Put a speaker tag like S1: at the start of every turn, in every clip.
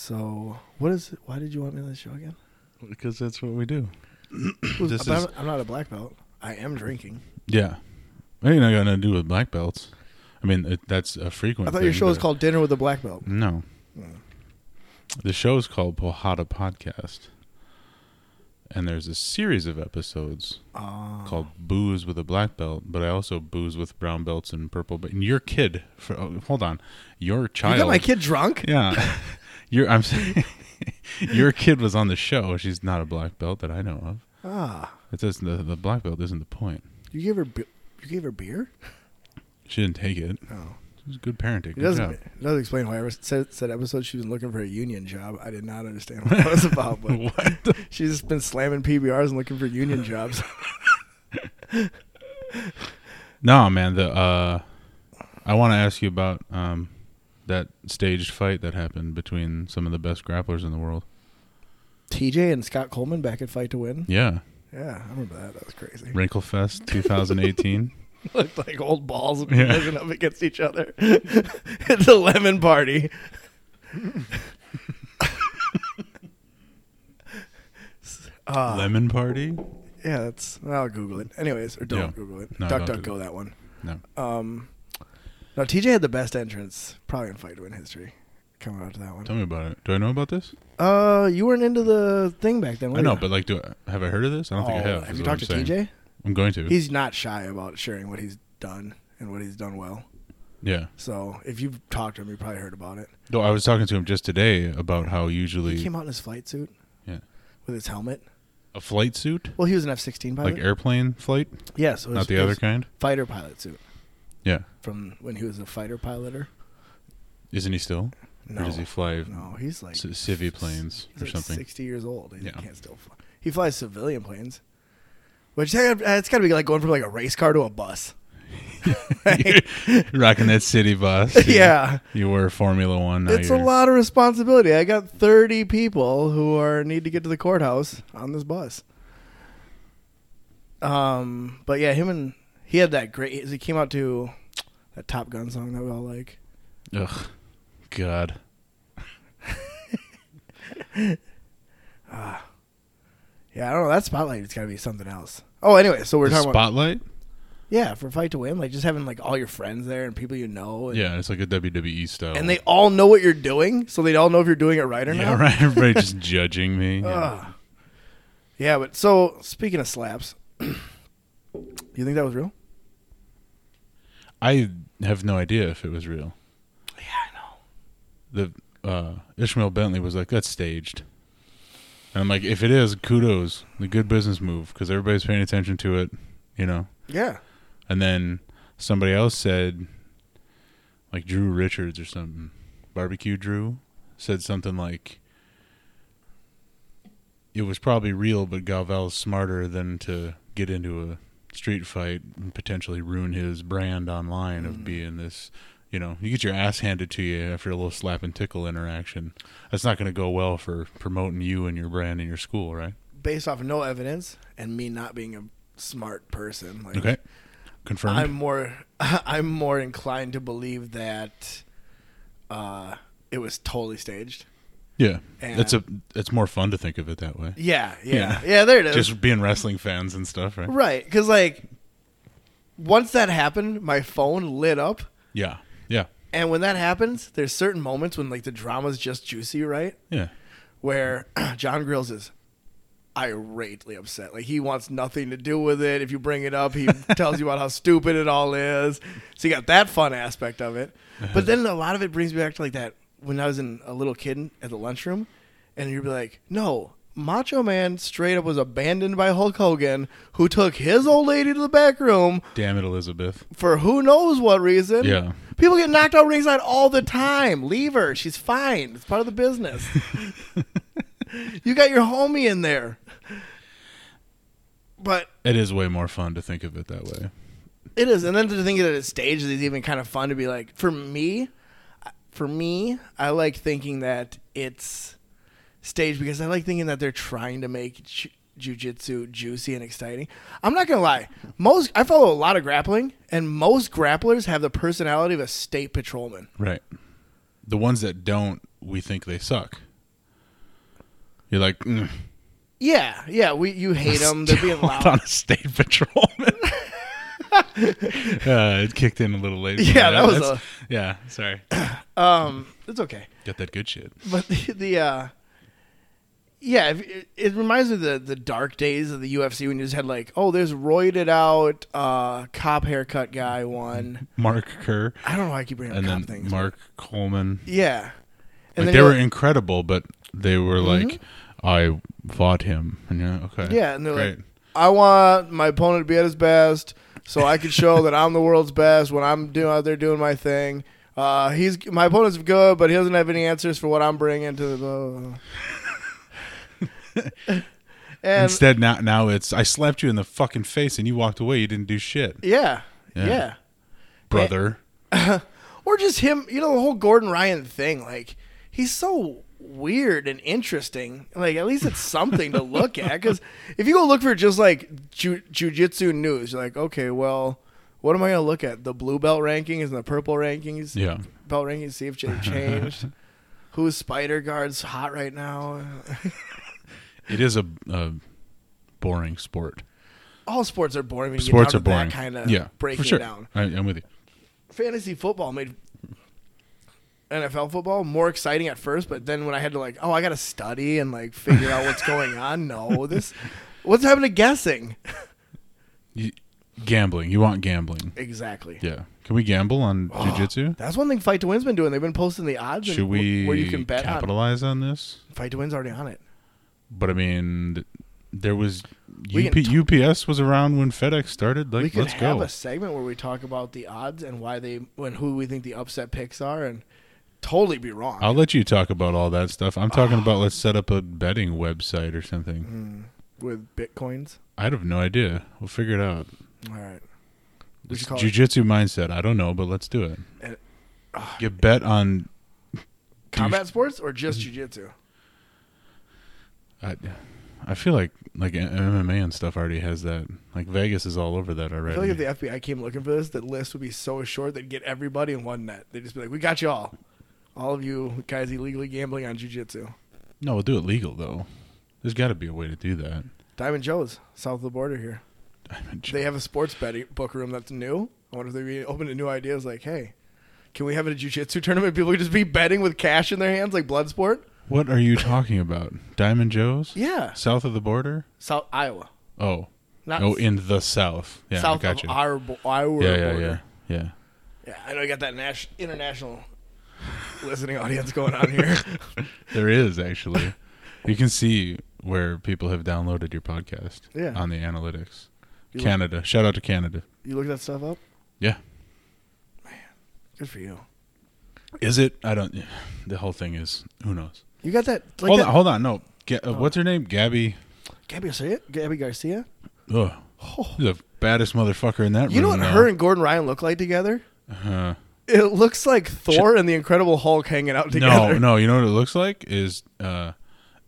S1: So what is it? Why did you want me on the show again?
S2: because that's what we do. This
S1: I'm,
S2: is-
S1: I'm not a black belt. I am drinking.
S2: Yeah, that ain't got nothing to do with black belts. I mean, it, that's a frequent.
S1: I thought your
S2: thing,
S1: show was
S2: but-
S1: called Dinner with a Black Belt.
S2: No,
S1: Mm.
S2: the show is called Pohada Podcast, and there's a series of episodes
S1: Uh,
S2: called Booze with a Black Belt. But I also booze with brown belts and purple. But and your kid, for, oh, hold on, your
S1: you
S2: child.
S1: got my kid drunk?
S2: Yeah, your I'm saying your kid was on the show. She's not a black belt that I know of.
S1: Ah,
S2: It says the the black belt isn't the point.
S1: you gave her be- you gave her beer?
S2: She didn't take it.
S1: Oh,
S2: It was good parenting.
S1: it
S2: Good
S1: doesn't
S2: job.
S1: it doesn't explain why. I was- said said episode she was looking for a union job. I did not understand what that was about, but
S2: what? the-
S1: she's just been slamming PBRs and looking for union jobs.
S2: No, man. The uh, I want to ask you about um, that staged fight that happened between some of the best grapplers in the world.
S1: TJ and Scott Coleman back at Fight to Win.
S2: Yeah,
S1: Yeah, I remember that. That was crazy.
S2: Wrinklefest 2018.
S1: Looked like old balls
S2: Yeah.
S1: living up against each other. it's a lemon party. uh,
S2: Lemon party?
S1: Yeah, that's. I'll Google it. Anyways, or don't
S2: Yeah.
S1: Google it.
S2: No,
S1: duck,
S2: don't
S1: duck,
S2: do
S1: go that one.
S2: No.
S1: Um, no, TJ had the best entrance probably in fight to win history. Coming out to that one.
S2: Tell me about it. Do I know about this?
S1: Uh, you weren't into the thing back then. Were
S2: I know,
S1: you?
S2: but like, do I, have I heard of this? I don't think I
S1: Oh,
S2: have.
S1: Have
S2: is
S1: you
S2: what
S1: talked
S2: I'm
S1: to
S2: saying.
S1: TJ?
S2: I'm going to.
S1: He's not shy about sharing what he's done and what he's done well.
S2: yeah.
S1: So if you've talked to him, you probably heard about it.
S2: No, I was talking to him just today about how
S1: He
S2: usually
S1: came out in his flight suit.
S2: Yeah.
S1: With his helmet.
S2: a flight suit,
S1: Well, he was an F sixteen pilot.
S2: like airplane flight,
S1: yeah, so it was-
S2: not the
S1: it
S2: other
S1: was
S2: kind.
S1: fighter pilot suit
S2: Yeah.
S1: from when he was a fighter piloter.
S2: Isn't he still?
S1: No,
S2: Or does he fly
S1: no, he's like
S2: ci- civvy planes
S1: he's
S2: or
S1: like
S2: something?
S1: Sixty years old. He
S2: Yeah.
S1: can't still fly. He flies civilian planes, which eh, it's got to be like going from like a race car to a bus.
S2: Rocking that city bus. You-
S1: Yeah.
S2: You were Formula One. Now
S1: it's a
S2: you're-
S1: lot of responsibility. I got 30 people who are need to get to the courthouse on this bus. Um, but yeah, him and he had that great. He came out to that Top Gun song that we all like.
S2: Ugh. God.
S1: Yeah, I don't know. That spotlight is got to be something else. Oh, anyway, so we're
S2: The
S1: talking about
S2: spotlight?
S1: yeah for fight to win, like just having like all your friends there and people you know. And,
S2: Yeah, it's like a WWE style.
S1: and they all know what you're doing, so they all know if you're doing it right or
S2: Yeah,
S1: not.
S2: right. Everybody just judging me. Yeah.
S1: Ugh. Yeah, but so speaking of slaps, you think that was real?
S2: I have no idea if it was real.
S1: Yeah, I know.
S2: The uh, Ishmael Bentley was like, "That's staged," and I'm like, "If it is, kudos, the good business move, because everybody's paying attention to it, you know."
S1: Yeah.
S2: And then somebody else said, like Drew Richards or something, barbecue Drew, said something like, "It was probably real, but Galvel's smarter than to get into a street fight and potentially ruin his brand online
S1: Mm.
S2: of being this." You know, you get your ass handed to you after a little slap and tickle interaction. That's not going to go well for promoting you and your brand and your school, right?
S1: Based off of no evidence and me not being a smart person, like
S2: Okay, confirmed.
S1: I'm more I'm more inclined to believe that uh it was totally staged.
S2: yeah,
S1: and-
S2: it's a it's more fun to think of it that way.
S1: Yeah, yeah.
S2: Yeah.
S1: Yeah, there it is.
S2: just being wrestling fans and stuff, right?
S1: right, cuz like once that happened, my phone lit up
S2: Yeah, yeah,
S1: and when that happens, there's certain moments when like the drama's just juicy, right?
S2: yeah.
S1: where John Grills is irately upset. Like he wants nothing to do with it. If you bring it up, he tells you about how stupid it all is. So you got that fun aspect of it. But then a lot of it brings me back to like that when I was in a little kid at the lunchroom, and you'd be like, no. Macho Man straight up was abandoned by Hulk Hogan, who took his old lady to the back room
S2: Damn it, Elizabeth.
S1: for who knows what reason.
S2: Yeah.
S1: People get knocked out ringside all the time. Leave her. She's fine. It's part of the business. you got your homie in there. But
S2: It is way more fun to think of it that way.
S1: it is. And then to think that it's staged is even kind of fun to be like, for me, for me, I like thinking that it's staged because I like thinking that they're trying to make ju- jujitsu juicy and exciting. I'm not gonna lie, most I follow a lot of grappling, and most grapplers have the personality of a state patrolman.
S2: Right. The ones that don't, we think they suck. You're like, mm,
S1: Yeah, yeah. We you hate them. They're being
S2: hold
S1: loud.
S2: on a state patrolman. uh, it kicked in a little late.
S1: Yeah, that was
S2: that's- Yeah, sorry.
S1: Um, it's okay.
S2: Got that good shit.
S1: But the, the uh, yeah, if- it, it reminds me of the the dark days of the UFC when you just had like, oh, there's roided out uh, cop haircut guy one.
S2: Mark Kerr
S1: I don't know why I keep bringing up
S2: and
S1: cop
S2: then
S1: things.
S2: Mark Coleman.
S1: yeah, then
S2: Like they
S1: you're Mm-hmm.
S2: were incredible, but they were like, I fought him. And you're like, okay.
S1: Yeah, and they're
S2: great.
S1: like, I want my opponent to be at his best, so I can show that I'm the world's best when I'm doing out there doing my thing. Uh, he's my opponent's good, but he doesn't have any answers for what I'm bringing to the. Blah, blah, blah. and
S2: Instead, now now it's I slapped you in the fucking face and you walked away. You didn't do shit,
S1: yeah,
S2: Yeah.
S1: yeah,
S2: brother.
S1: or just him. You know the whole Gordon Ryan thing. Like he's so weird and interesting. Like at least it's something to look at. Because if you go look for just like ju- jujitsu news, you're like, okay, well, what am I gonna look at? The blue belt rankings and the purple rankings.
S2: Yeah,
S1: belt rankings. See if they've changed. Who's Spider Guard's hot right now?
S2: it is a, a boring sport.
S1: All sports are boring. When you
S2: Sports are
S1: get down
S2: boring.
S1: to That kind of
S2: yeah,
S1: breaking
S2: for sure.
S1: it down.
S2: I, I'm with you.
S1: fantasy football made NFL football more exciting at first, but then when I had to like, oh, I got to study and like figure out what's going on. No, this what's happened to guessing?
S2: you. Gambling. You want gambling?
S1: Exactly.
S2: Yeah. Can we gamble on jujitsu?
S1: That's one thing Fight to Win's been doing. They've been posting the odds and
S2: Should we
S1: where you can bet on.
S2: capitalize on this?
S1: Fight to Win's already on it.
S2: But I mean, th- there was
S1: We
S2: UP,
S1: can t-
S2: UPS was around when FedEx started. Like,
S1: we could
S2: let's
S1: have
S2: go.
S1: a segment where we talk about the odds and why they and who we think the upset picks are and totally be wrong.
S2: I'll let you talk about all that stuff. I'm
S1: Ah.
S2: talking about let's set up a betting website or something.
S1: Mm. with bitcoins.
S2: I'd have no idea. We'll figure it out.
S1: All right. We
S2: It's
S1: should call
S2: jujitsu mindset. I don't know, but let's do it.
S1: And- ah.
S2: You bet on.
S1: it combat sports or just jujitsu.
S2: I, I feel like like MMA and stuff already has that. Like Vegas is all over that
S1: I
S2: already.
S1: feel like if the FBI came looking for this, the list would be so short they'd get everybody in one net. They'd just be like, "We got you all, all of you guys illegally gambling on jujitsu."
S2: no, we'll do it legal though. There's got to be a way to do that.
S1: Diamond Joe's south of the border here. They have a sports betting book room that's new. I wonder if they'd be open to new ideas. Like, hey, can we have a jujitsu tournament? People could just be betting with cash in their hands, like Bloodsport.
S2: what are you talking about? Diamond Joe's?
S1: Yeah,
S2: South of the border?
S1: South Iowa,
S2: Oh,
S1: not
S2: oh, in the south. Yeah,
S1: south
S2: I got you.
S1: of our bo- Iowa
S2: yeah, yeah, yeah,
S1: border.
S2: yeah.
S1: Yeah. I know you got that nas- international listening audience going on here.
S2: There is actually. you can see where people have downloaded your podcast.
S1: Yeah.
S2: On the analytics.
S1: You look-
S2: Canada. Shout out to Canada.
S1: you look that stuff up.
S2: Yeah.
S1: Good for you.
S2: Is it? I don't. The whole thing is. Who knows?
S1: You got that? Like Oh.
S2: hold
S1: that,
S2: on. Hold on. No. Ga- uh, What's her name? Gabby.
S1: Gabby Garcia. Gabby Garcia.
S2: Ugh. She's the baddest motherfucker in that room.
S1: Oh. You know what
S2: now.
S1: her and Gordon Ryan look like together?
S2: Uh,
S1: It looks like Thor and the Incredible Hulk hanging out together.
S2: no, no. You know what it looks like is uh,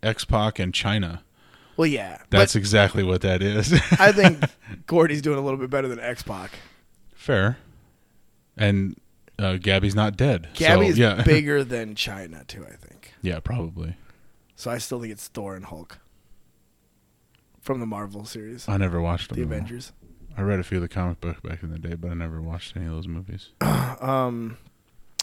S2: X Pac and China.
S1: Well, yeah.
S2: That's exactly what that is.
S1: but I think Gordy's doing a little bit better than X Pac.
S2: Fair. And uh, Gabby's not dead. so,
S1: Gabby's
S2: yeah.
S1: bigger than China too, I think.
S2: Yeah, probably.
S1: So I still think it's Thor and Hulk from the Marvel series,
S2: I never watched them.
S1: the
S2: though.
S1: Avengers.
S2: I read a few of the comic book back in the day, but I never watched any of those movies.
S1: Um,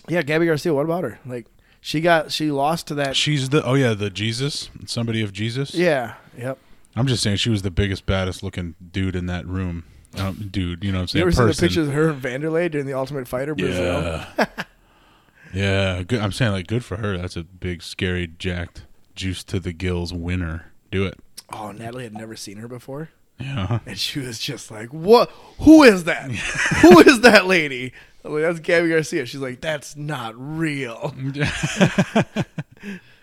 S1: yeah, Gabby Garcia. What about her? Like she got she lost to that.
S2: She's the oh yeah the Jesus somebody of Jesus.
S1: Yeah. Yep.
S2: I'm just saying she was the biggest baddest looking dude in that room. Um, dude, you know what I'm
S1: You
S2: saying?
S1: ever seen the
S2: Person.
S1: pictures of her and Vanderlei during the Ultimate Fighter Brazil?
S2: Yeah. yeah. Good. I'm saying like good for her. That's a big scary jacked juice to the gills winner. Do it.
S1: Oh, Natalie had never seen her before,
S2: Yeah.
S1: and she was just like, "What? Who is that? Who is that lady?" I'm like, that's Gabby Garcia. She's like, "That's not real."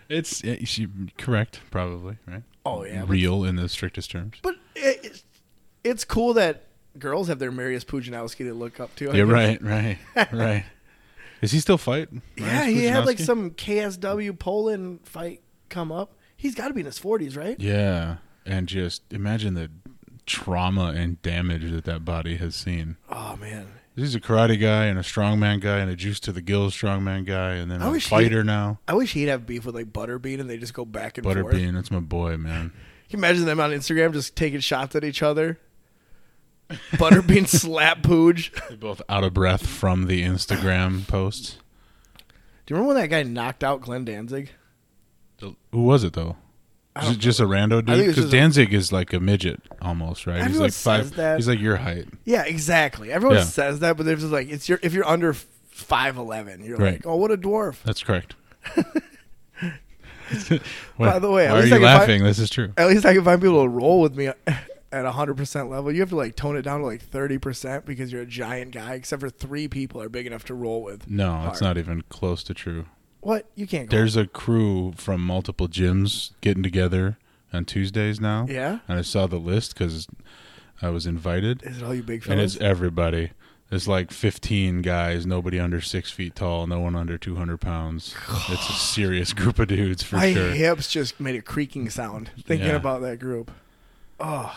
S2: It's yeah, she correct probably right.
S1: Oh yeah, but,
S2: Real in the strictest terms.
S1: but it, it's- it's cool that girls have their Marius Pujanowski to look up to. I
S2: Yeah.
S1: guess.
S2: Right. Right. right. Is he still fighting?
S1: Yeah, he had like some KSW Poland fight come up. He's got to be in his forties, right?
S2: Yeah, and just imagine the trauma and damage that that body has seen.
S1: Oh man,
S2: He's a karate guy and a strongman guy and a juice to the gills strongman guy and then
S1: I
S2: a
S1: wish he-
S2: fighter now.
S1: I wish he'd have beef with like Butterbean and they just go back and forth.
S2: Butterbean, that's my boy, man.
S1: Can you imagine them on Instagram just taking shots at each other? Butterbean slap pooge.
S2: They're both out of breath from the Instagram posts.
S1: Do you remember when that guy knocked out Glenn Danzig?
S2: Who was it though?
S1: I
S2: Is
S1: don't
S2: it just a rando
S1: I think
S2: dude?
S1: it's
S2: Because
S1: just a-
S2: Danzig is like a midget almost, right?
S1: Everyone
S2: he's like
S1: says
S2: five.
S1: that.
S2: He's like your height.
S1: Yeah, exactly. Everyone
S2: Yeah.
S1: says that, but they're just like, it's your if you're under five eleven, you're
S2: Right.
S1: like, oh, what a dwarf.
S2: That's correct.
S1: By the way, at
S2: why are
S1: least
S2: you
S1: I can
S2: laughing? this is true.
S1: At least I can find people to roll with me at hundred percent level. You have to like tone it down to like thirty percent because you're a giant guy. Except for three people are big enough to roll with.
S2: No, it's
S1: Hard.
S2: not even close to true.
S1: What you can't. Go.
S2: There's a crew from multiple gyms getting together on Tuesdays now.
S1: Yeah?
S2: and I saw the list because I was invited,
S1: Is it all you big
S2: and it's
S1: fellas?
S2: everybody. It's like 15 guys, nobody under six feet tall, no one under 200 pounds. It's a serious group of dudes for
S1: My
S2: sure.
S1: hips just made a creaking sound thinking
S2: Yeah.
S1: about that group. Oh.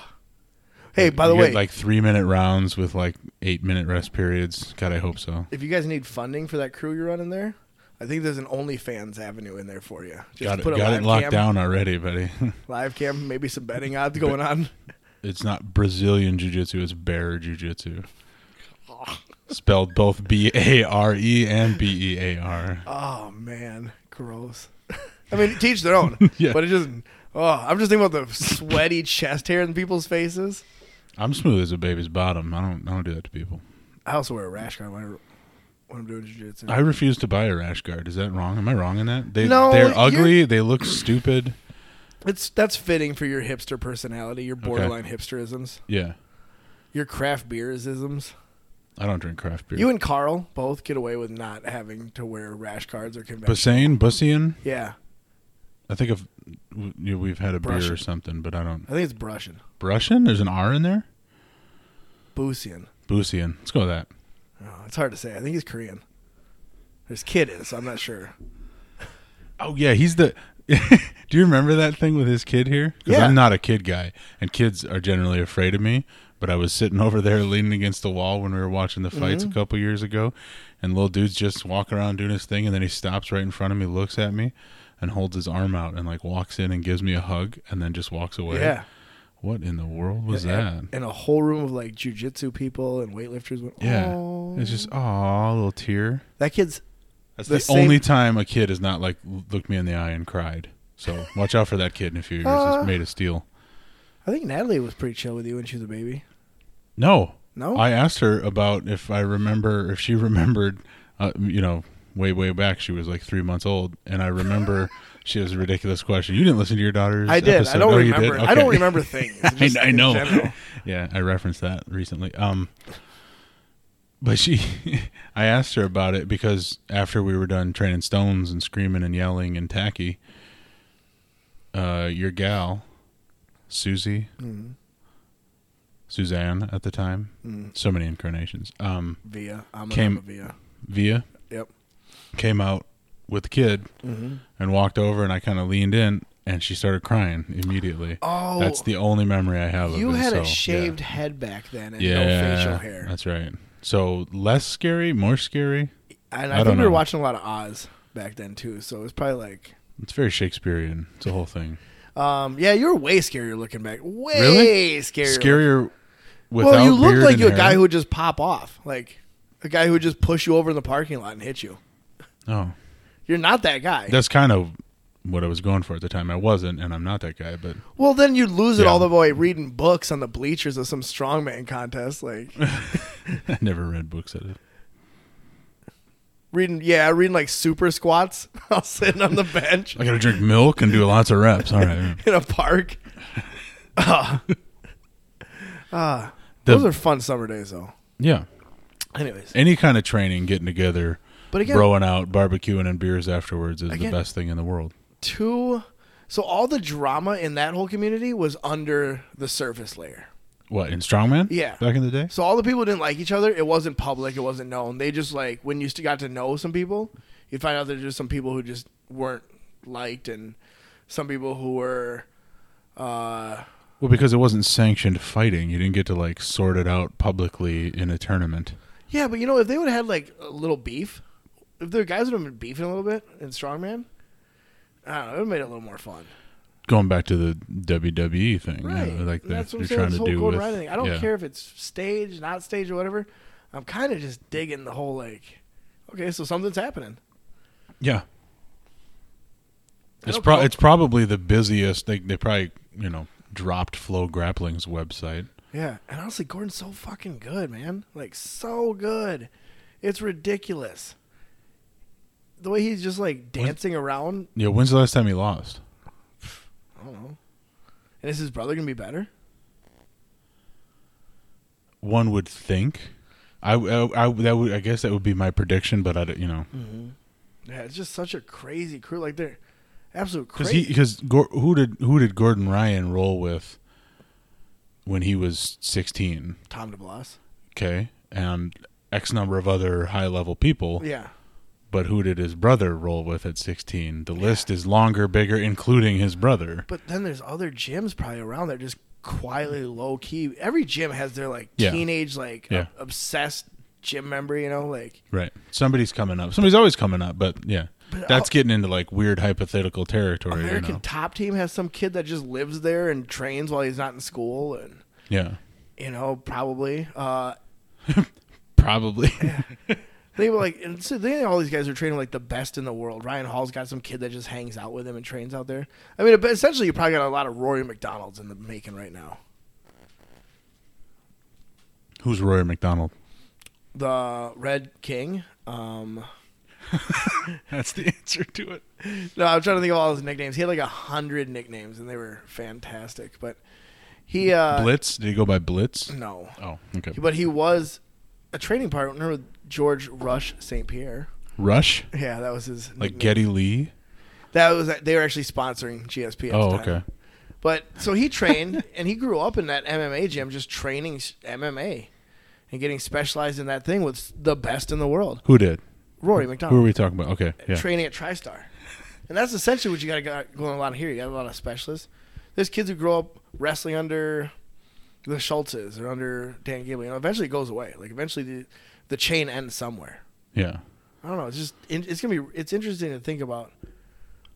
S1: Hey, by the
S2: You get,
S1: way,
S2: like three minute rounds with like eight minute rest periods. God, I hope so.
S1: if you guys need funding for that crew you're running there, I think there's an OnlyFans avenue in there for you. Just
S2: Got it,
S1: put a
S2: got
S1: live
S2: it locked
S1: cam,
S2: down already, buddy.
S1: live cam, maybe some betting odds going on.
S2: it's not Brazilian jiu jitsu, it's bear jiu jitsu. Spelled both B A R E and B E A R.
S1: Oh man, gross. I mean, teach their own,
S2: Yeah.
S1: but it just. Oh, I'm just thinking about the sweaty chest hair in people's faces.
S2: I'm smooth as a baby's bottom. I don't I don't do that to people.
S1: I also wear a rash guard when, I, when I'm doing jiu-jitsu.
S2: I refuse to buy a rash guard. Is that wrong? Am I wrong in that? They
S1: No,
S2: they're
S1: you're-
S2: ugly, they look stupid.
S1: it's that's fitting for your hipster personality, your borderline hipsterisms,
S2: Yeah.
S1: your craft beerisms.
S2: I don't drink craft beer.
S1: You and Carl both get away with not having to wear rash guards or convention.
S2: Bassane, Bussian?
S1: Yeah,
S2: I think if w- you know, we've had a beer
S1: Brussian.
S2: or something, but I don't.
S1: I think it's brushing,
S2: Russian? There's an R in there.
S1: boosian.
S2: Busian. Let's go with that.
S1: Oh, it's hard to say. I think he's Korean. There's kid is. I'm not sure.
S2: Oh yeah, he's the. Do you remember that thing with his kid here? Because
S1: Yeah.
S2: I'm not a kid guy, and kids are generally afraid of me. But I was sitting over there leaning against the wall when we were watching the fights
S1: Mm-hmm.
S2: a couple years ago, and little dude's just walking around doing his thing, and then he stops right in front of me, looks at me, and holds his arm out, and like walks in and gives me a hug, and then just walks away.
S1: Yeah.
S2: What in the world was that?
S1: And a whole room of like jujitsu people and weightlifters went.
S2: Yeah.
S1: "Aw."
S2: It's just aw, a little tear.
S1: that kid's.
S2: That's
S1: The
S2: the,
S1: same-
S2: only time a kid has not like l- looked me in the eye and cried. So watch out for that kid in a few years.
S1: Uh.
S2: it's made a steal.
S1: I think Natalie was pretty chill with you when she was a baby.
S2: No,
S1: No,
S2: I asked her about if I remember if she remembered. Uh, you know, way way back, she was like three months old, and I remember she has a ridiculous question. You didn't listen to your daughter's.
S1: I did. I
S2: episode.
S1: don't
S2: Oh, you
S1: remember.
S2: did?
S1: I don't
S2: Okay.
S1: remember things.
S2: I,
S1: just
S2: I
S1: in
S2: know.
S1: general.
S2: yeah, I referenced that recently. Um, but she, I asked her about it because after we were done training stones and screaming and yelling and tacky, uh, your gal, Susie,
S1: Mhm.
S2: Suzanne at the time,
S1: Mm.
S2: so many incarnations. Um,
S1: Via. I'm
S2: Came-
S1: a via.
S2: Via
S1: Yep. Mm-hmm.
S2: came out with the kid and walked over, and I kind of leaned in, and she started crying immediately.
S1: Oh,
S2: That's the only memory I have.
S1: you
S2: of it,
S1: had
S2: so,
S1: a
S2: yeah.
S1: shaved head back then and
S2: yeah,
S1: no facial hair.
S2: That's right. So less scary, more scary.
S1: And I,
S2: I
S1: think
S2: don't
S1: we were
S2: know.
S1: watching a lot of Oz back then too, so it was probably like,
S2: It's very Shakespearean. It's a whole thing.
S1: um, yeah, you were way scarier looking back. Way
S2: Really?
S1: scarier.
S2: Scarier without
S1: Well, you looked
S2: beard
S1: like
S2: and
S1: you a
S2: hair.
S1: guy who would just pop off, like a guy who would just push you over in the parking lot and hit you.
S2: Oh,
S1: You're not that guy.
S2: that's kind of what I was going for at the time. I wasn't, and I'm not that guy. But
S1: well, then you'd lose it
S2: Yeah.
S1: all the way reading books on the bleachers of some strongman contest, like
S2: I never read books at it.
S1: reading, yeah, reading like super squats while sitting on the bench
S2: I got to drink milk and do lots of reps. All right.
S1: in a park. Ah. Ah.
S2: The-
S1: those are fun summer days, though.
S2: Yeah.
S1: Anyways,
S2: Any kind of training, getting together,
S1: but again,
S2: broing out, barbecuing, and beers afterwards is
S1: Again-
S2: the best thing in the world.
S1: two. So all the drama in that whole community was under the surface layer.
S2: What in strongman?
S1: Yeah.
S2: Back in the day.
S1: So all the people didn't like each other. It wasn't public. It wasn't known. They just like when you st- got to know some people, you'd find out there's just some people who just weren't liked, and some people who were. Uh,
S2: Well, because it wasn't sanctioned fighting, you didn't get to like sort it out publicly in a tournament.
S1: Yeah, but you know, if they would have had like a little beef, if the guys would have been beefing a little bit in Strongman, I don't know, it would have made it a little more fun.
S2: Going back to the WWE thing, you know,
S1: Right.
S2: like
S1: And
S2: that
S1: that's what
S2: you're
S1: I'm saying.
S2: trying
S1: This
S2: to
S1: whole
S2: do
S1: Gordon
S2: with.
S1: Ryan thing. I don't
S2: yeah.
S1: care if it's staged, not staged, or whatever. I'm kind of just digging the whole like, okay, so something's happening.
S2: Yeah. It's
S1: don't
S2: pro-
S1: know.
S2: it's probably the busiest. They they probably you know dropped Flow Grappling's website.
S1: Yeah, and honestly, Gordon's so fucking good, man. Like so good, it's ridiculous. The way he's just like dancing around.
S2: Yeah, when's the last time he lost?
S1: I don't know. And is his brother gonna be better?
S2: One would think. I, I, I- that would I guess that would be my prediction, but I don't- you know
S1: Yeah, it's just such a crazy crew. Like they're absolute
S2: because
S1: crazy.
S2: because who did who did Gordon Ryan roll with when he was sixteen?
S1: Tom DeBlas.
S2: Okay, and X number of other high level people.
S1: Yeah.
S2: But who did his brother roll with at sixteen? The list is longer, bigger, including his brother.
S1: But then there's other gyms probably around that are just quietly low key. Every gym has their like
S2: Yeah.
S1: teenage like
S2: Yeah.
S1: ob- obsessed gym member, you know, like
S2: Right. Somebody's coming up. Somebody's always coming up, but yeah.
S1: But
S2: That's
S1: I'll-
S2: getting into like weird hypothetical territory,
S1: American
S2: you know.
S1: Top Team has some kid that just lives there and trains while he's not in school and
S2: Yeah.
S1: you know, probably. Uh
S2: Probably.
S1: they were like and so they all these guys are training like the best in the world. Ryan Hall's got some kid that just hangs out with him and trains out there. I mean, but essentially you probably got a lot of Rory McDonald's in the making right now.
S2: Who's Rory McDonald?
S1: The Red King, um,
S2: That's the answer to it.
S1: No, I'm trying to think of all his nicknames. He had like a hundred nicknames, and they were fantastic. But he, uh,
S2: Blitz? Did he go by Blitz?
S1: no,
S2: Oh, okay.
S1: but Mm. he was a training partner with George Rush St. Pierre.
S2: Rush?
S1: Yeah, that was his.
S2: Like
S1: nickname.
S2: Getty Lee?
S1: That was they were actually sponsoring GSP. At the
S2: Oh,
S1: time.
S2: okay.
S1: But so he trained, and he grew up in that MMA gym, just training s- MMA and getting specialized in that thing with s- the best in the world,
S2: Who did?
S1: Rory
S2: Who are
S1: McDonald,
S2: we talking about? Okay. Yeah.
S1: training at TriStar, and that's essentially what you got to going on here. You got a lot of specialists. There's kids who grow up wrestling under the Schultzes or under Dan Gable. You know, eventually it goes away. Like eventually the the chain ends somewhere.
S2: yeah.
S1: I don't know. It's just it- it's gonna be it's interesting to think about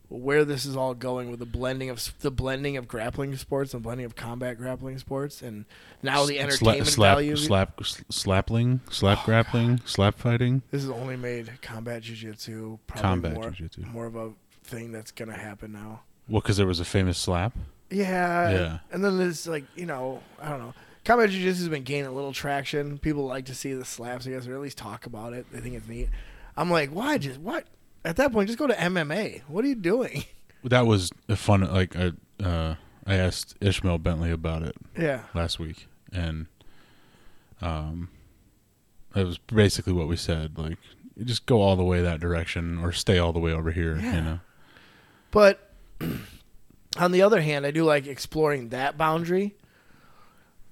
S1: where this is all going with the blending of s- the blending of grappling sports and blending of combat grappling sports and now the
S2: Sla-
S1: entertainment
S2: slap,
S1: value. of it.
S2: Slap, s- slapling, slap grappling, slap fighting.
S1: This has only made combat jujitsu probably
S2: Combat
S1: more,
S2: jujitsu.
S1: more of a thing that's gonna happen now.
S2: Well, because there was a famous slap.
S1: Yeah.
S2: Yeah.
S1: And then there's like, you know, I don't know. Combat Jiu Jitsu has been gaining a little traction. People like to see the slaps, I guess, or at least talk about it. They think it's neat. I'm like, why just what? At that point, just go to MMA. What are you doing?
S2: That was a fun. Like I, uh, I asked Ishmael Bentley about it.
S1: Yeah.
S2: last week, and um, that was basically what we said. Like, you just go all the way that direction, or stay all the way over here. You
S1: Yeah.
S2: know,
S1: But on the other hand, I do like exploring that boundary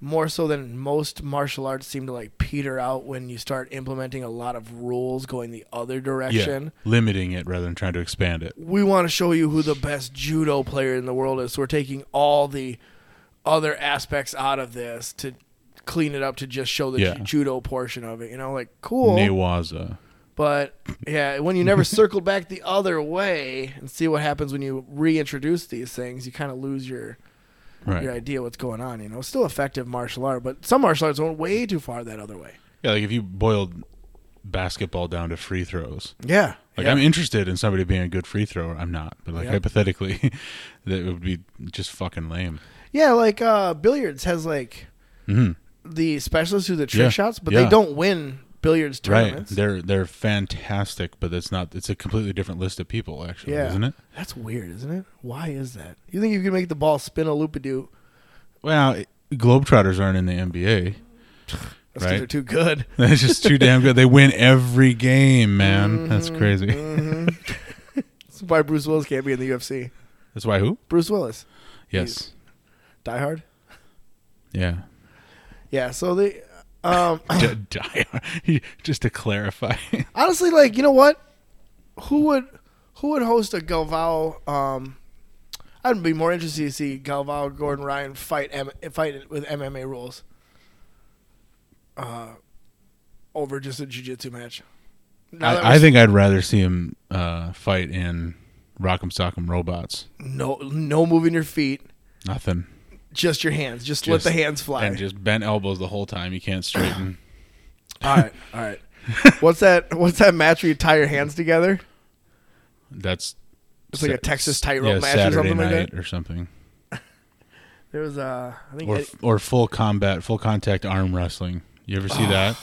S1: more so than most martial arts seem to like peter out when you start implementing a lot of rules going the other direction.
S2: yeah, limiting it rather than trying to expand it.
S1: we want to show you who the best judo player in the world is. So we're taking all the other aspects out of this to clean it up to just show the
S2: Yeah.
S1: ju- judo portion of it. You know, like cool,
S2: Nawaza.
S1: but yeah, when you never circle back the other way and see what happens when you reintroduce these things, you kind of lose your
S2: Right.
S1: your idea what's going on. You know, still effective martial art, but some martial arts went way too far that other way.
S2: Yeah, like if you boiled basketball down to free throws.
S1: Yeah,
S2: Like
S1: yeah.
S2: I'm interested in somebody being a good free thrower. I'm not, but like
S1: Yeah.
S2: hypothetically, that would be just fucking lame.
S1: Yeah, like uh, billiards has like
S2: Mhm.
S1: the specialists who do the trick
S2: Yeah,
S1: shots, but
S2: yeah.
S1: they don't win billiards
S2: Right?
S1: tournaments.
S2: They're they're fantastic, but it's not. It's a completely different list of people, actually,
S1: Yeah.
S2: isn't it?
S1: That's weird, isn't it? Why is that? You think you can make the ball spin a loop a doo?
S2: Well, it- Globetrotters aren't in the NBA.
S1: That's 'cause
S2: Right.
S1: they're too good.
S2: That's just too damn good. They win every game, man.
S1: Mm-hmm.
S2: That's crazy.
S1: That's Mm-hmm. why Bruce Willis can't be in the UFC.
S2: That's why who?
S1: Bruce Willis,
S2: Yes.
S1: Die Hard.
S2: Yeah.
S1: Yeah. So they, um,
S2: D- die. Hard. just to clarify.
S1: honestly, like you know what? Who would who would host a Galvao? Um, I'd be more interested to see Galvao Gordon Ryan fight M- fight with MMA rules. Uh, over just a jujitsu match. Now that
S2: I, I
S1: we're-
S2: think I'd rather see him uh, fight in Rock'em Sock'em Robots.
S1: no no moving your feet,
S2: Nothing.
S1: just your hands. Just, let
S2: Just-
S1: the hands fly.
S2: And just bent elbows the whole time. You can't straighten.
S1: all right, all right. what's that? What's that match where you tie your hands together?
S2: That's
S1: It's like a
S2: Sa-
S1: Texas tightrope match or
S2: Saturday
S1: something like
S2: night
S1: that?
S2: or something,
S1: There was uh, I think
S2: or
S1: Eddie-
S2: or full combat, full contact arm wrestling. You ever see that?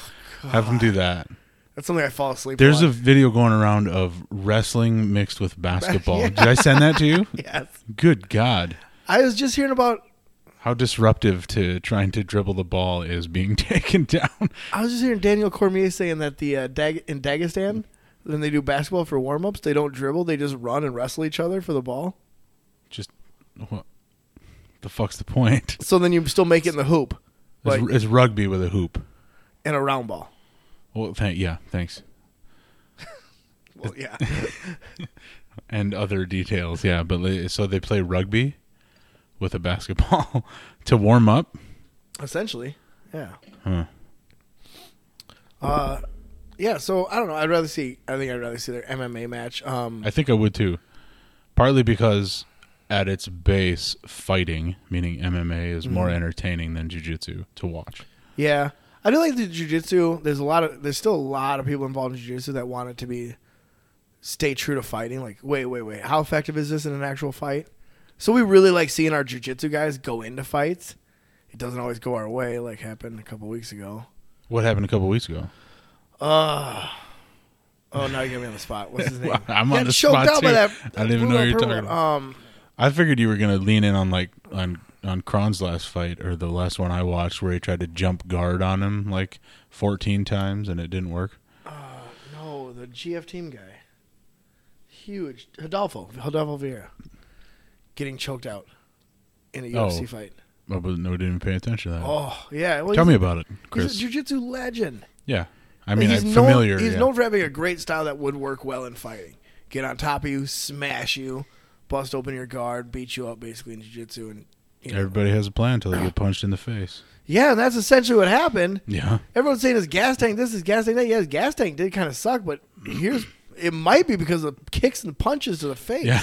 S2: Have them do that.
S1: that's something I fall asleep.
S2: There's a
S1: on.
S2: video going around of wrestling mixed with basketball. Did I send that to you?
S1: yes.
S2: Good God.
S1: I was just hearing about.
S2: How disruptive to trying to dribble the ball is being taken down.
S1: I was just hearing Daniel Cormier saying that the uh, Dag- in Dagestan, when they do basketball for warm ups, they don't dribble; they just run and wrestle each other for the ball.
S2: Just what the fuck's the point?
S1: So then you still make it in the hoop, like
S2: it's, it's rugby with a hoop.
S1: in a round ball.
S2: Well, thank yeah, thanks.
S1: Well, yeah,
S2: and other details. Yeah, but li- so they play rugby with a basketball to warm up.
S1: essentially, yeah,
S2: Huh.
S1: uh, yeah. So I don't know. I'd rather see. I think I'd rather see their MMA match. Um,
S2: I think I would too, partly because at its base, fighting, meaning MMA, is more
S1: Mm-hmm.
S2: entertaining than jujitsu to watch.
S1: Yeah. I do like the jujitsu. There's a lot of there's still a lot of people involved in jujitsu that want it to be stay true to fighting. Like, wait, wait, wait, how effective is this in an actual fight? So we really like seeing our jujitsu guys go into fights. It doesn't always go our way, like happened a couple weeks ago.
S2: What happened a couple weeks ago?
S1: Uh Oh, now you got me on the spot. What's his name?
S2: Wow, I'm on
S1: Got
S2: the
S1: choked
S2: spot,
S1: out by
S2: too.
S1: that-
S2: I don't even know what you're talking about.
S1: Um,
S2: I figured you were gonna lean in on like on on Kron's last fight or the last one I watched where he tried to jump guard on him like 14 times and it didn't work.
S1: uh, No, the GF team guy. Huge. Hodolfo. Hodolfo Vieira. Getting choked out in a UFC
S2: Oh.
S1: fight.
S2: I was no didn't even pay attention to that.
S1: Oh, yeah. Well,
S2: Tell
S1: he's-
S2: me about it, Chris.
S1: He's a jiu-jitsu legend.
S2: Yeah. I mean,
S1: he's
S2: I'm
S1: known,
S2: familiar.
S1: He's
S2: yeah.
S1: known for having a great style that would work well in fighting. Get on top of you, smash you, bust open your guard, beat you up basically in jiu-jitsu. And, you know.
S2: Everybody has a plan until they get punched in the face.
S1: Yeah, and that's essentially what happened.
S2: Yeah.
S1: Everyone's saying his gas tank this, his gas tank that. Yeah, his gas tank did kind of suck, but here's... It might be because of kicks and punches to the face.
S2: Yeah.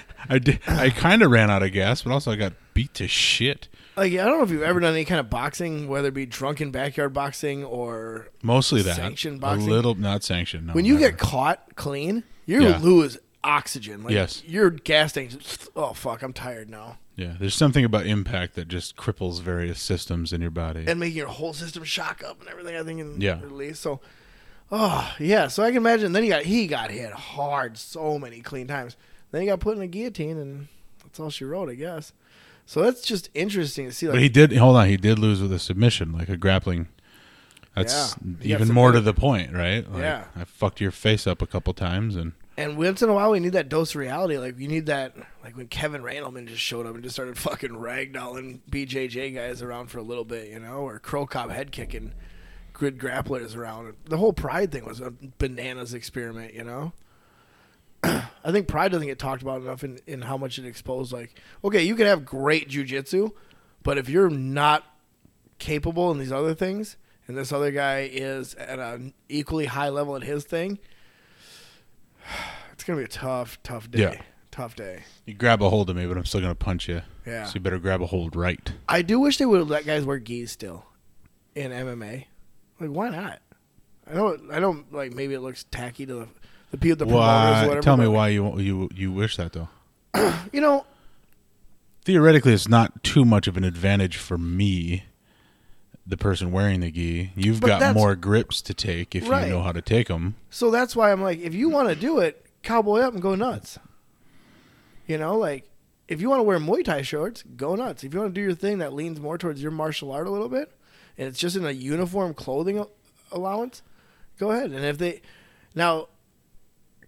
S2: I did, I kind of ran out of gas, but also I got beat to shit.
S1: Like I don't know if you've ever done any kind of boxing, whether it be drunken backyard boxing or
S2: Mostly that.
S1: Sanctioned boxing?
S2: A little, not sanctioned. No,
S1: when you
S2: never.
S1: get caught clean, you
S2: Yeah.
S1: lose oxygen. Like
S2: Yes.
S1: your gas tank. just, Oh fuck, I'm tired now,
S2: Yeah. There's something about impact that just cripples various systems in your body.
S1: and uh, making your whole system shock up and everything. I think in
S2: Yeah.
S1: release. So, oh yeah, so I can imagine. Then he got he got hit hard so many clean times. Then he got put in a guillotine, and that's all she wrote, I guess. So that's just interesting to see. Like
S2: but he did, hold on, he did lose with a submission, like a grappling. That's
S1: Yeah. He got
S2: even more to
S1: submitted.
S2: the point, right? Like,
S1: Yeah.
S2: I fucked your face up a couple times and
S1: And once in a while, we need that dose of reality. Like we need that, like when Kevin Randleman just showed up and just started fucking ragdolling BJJ guys around for a little bit, you know, or Crow Cop head kicking grid grapplers around. The whole Pride thing was a bananas experiment, you know. I think Pride doesn't get talked about enough in, in how much it exposed. Like, okay, you can have great jujitsu, but if you're not capable in these other things, and this other guy is at an equally high level at his thing, it's gonna be a tough, tough day.
S2: Yeah.
S1: Tough day.
S2: you grab a hold of me, but I'm still going to punch you.
S1: Yeah.
S2: So you better grab a hold right.
S1: I do wish they would have let guys wear geese still in MMA. Like, why not? I don't. I don't like. Maybe it looks tacky to the the people, the promoters,
S2: Why?
S1: whatever.
S2: Tell me
S1: but,
S2: why you you you wish that though.
S1: You know,
S2: Theoretically, it's not too much of an advantage for me, the person wearing the gi. You've
S1: But
S2: got
S1: that's-
S2: more grips to take if
S1: Right.
S2: you know how to take them.
S1: So that's why I'm like, if you want to do it, cowboy up and go nuts. You know, like if you want to wear Muay Thai shorts, go nuts. If you want to do your thing that leans more towards your martial art a little bit, and it's just in a uniform clothing al- allowance, go ahead. And if they now,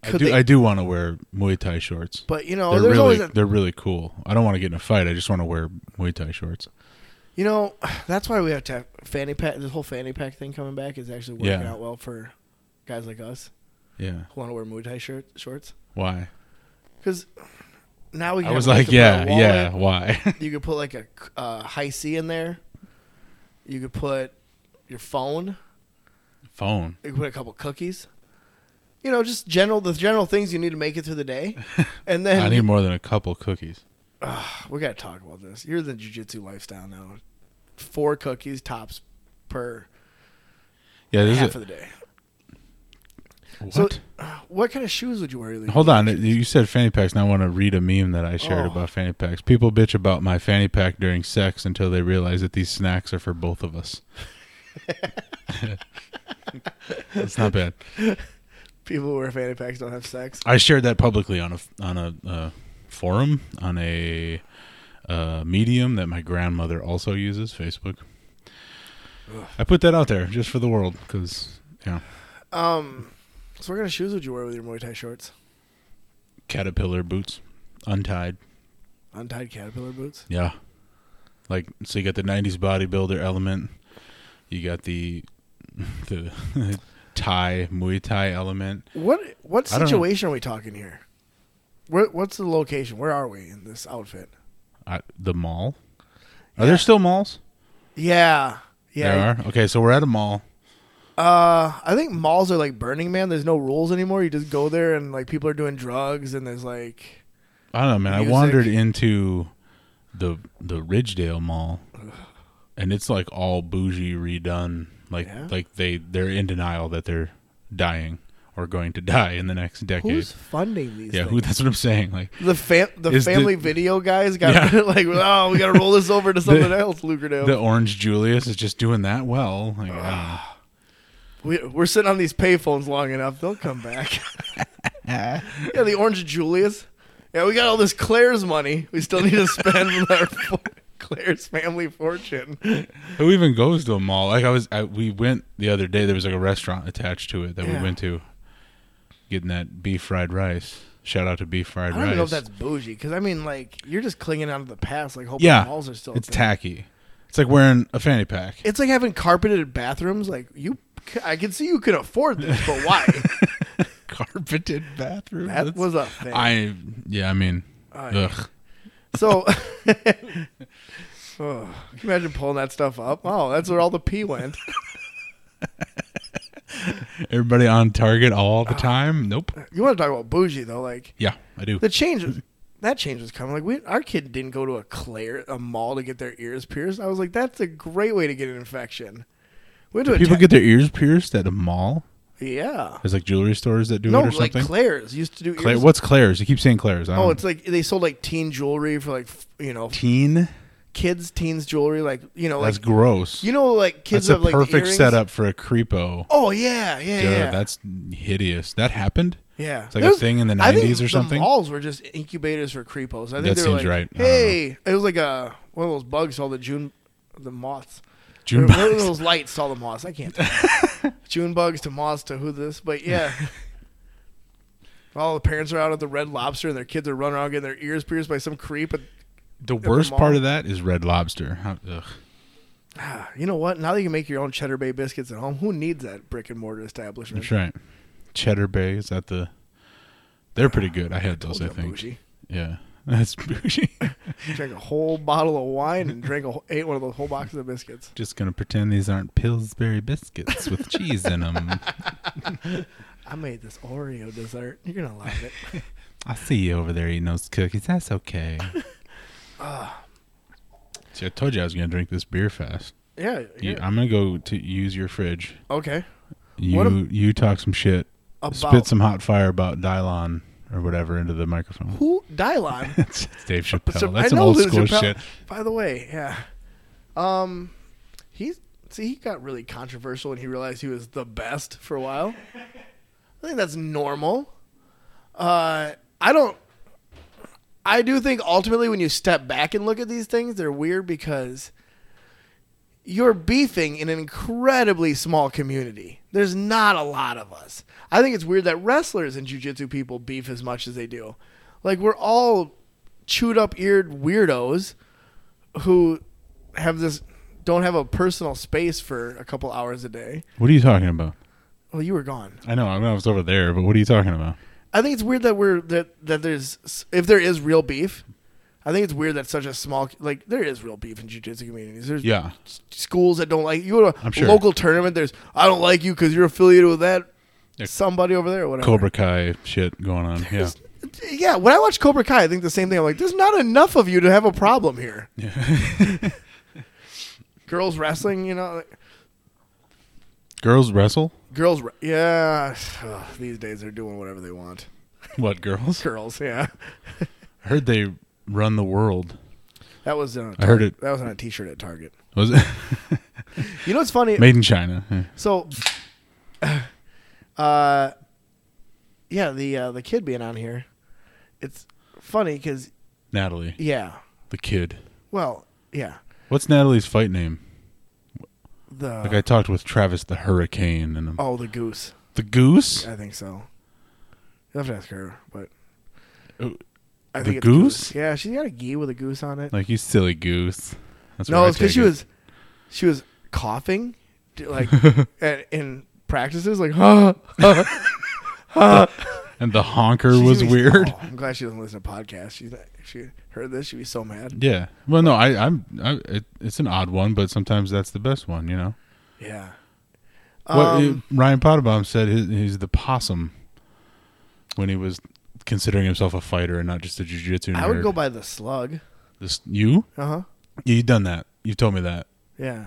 S2: I
S1: Could
S2: do.
S1: they-
S2: I do want to wear Muay Thai shorts.
S1: but you know,
S2: they're
S1: there's
S2: really
S1: always a,
S2: they're really cool. I don't want to get in a fight. I just want to wear Muay Thai shorts.
S1: you know, that's why we have to have fanny pack. This whole fanny pack thing coming back is actually working
S2: Yeah.
S1: out well for guys like us
S2: Yeah.
S1: who want to wear Muay Thai shirt, shorts.
S2: Why?
S1: Because now we. Can
S2: I was
S1: have
S2: like,
S1: to put a
S2: yeah,
S1: wallet
S2: yeah. Why?
S1: You could put like a uh, high C in there. You could put your phone.
S2: phone.
S1: They put a couple cookies. You know, just general the general things you need to make it through the day, and then
S2: I need more than a couple cookies.
S1: we gotta talk about this. You're the jujitsu lifestyle now. Four cookies tops per
S2: Yeah, this
S1: half
S2: is
S1: of the day.
S2: what?
S1: So, uh, what kind of shoes would you wear? Lee?
S2: Hold on, you said fanny packs, and I want to read a meme that I shared
S1: Oh.
S2: about fanny packs. People bitch about my fanny pack during sex until they realize that these snacks are for both of us. That's not bad.
S1: People who wear fanny packs don't have sex.
S2: I shared that publicly on a on a uh, forum on a uh, medium that my grandmother also uses, Facebook. I put that out there just for the world because yeah,
S1: Um, so what kind of shoes would you wear with your Muay Thai shorts?
S2: caterpillar boots, untied.
S1: Untied caterpillar boots.
S2: Yeah. Like so you got the 90s bodybuilder element. You got the the Thai Muay Thai element.
S1: What what
S2: I don't know.
S1: situation are we talking here? Where, what's the location? Where are we in this outfit?
S2: I, the mall. Are
S1: Yeah.
S2: there still malls?
S1: Yeah, yeah.
S2: There are. Okay, so we're at a mall.
S1: Uh, I think malls are like Burning Man. There's no rules anymore. You just go there and like people are doing drugs and there's like
S2: I don't know, man.
S1: Music.
S2: I wandered into the the Ridgedale Mall, and it's like all bougie redone. Like
S1: Yeah?
S2: like they they're in denial that they're dying or going to die in the next decade.
S1: who's funding these?
S2: yeah,
S1: things?
S2: who, that's what I'm saying. Like
S1: The fam- the
S2: Is the-
S1: family video guys got
S2: Yeah.
S1: like, oh, we got to roll this over to something else lucrative.
S2: the Orange Julius is just doing that well. Like, ah. I don't know.
S1: we, we're sitting on these payphones long enough; they'll come back. yeah, the Orange Julius. Yeah, we got all this Claire's money. We still need to spend from our for- Claire's family fortune.
S2: Who even goes to a mall? Like I was, I, we went the other day. There was like a restaurant attached to it that
S1: Yeah.
S2: we went to, getting that beef fried rice. Shout out to beef fried
S1: I don't
S2: rice.
S1: even know if that's bougie because I mean, like, you're just clinging onto the past, like hoping
S2: yeah,
S1: malls are still.
S2: it's
S1: a thing.
S2: tacky. It's like wearing a fanny pack.
S1: it's like having carpeted bathrooms. Like you, c- I can see you can afford this, but why?
S2: Carpeted bathroom.
S1: that
S2: That's-
S1: was a thing.
S2: I yeah. I mean,
S1: I-
S2: ugh.
S1: So, oh, can you imagine pulling that stuff up? Oh, that's where all the pee went.
S2: Everybody on target all
S1: Ah.
S2: the time. Nope.
S1: You want to talk about bougie though? Like
S2: Yeah, I do.
S1: the change, was- that change was coming. Like we, our kid didn't go to a Claire, a mall to get their ears pierced. I was like, that's a great way to get an infection. We went to a
S2: People
S1: ta-
S2: get their ears pierced at a mall.
S1: yeah.
S2: There's like jewelry stores that do
S1: No,
S2: it or
S1: like
S2: something.
S1: Claire's used to do.
S2: Claire, Um,
S1: ears.
S2: what's Claire's? You keep saying Claire's. I don't
S1: Oh, it's like they sold like teen jewelry for like f- you know
S2: teen.
S1: kids, teens jewelry. Like you know,
S2: That's
S1: like
S2: gross.
S1: you know, like kids
S2: that's a
S1: have like
S2: perfect
S1: earrings.
S2: setup for a creepo.
S1: Oh yeah, yeah,
S2: Dude,
S1: yeah.
S2: that's hideous. That happened.
S1: Yeah,
S2: It's like a thing in the
S1: I think
S2: 90s or
S1: the
S2: something?
S1: Malls were just incubators for creepos. I think
S2: That
S1: they were
S2: seems
S1: like,
S2: right. I don't
S1: Hey, it was like a one of those bugs saw the June, the moths.
S2: June
S1: Or One of
S2: bugs.
S1: those lights saw the moths. I can't. June bugs to moths to who this, but yeah. All the parents are out at the Red Lobster and their kids are running around getting their ears pierced by some creep. But
S2: The worst
S1: mall.
S2: part of that is Red Lobster. How, ugh.
S1: ah, you know what? Now that you can make your own Cheddar Bay biscuits at home, who needs that brick and mortar establishment?
S2: That's right. Cheddar Bay is that the? They're pretty good. I had those. I
S1: Told you,
S2: think.
S1: bougie.
S2: Yeah, that's bougie.
S1: Drank a whole bottle of wine and drank a whole, ate one of those whole boxes of biscuits.
S2: Just gonna pretend these aren't Pillsbury biscuits with cheese in them.
S1: I made this Oreo dessert. You're gonna love it.
S2: I see you over there eating those cookies. That's okay. See, I told you I was gonna drink this beer fast.
S1: yeah.
S2: You-
S1: yeah.
S2: I'm gonna go to use your fridge.
S1: Okay.
S2: You
S1: What
S2: you talk some shit.
S1: About
S2: Spit some hot fire about Dylon or whatever into the microphone.
S1: who Dylon.
S2: It's Dave Chappelle.
S1: So-
S2: That's some old school shit.
S1: By the way, yeah. Um, he's see he got really controversial when he realized he was the best for a while. I think that's normal. Uh, I don't. I do think ultimately when you step back and look at these things, they're weird because you're beefing in an incredibly small community. There's not a lot of us. I think it's weird that wrestlers and jujitsu people beef as much as they do. Like we're all chewed up eared weirdos who have this don't have a personal space for a couple hours a day.
S2: What are you talking about?
S1: Well, you were gone.
S2: I know. I mean, I was over there, but what are you talking about?
S1: I think it's weird that we're that that there's if there is real beef, I think it's weird that such a small like there is real beef in jiu-jitsu communities. There's
S2: Yeah.
S1: s- schools that don't like you go to a
S2: I'm sure.
S1: local tournament. There's I don't like you because you're affiliated with that
S2: Yeah.
S1: somebody over there or whatever.
S2: Cobra Kai shit going on. Yeah.
S1: Yeah, when I watch Cobra Kai, I think the same thing. I'm like, there's not enough of you to have a problem here. girls wrestling, you know, like,
S2: Girls wrestle?
S1: girls. wre- Yeah, ugh, these days they're doing whatever they want.
S2: What girls?
S1: Girls, yeah.
S2: I heard they run the world.
S1: That was on a
S2: I heard
S1: Target-
S2: it.
S1: That was on a T-shirt at Target.
S2: Was it
S1: You know what's funny?
S2: made in China? Yeah.
S1: So, uh, yeah, the uh, the kid being on here, it's funny because
S2: Natalie,
S1: yeah,
S2: the kid.
S1: well, yeah,
S2: What's Natalie's fight name?
S1: the
S2: Like I talked with Travis the Hurricane and
S1: oh the goose,
S2: the Goose.
S1: I think so. You'll have to ask her, but
S2: Oh,
S1: I
S2: The
S1: think it's
S2: goose?
S1: Yeah, she's got a gi with a goose on it.
S2: Like you silly goose. That's
S1: no,
S2: where I
S1: it's because
S2: take
S1: she
S2: it.
S1: was she was coughing, d- like at, in practices, like huh. huh, huh.
S2: and the honker
S1: She's
S2: was
S1: gonna be-
S2: weird.
S1: Oh, I'm glad she doesn't listen to podcasts. She's not, if she heard this, she'd be so mad.
S2: Yeah. Well, no, I, I'm. I, it, it's an odd one, but sometimes that's the best one, you know.
S1: Yeah.
S2: What
S1: Um,
S2: Ryan Potterbaum said his, he's the possum when he was considering himself a fighter and not just a jujitsu.
S1: I would
S2: nerd.
S1: go by the slug.
S2: This, you?
S1: Uh huh.
S2: Yeah, you've done that. You've told me that.
S1: Yeah.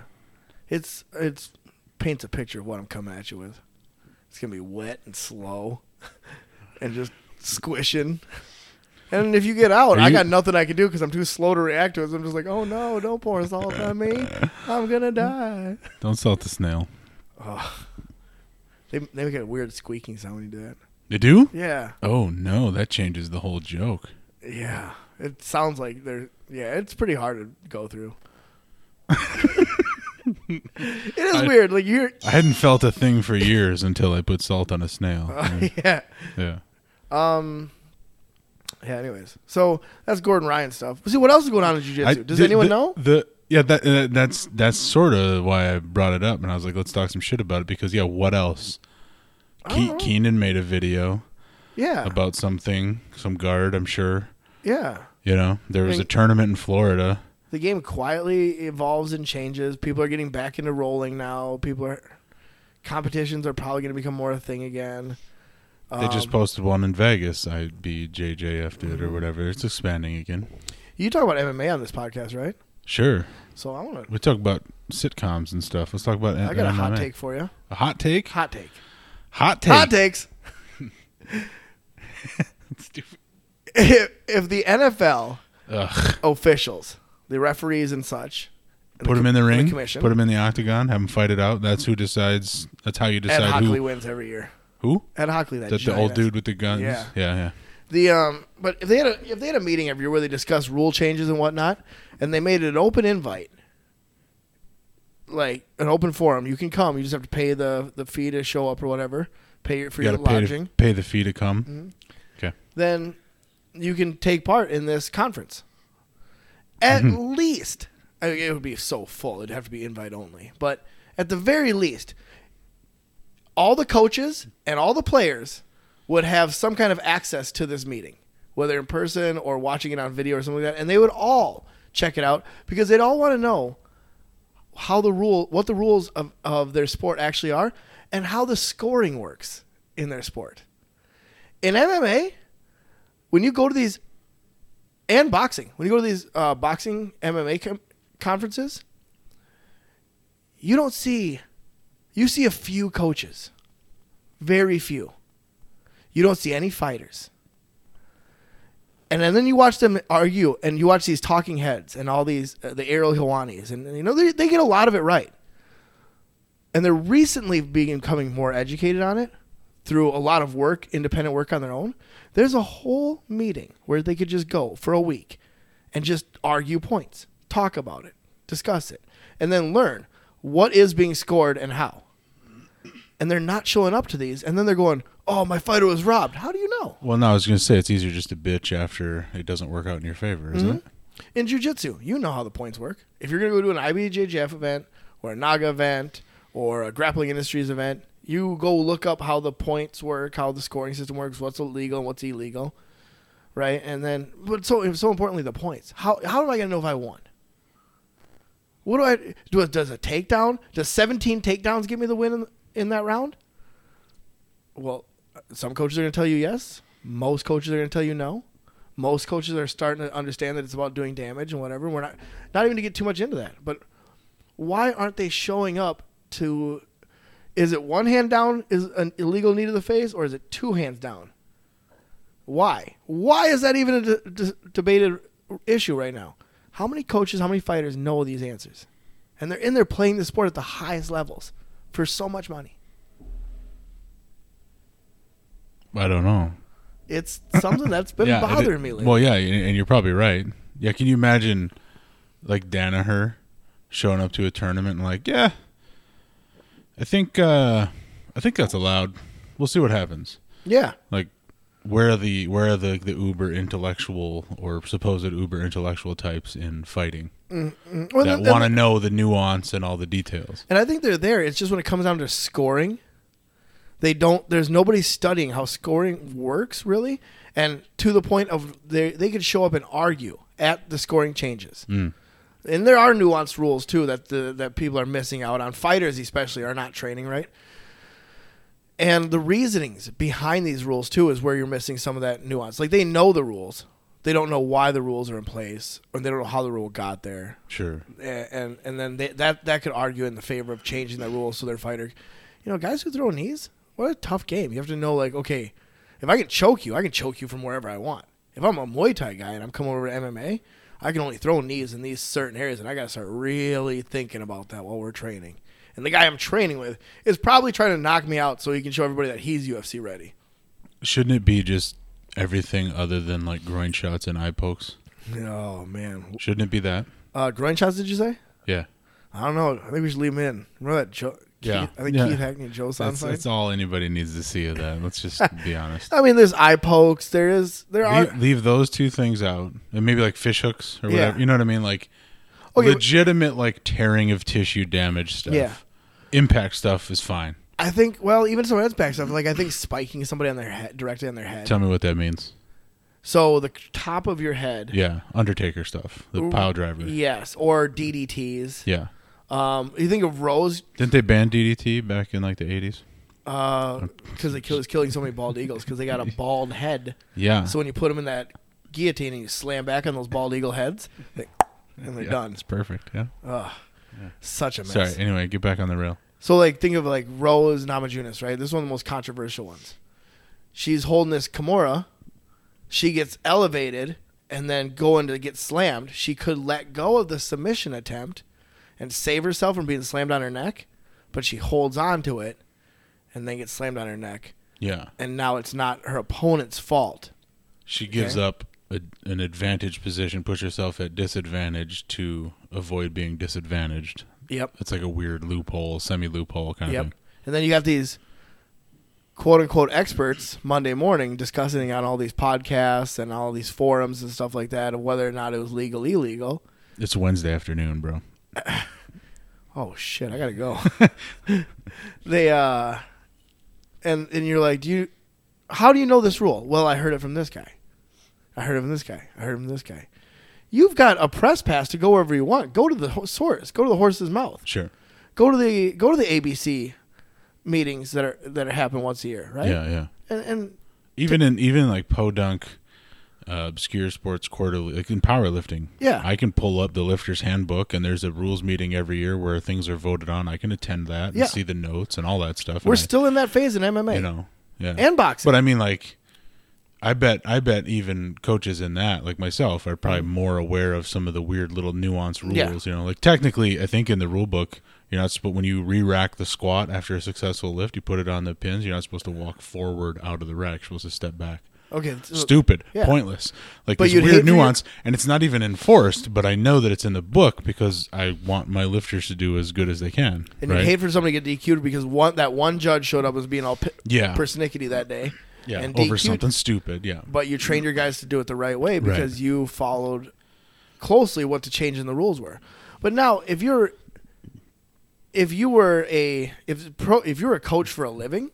S1: It's it's paints a picture of what I'm coming at you with. It's gonna be wet and slow, and just squishing. And if you get out,
S2: Are
S1: I
S2: you-
S1: got nothing I can do because I'm too slow to react to it. So I'm just like, oh no, don't pour salt on me. I'm gonna die.
S2: Don't salt the snail.
S1: They they make a weird squeaking sound when you do that.
S2: They do?
S1: Yeah,
S2: Oh no, that changes the whole joke.
S1: yeah. It sounds like they're yeah. It's pretty hard to go through. it is
S2: I-
S1: weird. Like you're
S2: I hadn't felt a thing for years until I put salt on a snail.
S1: yeah.
S2: yeah.
S1: Um. Yeah. Anyways, so that's Gordon Ryan stuff. See what else is going on in
S2: I-
S1: jiu-jitsu? Does
S2: the-
S1: anyone
S2: the-
S1: know?
S2: The yeah, that, uh, that's that's sort of why I brought it up, and I was like, let's talk some shit about it because yeah, what else?
S1: I don't
S2: Ke-
S1: know.
S2: Keenan made a video
S1: Yeah.
S2: about something, some guard, I'm sure.
S1: yeah.
S2: You know, there was a
S1: Right.
S2: tournament in Florida.
S1: The game quietly evolves and changes. People are getting back into rolling now. People are competitions are probably going to become more a thing again.
S2: They just
S1: Um, Mm.
S2: posted one in Vegas. I BJJF did or whatever. It's expanding again.
S1: you talk about MMA on this podcast, right?
S2: Sure,
S1: So I want to.
S2: we talk about sitcoms and stuff. Let's talk about.
S1: I got a hot
S2: MMA.
S1: take for you.
S2: A hot take.
S1: Hot take.
S2: Hot take.
S1: Hot takes.
S2: Stupid.
S1: If, if the NFL
S2: Ugh.
S1: officials, the referees and such, and
S2: Put
S1: the
S2: him in the
S1: com- and
S2: ring.
S1: commission,
S2: put him in the octagon. Have him fight it out. That's who decides. That's how you
S1: Ed
S2: decide
S1: Hockley
S2: who.
S1: wins every year.
S2: Who?
S1: Ed Hockley, that
S2: The, the
S1: giant
S2: old
S1: ass-
S2: dude with the guns.
S1: Yeah.
S2: yeah, yeah.
S1: The um, but if they had a if they had a meeting every year where they discussed rule changes and whatnot, and they made it an open invite, like an open forum, you can come. You just have to pay the the fee to show up or whatever, pay your, for
S2: You
S1: your
S2: gotta pay,
S1: lodging. Mm-hmm.
S2: to, pay the fee to come. Okay.
S1: Then you can take part in this conference. At least, I mean, it would be so full; it'd have to be invite only. But at the very least, all the coaches and all the players would have some kind of access to this meeting, whether in person or watching it on video or something like that, and they would all check it out because they'd all want to know how the rule what the rules of, of their sport actually are and how the scoring works in their sport. In MMA, when you go to these and boxing, when you go to these uh, boxing MMA com- conferences, you don't see you see a few coaches. Very few. You don't see any fighters. And, and then you watch them argue and you watch these talking heads and all these, uh, the Ariel Helwanis. And, and, you know, they, they get a lot of it right. And they're recently becoming more educated on it through a lot of work, independent work on their own. There's a whole meeting where they could just go for a week and just argue points, talk about it, discuss it, and then learn what is being scored and how and they're not showing up to these, and then they're going, "Oh, my fighter was robbed." How do you know?
S2: Well, no, I was gonna say it's easier just to bitch after it doesn't work out in your favor,
S1: Mm-hmm.
S2: isn't it?
S1: In jujitsu, you know how the points work. If you're gonna go to an IBJJF event or a Naga event or a Grappling Industries event, you go look up how the points work, how the scoring system works, what's illegal and what's illegal. right? And then, but so so importantly, the points. How how am I gonna know if I won? What do I do? I- Does a takedown? Does seventeen takedowns give me the win in, in that round? Well, uh, some coaches are gonna tell you yes. Most coaches are gonna tell you no. Most coaches are starting to understand that it's about doing damage and whatever. We're not not even to get too much into that, but why aren't they showing up to is it one hand down is an illegal knee to the face or is it two hands down why why is that even a de- de- debated issue right now how many coaches how many fighters know these answers and they're in there playing the sport at the highest levels for so much money
S2: I don't know.
S1: it's something that's been
S2: yeah, it-
S1: bothering me lately
S2: Well, yeah, and and you're probably right. Yeah, can you imagine like Danaher showing up to a tournament and like, yeah, I think uh I think that's allowed. We'll see what happens.
S1: yeah
S2: Like, where are the where are the the uber intellectual or supposed uber intellectual types in fighting
S1: Mm-hmm. Well,
S2: that
S1: and- and-
S2: want to know the nuance and all the details?
S1: And I think they're there. It's just when it comes down to scoring, they don't. There's nobody studying how scoring works really, and to the point of they they could show up and argue at the scoring changes. And there are nuanced rules too that the that people are missing out on. Fighters especially are not training right. And the reasonings behind these rules too is where you're missing some of that nuance. Like they know the rules, they don't know why the rules are in place, and they don't know how the rule got there
S2: Sure.
S1: and and then they, that that could argue in the favor of changing the rules so their fighter, you know, guys who throw knees, what a tough game. You have to know like, okay, if I can choke you, I can choke you from wherever I want. If I'm a Muay Thai guy and I'm coming over to MMA, I can only throw knees in these certain areas, and I gotta start really thinking about that while we're training. And the guy I'm training with is probably trying to knock me out so he can show everybody that he's UFC ready.
S2: Shouldn't it be just everything other than like groin shots and eye pokes?
S1: Oh man,
S2: Shouldn't it be that?
S1: uh, groin shots? Did you say?
S2: Yeah.
S1: I don't know. I think we should leave him in. Remember that Joe?
S2: Yeah.
S1: Keith, I think
S2: Yeah.
S1: Keith Hackney and Joe
S2: That's,
S1: Sansai.
S2: that's all anybody needs to see of that. Let's just be honest.
S1: I mean, there's eye pokes. There is there are
S2: leave, leave those two things out, and maybe like fish hooks or
S1: Yeah.
S2: whatever. You know what I mean? Like
S1: Okay, but-
S2: legitimate, like tearing of tissue damage stuff.
S1: Yeah.
S2: Impact stuff is fine.
S1: I think well even some of that's back stuff like I think spiking somebody on their head directly on their head.
S2: Tell me what that means.
S1: So the top of your head.
S2: Yeah, Undertaker stuff. The pile driver. Yeah.
S1: Yes, or DDTs. Um, you think of Rose
S2: Didn't they ban DDT back in like the eighties?
S1: because they kill, was killing so many bald eagles because they got a bald head.
S2: Yeah.
S1: So when you put them in that guillotine and you slam back on those bald eagle heads, they, and they're
S2: Yeah,
S1: done.
S2: It's perfect. Yeah.
S1: Such a mess.
S2: Sorry. Anyway, get back on the rail.
S1: So like think of like Rose Namajunas, right? This is one of the most controversial ones. She's holding this Kimura. She gets elevated and then going to get slammed. She could let go of the submission attempt and save herself from being slammed on her neck, but she holds on to it and then gets slammed on her neck.
S2: Yeah.
S1: And now it's not her opponent's fault.
S2: She gives
S1: Okay.
S2: up a, an advantage position, puts herself at disadvantage to avoid being disadvantaged.
S1: Yep.
S2: It's like a weird loophole, semi loophole kind of
S1: Yep.
S2: thing.
S1: And then you got these quote unquote experts Monday morning discussing on all these podcasts and all these forums and stuff like that of whether or not it was legal, illegal.
S2: It's Wednesday afternoon, bro.
S1: Oh shit, I gotta go. they uh and and you're like, Do you how do you know this rule? Well, I heard it from this guy. I heard it from this guy. I heard it from this guy. You've got a press pass to go wherever you want. Go to the ho- source. Go to the horse's mouth.
S2: Sure.
S1: Go to the go to the ABC meetings that are that happen once a year, right?
S2: Yeah, yeah.
S1: And, and
S2: Even in even like podunk uh, obscure sports quarterly like in powerlifting.
S1: Yeah.
S2: I can pull up the lifter's handbook and there's a rules meeting every year where things are voted on. I can attend that and
S1: Yeah.
S2: see the notes and all that stuff.
S1: We're
S2: and I-
S1: still in that phase in MMA
S2: you know. Yeah.
S1: and boxing.
S2: But I mean, like, I bet, I bet even coaches in that, like myself, are probably more aware of some of the weird little nuanced rules.
S1: Mm-hmm. Yeah.
S2: You know, like technically, I think in the rule book, you're not. But when you re-rack the squat after a successful lift, you put it on the pins. You're not supposed to walk forward out of the rack. You're supposed to step back.
S1: okay, so-
S2: Stupid,
S1: yeah.
S2: pointless. Like
S1: But
S2: this
S1: you'd
S2: weird
S1: hate for your-
S2: nuance, and it's not even enforced. But I know that it's in the book because I want my lifters to do as good as they can.
S1: and
S2: right?
S1: you'd hate for somebody to get DQ'd because one that one judge showed up as being all pi-
S2: Yeah.
S1: persnickety that day.
S2: yeah,
S1: and
S2: over
S1: DQ'd,
S2: something stupid. Yeah,
S1: But you trained your guys to do it the right way because you followed closely what the change in the rules were. But now, if you're if you were a if pro if you're a coach for a living,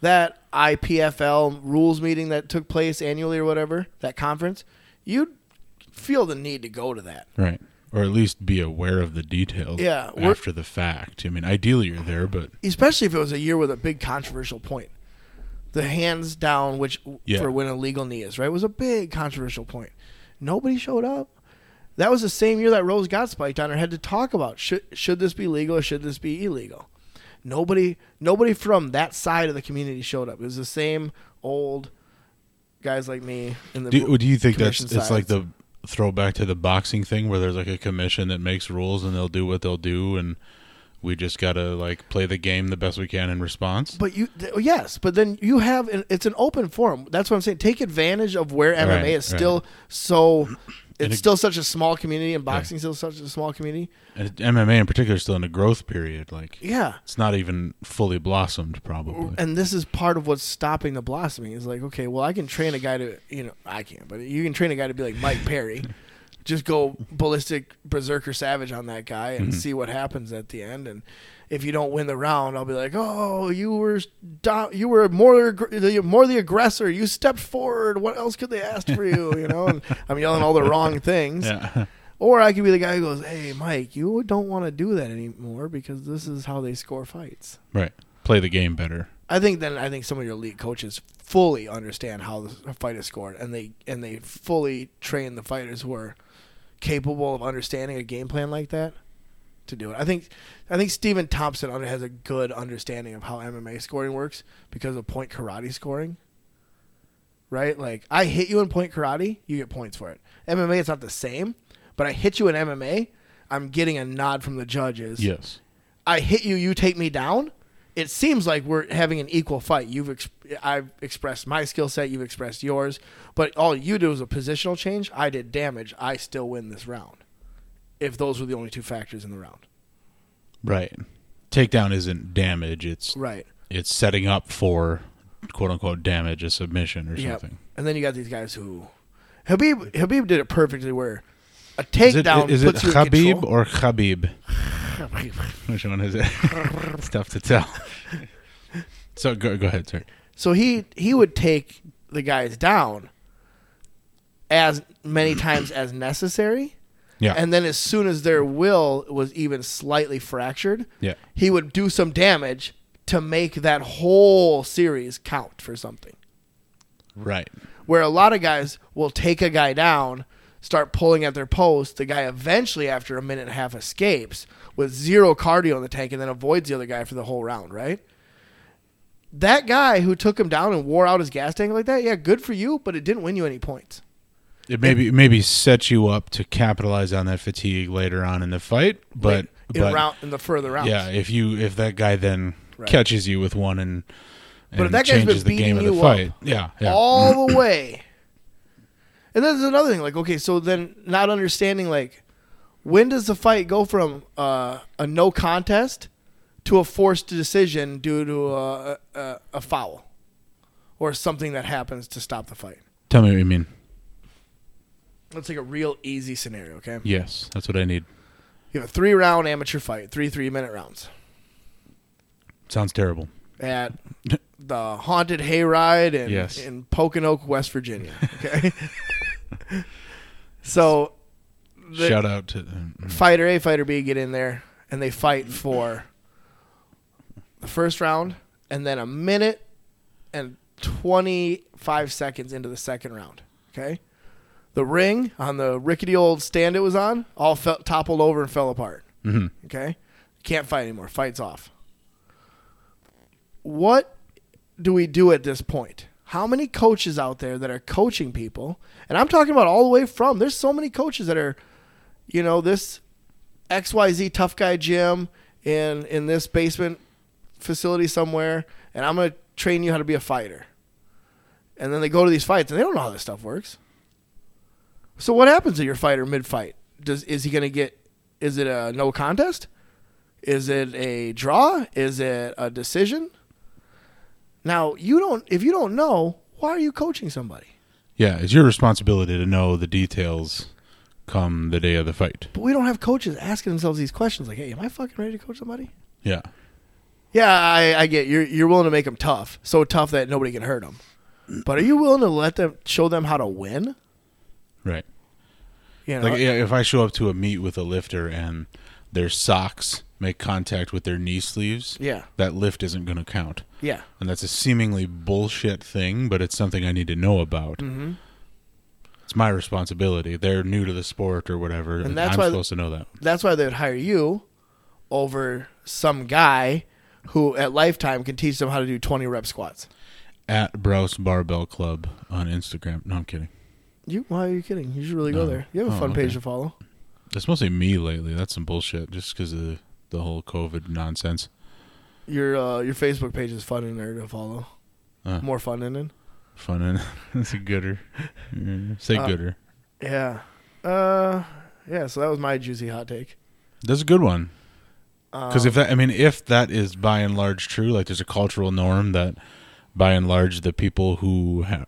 S1: that IPFL rules meeting that took place annually or whatever, that conference, you'd feel the need to go to that.
S2: Right. Or at least be aware of the details
S1: Yeah, we're-
S2: after the fact. I mean, ideally you're there, but
S1: Especially if it was a year with a big controversial point. The hands down, which
S2: Yeah.
S1: for when a legal knee is, right, was a big controversial point. Nobody showed up. That was the same year that Rose got spiked on her head to talk about should, should this be legal or should this be illegal. Nobody, nobody from that side of the community showed up. It was the same old guys like me. In the
S2: do, do you think that's
S1: commission
S2: it's
S1: sides.
S2: like the throwback to the boxing thing where there's like a commission that makes rules and they'll do what they'll do and we just got to like play the game the best we can in response?
S1: But you, th- oh, yes, but then you have an, it's an open forum. That's what I'm saying. Take advantage of where MMA
S2: Right,
S1: is
S2: right.
S1: still so. It's
S2: And it-
S1: still such a small community, and boxing's still such a small community.
S2: And MMA in particular is still in a growth period like
S1: Yeah,
S2: it's not even fully blossomed probably.
S1: and this is part of what's stopping the blossoming. Is like, okay, well, I can train a guy to, you know, I can't, but you can train a guy to be like Mike Perry, just go ballistic berserker savage on that guy and see what happens at the end. And if you don't win the round, I'll be like, oh, you were do- you were more aggr- the- more the aggressor. You stepped forward. What else could they ask for you? You know, and I'm yelling all the wrong things.
S2: Yeah.
S1: Or I could be the guy who goes, hey, Mike, you don't want to do that anymore because this is how they score fights.
S2: right. Play the game better.
S1: I think then I think some of your elite coaches fully understand how the fight is scored, and they and they fully train the fighters who are capable of understanding a game plan like that to do it. I think I think Stephen Thompson under, has a good understanding of how MMA scoring works because of point karate scoring. Right, like I hit you in point karate, you get points for it. MMA, it's not the same, but I hit you in MMA, I'm getting a nod from the judges.
S2: Yes.
S1: I hit you, you take me down. It seems like we're having an equal fight. You've ex- I've expressed my skill set, you've expressed yours, but all you do is a positional change. I did damage. I still win this round. If those were the only two factors in the round,
S2: Right. Takedown isn't damage, it's
S1: right?
S2: it's setting up for quote unquote damage a submission or
S1: Yeah.
S2: something.
S1: And then you got these guys who Habib Habib did it perfectly, where a
S2: Is it,
S1: takedown
S2: is it
S1: puts you in
S2: Khabib
S1: control.
S2: or Khabib? Which one is it? it's tough to tell. so go, go ahead, sorry.
S1: So he he would take the guys down as many times as necessary.
S2: Yeah.
S1: And then as soon as their will was even slightly fractured,
S2: yeah.
S1: he would do some damage to make that whole series count for something.
S2: Right.
S1: Where a lot of guys will take a guy down, start pulling at their post, the guy eventually after a minute and a half escapes with zero cardio in the tank and then avoids the other guy for the whole round, right? That guy who took him down and wore out his gas tank like that, yeah, good for you, but it didn't win you any points.
S2: It maybe maybe set you up to capitalize on that fatigue later on in the fight, but
S1: in
S2: but
S1: round in the further rounds.
S2: yeah, if you if that guy then
S1: Right.
S2: catches you with one and, and
S1: But if that guy's been
S2: changes the game of
S1: beating
S2: the
S1: you
S2: fight, yeah, yeah,
S1: all the way. And that's another thing. Like, okay, so then not understanding like when does the fight go from uh, a no contest to a forced decision due to uh, a, a, a foul or something that happens to stop the fight?
S2: tell me what you mean.
S1: Let's take a real easy scenario. Okay,
S2: Yes, that's what I need.
S1: you have a three round amateur fight, three three minute rounds
S2: Sounds terrible.
S1: at the haunted hayride in
S2: Yes.
S1: in Poconoke, West Virginia. Okay, so. the-
S2: Shout out to
S1: Mm-hmm. fighter A, fighter B get in there and they fight for the first round and then a minute and 25 seconds into the second round. Okay. The ring on the rickety old stand it was on all fell, toppled over and fell apart.
S2: Mhm.
S1: Okay. Can't fight anymore. Fight's off. What do we do at this point? How many coaches out there that are coaching people? And I'm talking about all the way from, there's so many coaches that are you know this xyz tough guy gym in in this basement facility somewhere and i'm going to train you how to be a fighter and then they go to these fights and they don't know how this stuff works so what happens to your fighter mid fight does is he going to get is it a no contest is it a draw is it a decision now you don't if you don't know why are you coaching somebody
S2: yeah. It's your responsibility to know the details come the day of the fight.
S1: but we don't have coaches asking themselves these questions like hey am i fucking ready to coach somebody
S2: Yeah,
S1: yeah, I, I get you're you're willing to make them tough, so tough that nobody can hurt them. But are you willing to let them show them how to win?
S2: Right.
S1: You know,
S2: Like yeah, if I show up to a meet with a lifter and their socks make contact with their knee sleeves,
S1: Yeah.
S2: that lift isn't going to count.
S1: yeah,
S2: And that's a seemingly bullshit thing, but it's something I need to know about. Mm-hmm. It's my responsibility. They're new to the sport or whatever, and,
S1: that's
S2: I'm
S1: why-
S2: supposed to know that.
S1: that's why they'd hire you over some guy who at lifetime can teach them how to do 20 rep squats.
S2: At Browse Barbell Club on Instagram. No, I'm kidding.
S1: You why are you kidding? You should really go
S2: No.
S1: there. You have a
S2: Oh,
S1: fun
S2: okay.
S1: page to follow.
S2: It's mostly me lately. That's some bullshit, just because of the whole COVID nonsense.
S1: Your uh, your Facebook page is fun in there to follow.
S2: Uh.
S1: More fun in it.
S2: Fun and it's a gooder. Mm, Say
S1: Uh,
S2: gooder.
S1: Yeah. Uh, yeah. So that was my juicy hot take.
S2: That's a good one. Because
S1: Um,
S2: if that, I mean, if that is by and large true, like there's a cultural norm that by and large the people who ha-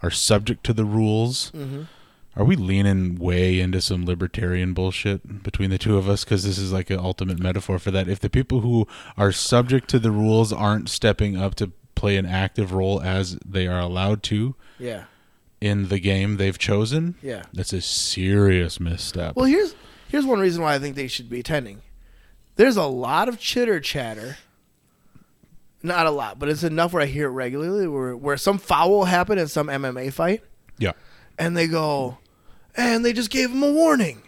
S2: are subject to the rules,
S1: Mhm.
S2: are we leaning way into some libertarian bullshit between the two of us? Because this is like an ultimate metaphor for that. If the people who are subject to the rules aren't stepping up to play an active role as they are allowed to
S1: yeah,
S2: in the game they've chosen,
S1: yeah.
S2: that's a serious misstep.
S1: Well, here's here's one reason why I think they should be attending. There's a lot of chitter chatter. Not a lot, but it's enough where I hear it regularly. Where where some foul happened in some MMA fight,
S2: yeah.
S1: and they go, and they just gave him a warning,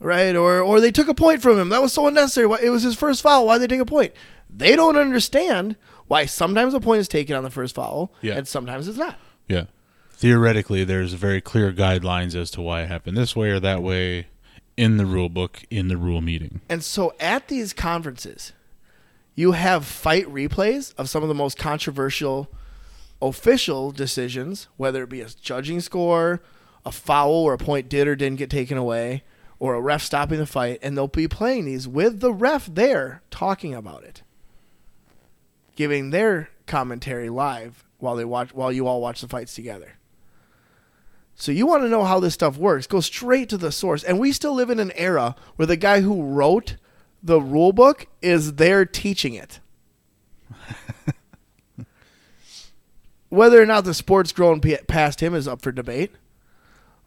S1: right? Or or they took a point from him. That was so unnecessary. Why- It was his first foul. Why would they take a point? They don't understand why sometimes a point is taken on the first foul,
S2: Yeah.
S1: and sometimes it's not.
S2: Yeah. Theoretically, there's very clear guidelines as to why it happened this way or that way in the rule book, in the rule meeting.
S1: And so at these conferences, you have fight replays of some of the most controversial official decisions, whether it be a judging score, a foul or a point did or didn't get taken away, or a ref stopping the fight, and they'll be playing these with the ref there talking about it. Giving their commentary live while they watch while you all watch the fights together. So you want to know how this stuff works? Go straight to the source. And we still live in an era where the guy who wrote the rule book is there teaching it. Whether or not the sport's grown p- past him is up for debate,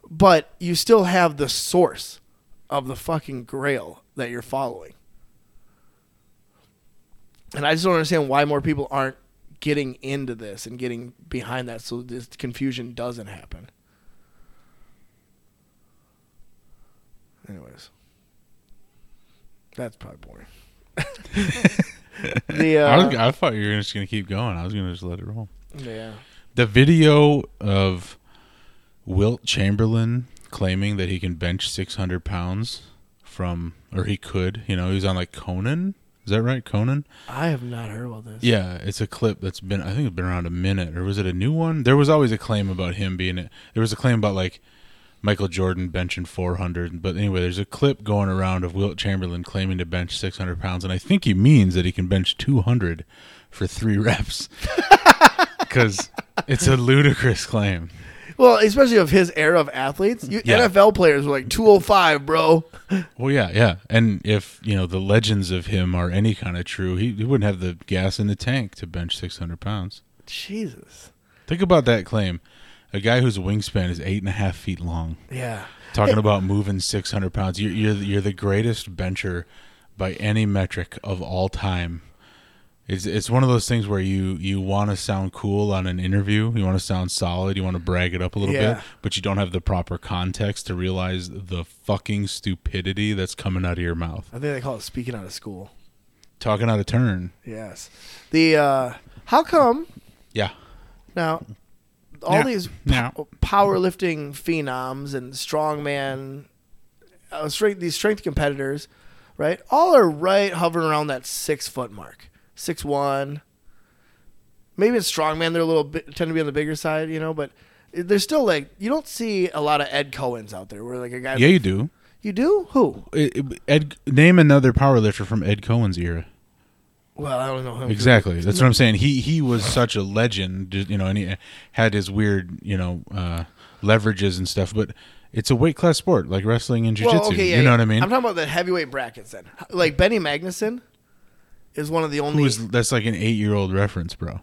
S1: but you still have the source of the fucking grail that you're following. And I just don't understand why more people aren't getting into this and getting behind that so this confusion doesn't happen. Anyways, that's probably boring. the uh,
S2: I, was, I thought you were just going to keep going. I was going to just let it roll.
S1: yeah,
S2: The video of Wilt Chamberlain claiming that he can bench 600 pounds from, or he could, you know, he was on like Conan. Is that right? Conan?
S1: I have not heard about this.
S2: Yeah, it's a clip that's been I think it's been around a minute, or was it a new one? There was always a claim about him being it. There was a claim about like Michael Jordan benching 400, but anyway, there's a clip going around of Wilt Chamberlain claiming to bench 600 pounds, and I think he means that he can bench 200 for three reps, because it's a ludicrous claim.
S1: Well, especially of his era of athletes, you,
S2: Yeah.
S1: NFL players were like 205, bro.
S2: Well, yeah, yeah, and if you know the legends of him are any kind of true, he, he wouldn't have the gas in the tank to bench 600 pounds.
S1: Jesus.
S2: Think about that claim. A guy whose wingspan is eight and a half feet long,
S1: Yeah.
S2: talking about moving 600 pounds. You're, you're, you're the greatest bencher by any metric of all time. It's, it's one of those things where you, you want to sound cool on an interview. You want to sound solid. You want to brag it up a little
S1: Yeah.
S2: bit, but you don't have the proper context to realize the fucking stupidity that's coming out of your mouth.
S1: I think they call it speaking out of school.
S2: Talking out of turn.
S1: Yes. The uh how come
S2: Yeah.
S1: now all
S2: Yeah.
S1: these
S2: Now.
S1: powerlifting phenoms and strongman uh, strength these strength competitors, right? All are right hovering around that 6 foot mark. 6 1. Maybe in strongman they're a little bit, tend to be on the bigger side, you know, but they're still like you don't see a lot of Ed Cohen's out there where like a guy
S2: Yeah, you do.
S1: You do? Who?
S2: It- it- Ed, name another powerlifter from Ed Cohen's era.
S1: Well, I don't know him.
S2: Exactly. That's what I'm saying. He he was such a legend, just, you know, and he had his weird, you know, uh, leverages and stuff. But it's a weight class sport, like wrestling and jujitsu.
S1: Well, okay, yeah,
S2: you
S1: yeah.
S2: know what I mean?
S1: I'm talking about the heavyweight brackets then. Like Benny Magnuson is one of the only.
S2: Who is that's like an eight year old reference, bro.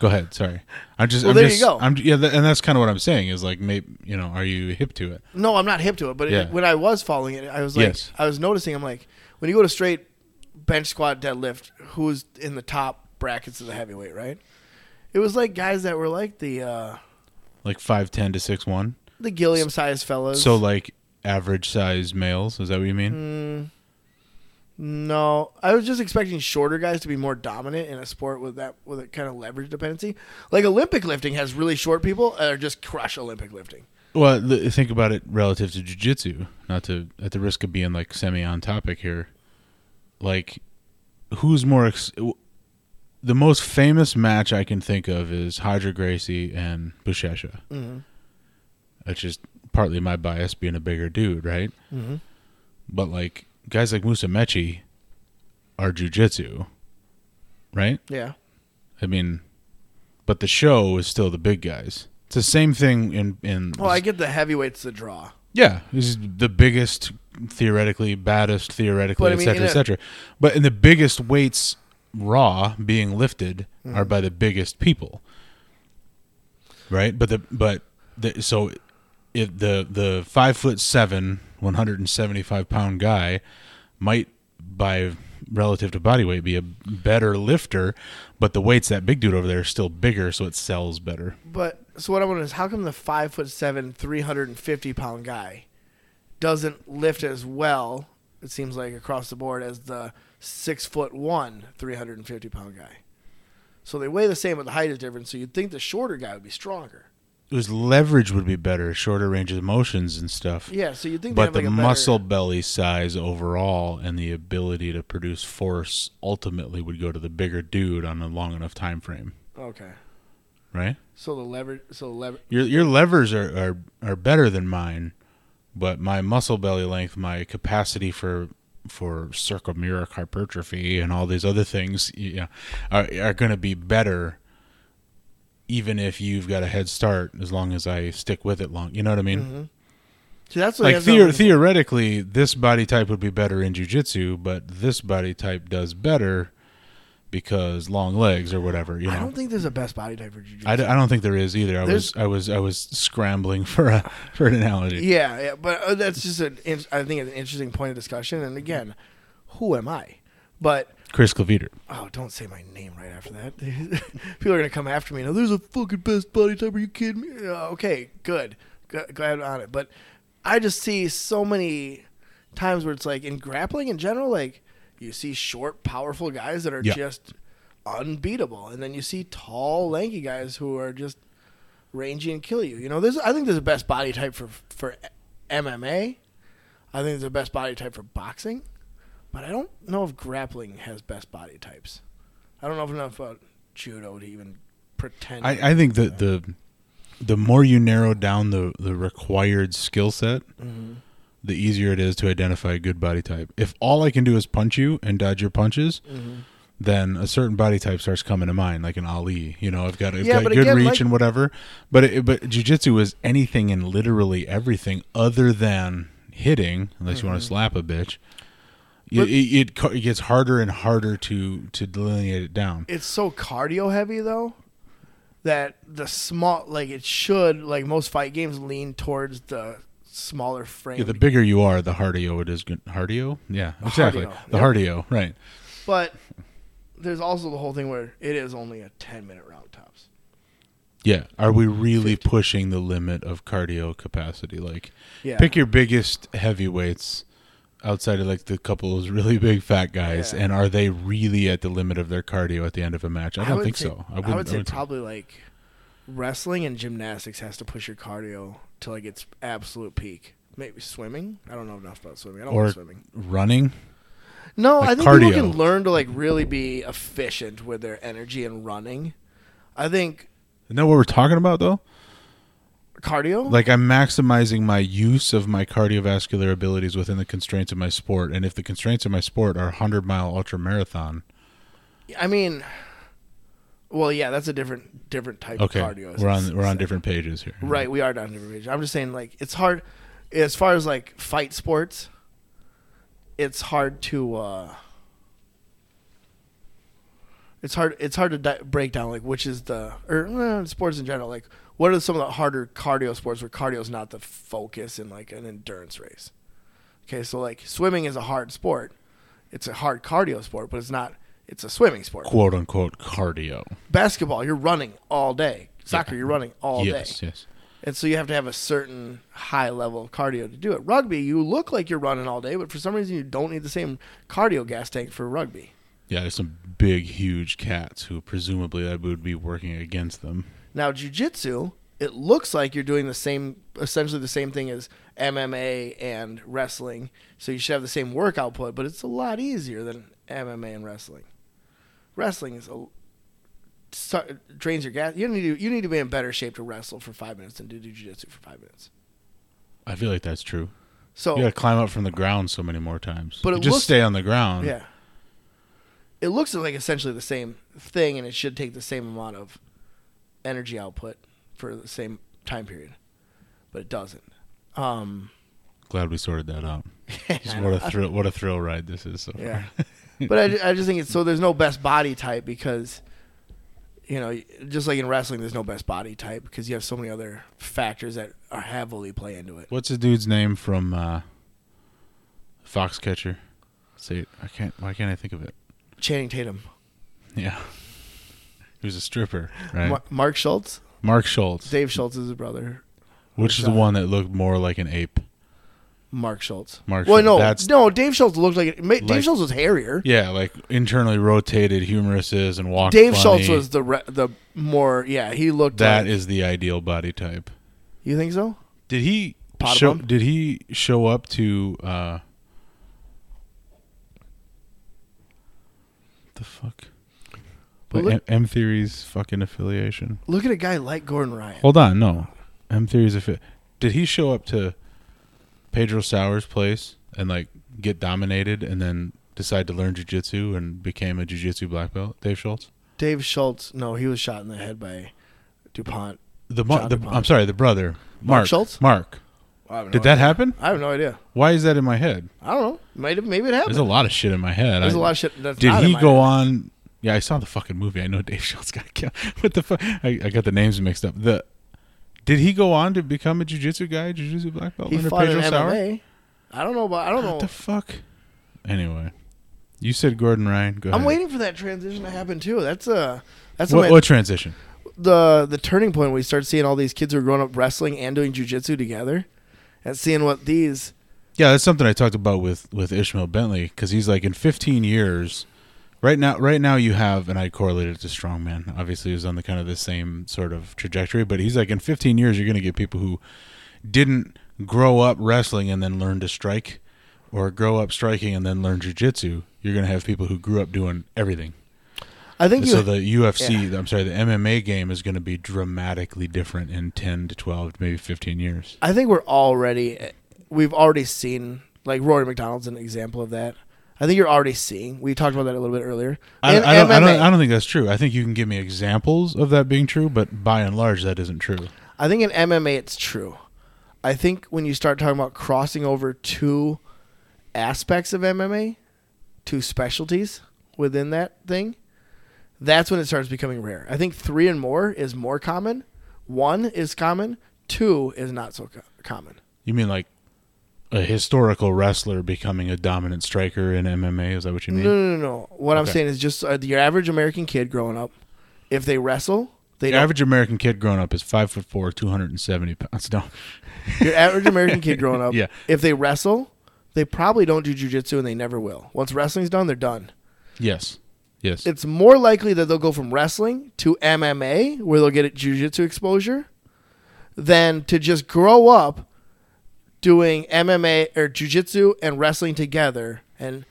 S2: Go ahead. Sorry, I'm just.
S1: Well,
S2: I'm
S1: there you
S2: just,
S1: go.
S2: I'm yeah, tha- and that's kind of what I'm saying is like, maybe you know, are you hip to it?
S1: no, I'm not hip to it, but it-
S2: Yeah.
S1: when I was following it, I was like,
S2: Yes.
S1: I was noticing. I'm like, when you go to straight bench squat deadlift, who's in the top brackets of the heavyweight, right? It was like guys that were like the uh,
S2: Like five ten to six one.
S1: the Gilliam sized fellas.
S2: So like average size males. Is that what you mean?
S1: No, I was just expecting shorter guys to be more dominant in a sport with that with a kind of leverage dependency. Like Olympic lifting has really short people that are just crush Olympic lifting.
S2: Well, th- think about it relative to jujitsu. Not to at the risk of being like semi on topic here. Like, who's more? Ex- w- the most famous match I can think of is Hydra Gracie and Bushesha.
S1: Mm-hmm.
S2: That's just partly my bias being a bigger dude, right?
S1: Mm-hmm.
S2: But like guys like Musa Mechi are jujitsu, right?
S1: Yeah,
S2: I mean, but the show is still the big guys. It's the same thing in in
S1: Well, I get the heavyweights the draw.
S2: yeah, this is the biggest theoretically, baddest
S1: But
S2: theoretically,
S1: I
S2: et
S1: mean,
S2: cetera,
S1: in
S2: et
S1: a-
S2: cetera. But in the biggest weights raw being lifted
S1: Mm-hmm.
S2: are by the biggest people, right? But the but the, so if the the five foot seven, one hundred and seventy five pound guy might by relative to body weight be a better lifter, but the weights that big dude over there is still bigger, so it sells better.
S1: But so what I want is how come the five foot seven, three hundred and fifty pound guy doesn't lift as well? It seems like across the board as the six foot one, three hundred and fifty pound guy. So they weigh the same, but the height is different. So you'd think the shorter guy would be stronger.
S2: His leverage would be better, shorter range of motions and stuff.
S1: Yeah, so you'd think. they
S2: but
S1: have
S2: the
S1: like a better-
S2: muscle belly size overall and the ability to produce force ultimately would go to the bigger dude on a long enough time frame
S1: Okay.
S2: right
S1: So the lever. So the lever.
S2: your your levers are, are are better than mine but my muscle belly length my capacity for for circumeric hypertrophy and all these other things you know, are, are going to be better even if you've got a head start as long as i stick with it long you know what i
S1: Mm-hmm.
S2: mean
S1: See, that's what
S2: like
S1: that's what I'm
S2: theor
S1: looking for.
S2: theoretically, this body type would be better in jujitsu, but this body type does better because long legs or whatever. You know,
S1: I don't think there's a best body type for jujitsu.
S2: I, d- I don't think there is either. I
S1: There's-
S2: was I was I was scrambling for a for an analogy.
S1: Yeah, yeah, but uh, that's just an. In- I think an interesting point of discussion. And again, who am I? But
S2: Chris Cleveter.
S1: oh, don't say my name right after that. People are gonna come after me. Now there's a fucking best body type. Are you kidding me? Uh, okay, good. G- glad on it. But I just see so many times where it's like in grappling in general, like you see short, powerful guys that are
S2: Yeah.
S1: just unbeatable, and then you see tall, lanky guys who are just rangy and kill you. You know, there's I think there's a best body type for for MMA. I think there's a best body type for boxing, but I don't know if grappling has best body types. I don't know enough about judo to even pretend.
S2: I, I think that the the more you narrow down the the required skill set,
S1: Mm-hmm.
S2: the easier it is to identify a good body type. If all I can do is punch you and dodge your punches.
S1: Mm-hmm.
S2: Then a certain body type starts coming to mind, like an Ali. You know, I've got, I've
S1: Yeah,
S2: got
S1: but
S2: good
S1: again,
S2: reach
S1: like-
S2: and whatever. But it, but jujitsu is anything and literally everything other than hitting, unless you want to slap a bitch. It,
S1: Mm-hmm. But-
S2: it, it, co- it gets harder and harder to to delineate it down.
S1: it's so cardio heavy though that the small like it should like most fight games lean towards the smaller frame.
S2: Yeah, the bigger you are, the hardio it is. Good. Hardio? Yeah, exactly.
S1: Hardio,
S2: The
S1: yep.
S2: hardio, right.
S1: but there's also the whole thing where it is only a 10 minute round tops.
S2: Yeah. Are we really pushing the limit of cardio capacity? Like,
S1: Yeah.
S2: pick your biggest heavyweights outside of like the couple of really big fat guys,
S1: Yeah.
S2: and are they really at the limit of their cardio at the end of a match? I don't
S1: would
S2: think
S1: say-
S2: so.
S1: I, would say
S2: wouldn't
S1: probably like wrestling and gymnastics has to push your cardio till like its absolute peak. Maybe swimming. I don't know enough about swimming. I don't
S2: Or
S1: like swimming.
S2: running.
S1: No,
S2: like
S1: I think people
S2: cardio.
S1: can learn to like really be efficient with their energy and running. I think
S2: Isn't that what we're talking about though?
S1: cardio.
S2: Like I'm maximizing my use of my cardiovascular abilities within the constraints of my sport, and if the constraints of my sport are 100 mile ultra marathon,
S1: I mean, well, yeah, that's a different different type
S2: Okay,
S1: of cardio.
S2: we're on we're on different pages here.
S1: Right, we are down different page. I'm just saying, like, it's hard as far as like fight sports. It's hard to. uh it's hard it's hard to di- break down like which is the or eh, sports in general like what are some of the harder cardio sports where cardio is not the focus in like an endurance race okay so like swimming is a hard sport it's a hard cardio sport but it's not it's a swimming sport
S2: quote unquote cardio.
S1: basketball you're running all day soccer you're running all day
S2: yes, yes.
S1: and so you have to have a certain high level of cardio to do it rugby you look like you're running all day but for some reason you don't need the same cardio gas tank for rugby
S2: Yeah, there's some big, huge cats who presumably that would be working against them.
S1: Now, jujitsu, it looks like you're doing the same, essentially the same thing as MMA and wrestling. So you should have the same work output, but it's a lot easier than MMA and wrestling. Wrestling is a so- drains your gas. You need to you need to be in better shape to wrestle for five minutes than to do jujitsu for five minutes.
S2: I feel like that's true.
S1: So
S2: You gotta climb up from the ground so many more times.
S1: Oh. But
S2: But
S1: it
S2: just
S1: looks-
S2: stay on the ground.
S1: yeah, it looks like essentially the same thing, and it should take the same amount of energy output for the same time period, but it doesn't. Um,
S2: Glad we sorted that out. Just
S1: I
S2: what a thrill! What a thrill ride this is. So far.
S1: Yeah. but I, I just think it's so there's no best body type because you know just like in wrestling there's no best body type because you have so many other factors that are heavily play into it
S2: What's the dude's name from uh, Foxcatcher? Say it. I can't. Why can't I think of it?
S1: channing tatum
S2: Yeah. He was a stripper, right?
S1: Ma- mark schultz
S2: Mark Schultz.
S1: dave schultz is his brother
S2: Which is the
S1: Shot.
S2: one that looked more like an ape?
S1: mark schultz
S2: Mark
S1: well
S2: Schultz,
S1: no
S2: that's-
S1: no dave schultz looked like, ma- dave
S2: Like-
S1: schultz was hairier
S2: Yeah, like internally rotated humeruses and walked.
S1: dave
S2: funny.
S1: schultz was the re- the more yeah he looked
S2: That
S1: like,
S2: is the ideal body type.
S1: you think so
S2: Did he
S1: Pot
S2: show?
S1: bump?
S2: Did he show up to? uh The fuck.
S1: Well,
S2: But
S1: look-
S2: M Theory's fucking affiliation.
S1: look at a guy like gordon ryan
S2: Hold on, no. M Theory's affi- Did he show up to Pedro Sauer's place and like get dominated and then decide to learn jujitsu and became a jujitsu black belt? Dave Schultz.
S1: dave schultz no he was shot in the head by dupont
S2: The, mo-
S1: John
S2: the
S1: DuPont.
S2: I'm sorry, the brother Mark,
S1: Schultz?
S2: Mark.
S1: I have no
S2: Did that happen?
S1: i have no idea
S2: Why is that in my head?
S1: i don't know might have, maybe it happened
S2: There's a lot of shit in my head.
S1: There's
S2: I-
S1: a lot of shit. That's
S2: Did
S1: not in
S2: he
S1: my
S2: go
S1: head.
S2: on? Yeah, I saw the fucking movie. I know Dave Schultz got killed. What the fuck? I, I got the names mixed up. The did he go on to become a jujitsu guy, jujitsu black belt
S1: He
S2: under
S1: fought in
S2: Pedro
S1: MMA.
S2: Sauer?
S1: I don't know, but I don't
S2: What
S1: know.
S2: the fuck? Anyway, you said Gordon Ryan. Go
S1: I'm
S2: ahead.
S1: waiting for that transition to happen too. That's a that's a
S2: What,
S1: ma-
S2: what transition?
S1: the the turning point. We start seeing all these kids who are growing up wrestling and doing jujitsu together, and seeing what these
S2: Yeah, that's something I talked about with with Ishmael Bentley because he's like in 15 years. Right now, right now you have, and I correlated it to strongman. Obviously, he was on the kind of the same sort of trajectory, but he's like in 15 years you're going to get people who didn't grow up wrestling and then learn to strike, or grow up striking and then learn jujitsu. You're going to have people who grew up doing everything.
S1: I think you
S2: so the UFC, I'm sorry, the MMA game is going to be dramatically different in 10 to 12, maybe 15 years.
S1: I think we're already we've already seen like Rory McDonald's an example of that. I think you're already seeing. We talked about that a little bit earlier.
S2: I,
S1: In
S2: I, don't, I, don't,
S1: MMA.
S2: I don't think that's true. I think you can give me examples of that being true, but by and large, that isn't true.
S1: I think in MMA it's true. I think when you start talking about crossing over two aspects of MMA, two specialties within that thing, that's when it starts becoming rare. I think three and more is more common. One is common. Two is not so co- common.
S2: You mean like a historical wrestler becoming a dominant striker in MMA? Is that what you mean?
S1: No, no, no, no. What I'm
S2: Okay.
S1: saying is just uh, your average American kid growing up, if they wrestle, they
S2: The
S1: don't
S2: average American kid growing up is five foot four, two hundred and seventy pounds. No,
S1: Your average American kid growing up,
S2: Yeah.
S1: if they wrestle, they probably don't do jujitsu and they never will. Once wrestling's done, they're done.
S2: yes, yes,
S1: it's more likely that they'll go from wrestling to MMA, where they'll get at jujitsu exposure, than to just grow up doing MMA or jujitsu and wrestling together. And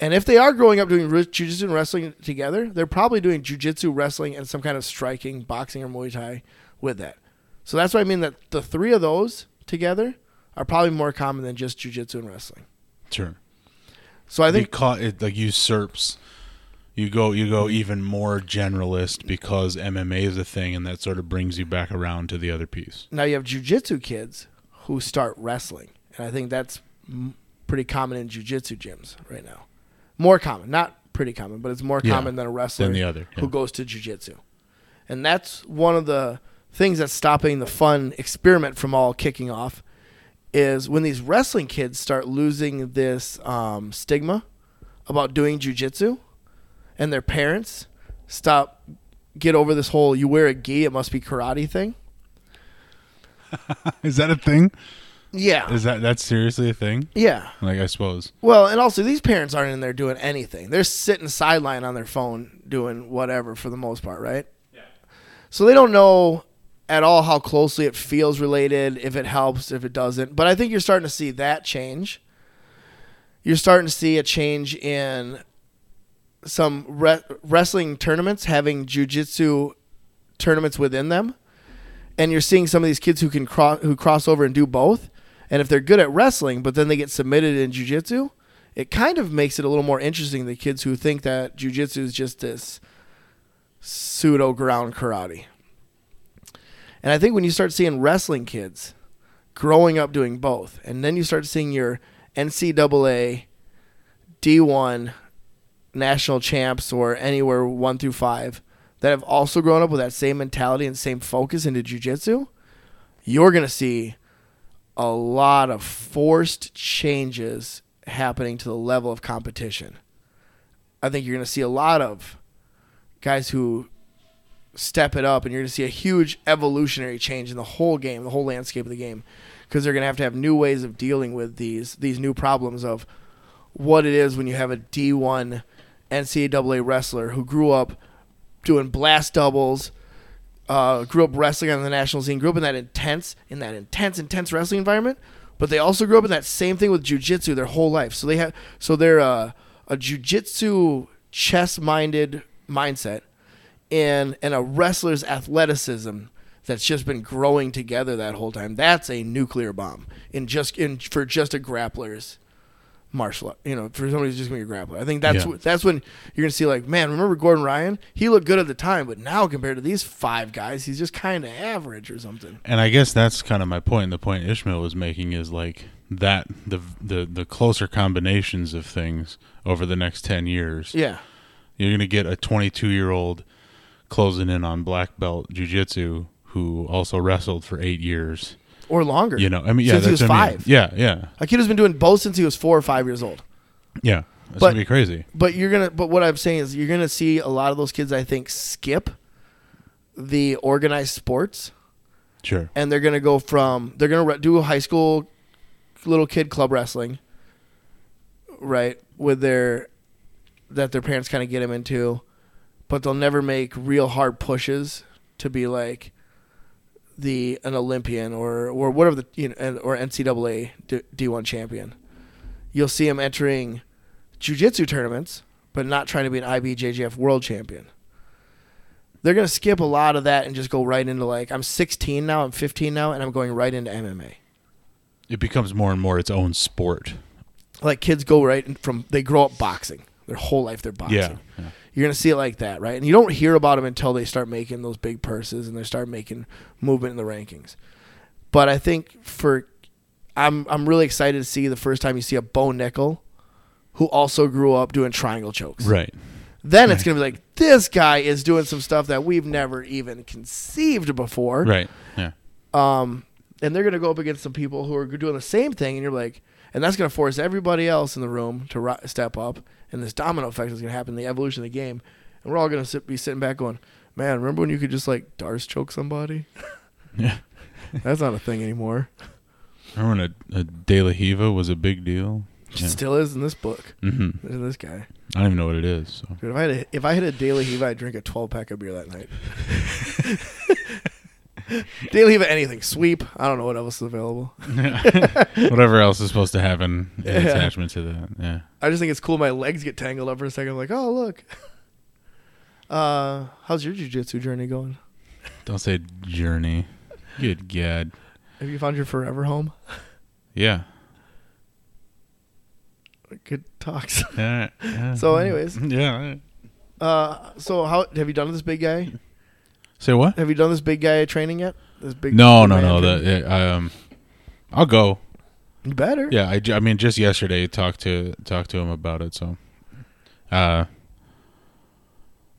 S1: and if they are growing up doing ru- jujitsu and wrestling together, they're probably doing jujitsu, wrestling, and some kind of striking, boxing, or Muay Thai with that. So that's what I mean that the three of those together are probably more common than just jujitsu and wrestling.
S2: sure.
S1: So I
S2: I think
S1: think
S2: because it like usurps. You go, you go even more generalist because MMA is a thing, and that sort of brings you back around to the other piece.
S1: now you have jujitsu kids who start wrestling, and I think that's m- pretty common in jujitsu gyms right now. More common, not pretty common, but it's more
S2: Yeah,
S1: common than a wrestler
S2: than the other,
S1: who
S2: yeah.
S1: goes to jujitsu, and that's one of the things that's stopping the fun experiment from all kicking off. Is when these wrestling kids start losing this um, stigma about doing jujitsu, and their parents stop get over this whole "you wear a gi, it must be karate" thing.
S2: Is that a thing?
S1: Yeah,
S2: Is that that's seriously a thing?
S1: yeah.
S2: Like I suppose.
S1: Well, and also these parents aren't in there doing anything. They're sitting sideline on their phone doing whatever for the most part, right? Yeah. So they don't know at all how closely it feels related, if it helps, if it doesn't. But I think you're starting to see that change. You're starting to see a change in some re- wrestling tournaments having jujitsu tournaments within them, and you're seeing some of these kids who can cross who cross over and do both. And if they're good at wrestling, but then they get submitted in jujitsu, it kind of makes it a little more interesting. The kids who think that jujitsu is just this pseudo ground karate. And I think when you start seeing wrestling kids growing up doing both, and then you start seeing your NCAA D1 national champs or anywhere one through five that have also grown up with that same mentality and same focus into jujitsu, you're going to see a lot of forced changes happening to the level of competition. I think you're going to see a lot of guys who step it up, and you're going to see a huge evolutionary change in the whole game, the whole landscape of the game, because they're going to have to have new ways of dealing with these these new problems of what it is when you have a D1 NCAA wrestler who grew up doing blast doubles, uh, grew up wrestling on the national scene, grew up in that intense, in that intense, intense wrestling environment. But they also grew up in that same thing with jujitsu their whole life. So they have, so they're uh, a jujitsu chess-minded mindset, and and a wrestler's athleticism that's just been growing together that whole time. That's a nuclear bomb in just in for just a grappler's martial art. You know, for somebody who's just gonna be a grappler. I think that's
S2: Yeah.
S1: wh- that's when you're gonna see like, man, remember Gordon Ryan? He looked good at the time, but now compared to these five guys, he's just kind of average or something.
S2: And I guess that's kind of my point. The point Ishmael was making is like that the the the closer combinations of things over the next 10 years.
S1: Yeah,
S2: You're going to get a 22-year-old closing in on black belt jiu-jitsu who also wrestled for 8 years.
S1: or longer.
S2: You know, I mean yeah,
S1: Since he
S2: that's
S1: was
S2: what I mean.
S1: five.
S2: Yeah, yeah.
S1: a kid who's been doing both since he was four or five years old.
S2: Yeah.
S1: But-
S2: That's going to be crazy.
S1: But you're gonna. But what I'm saying is, you're gonna see a lot of those kids. I think skip the organized sports.
S2: Sure.
S1: and they're gonna go from they're gonna re- do high school little kid club wrestling, right? With their that their parents kind of get them into, but they'll never make real hard pushes to be like the an Olympian or or whatever the you know and- or NCAA D one champion. You'll see them entering jujitsu tournaments, but not trying to be an IBJJF world champion they're going to skip a lot of that and just go right into like I'm 16 now, I'm 15 now, and I'm going right into MMA.
S2: It becomes more and more its own sport.
S1: Like kids go right in from they grow up boxing their whole life, they're boxing.
S2: Yeah. yeah.
S1: You're going to see it like that, right? And you don't hear about them until they start making those big purses and they start making movement in the rankings. But I think for I'm I'm really excited to see the first time you see a Bo Nickel who also grew up doing triangle chokes.
S2: Right.
S1: Then it's going to be like this guy is doing some stuff that we've never even conceived before.
S2: Right. Yeah.
S1: um, and they're going to go up against some people who are doing the same thing, and you're like, and that's going to force everybody else in the room to ri- step up, and this domino effect is going to happen, the evolution of the game, and we're all going to sit, be sitting back going, man, remember when you could just like Dars choke somebody?
S2: Yeah.
S1: That's not a thing anymore.
S2: Remember when a, a De La Hiva was a big deal?
S1: It
S2: Yeah.
S1: still is in this book.
S2: hmm
S1: In this guy,
S2: I don't even know what it is. So.
S1: dude. If I had a, if I had a daily heave, I'd drink a twelve pack of beer that night. daily heave, anything sweep. I don't know what else is available.
S2: Whatever else is supposed to happen in
S1: Yeah.
S2: attachment to that. Yeah.
S1: I just think it's cool. My legs get tangled up for a second. I'm like, oh look. Uh, how's your jujitsu journey going?
S2: Don't say journey. Good God.
S1: Have you found your forever home?
S2: Yeah.
S1: Good talks.
S2: Yeah. Yeah.
S1: So anyways.
S2: Yeah. alright.
S1: Uh, so how have you done this big guy?
S2: Say what?
S1: Have you done this big guy training yet? This big
S2: No,
S1: big
S2: no,
S1: man
S2: no.
S1: training?
S2: That, yeah, um, I'll go.
S1: You better.
S2: Yeah. I, ju- I mean, just yesterday talked to talked to him about it. So, uh,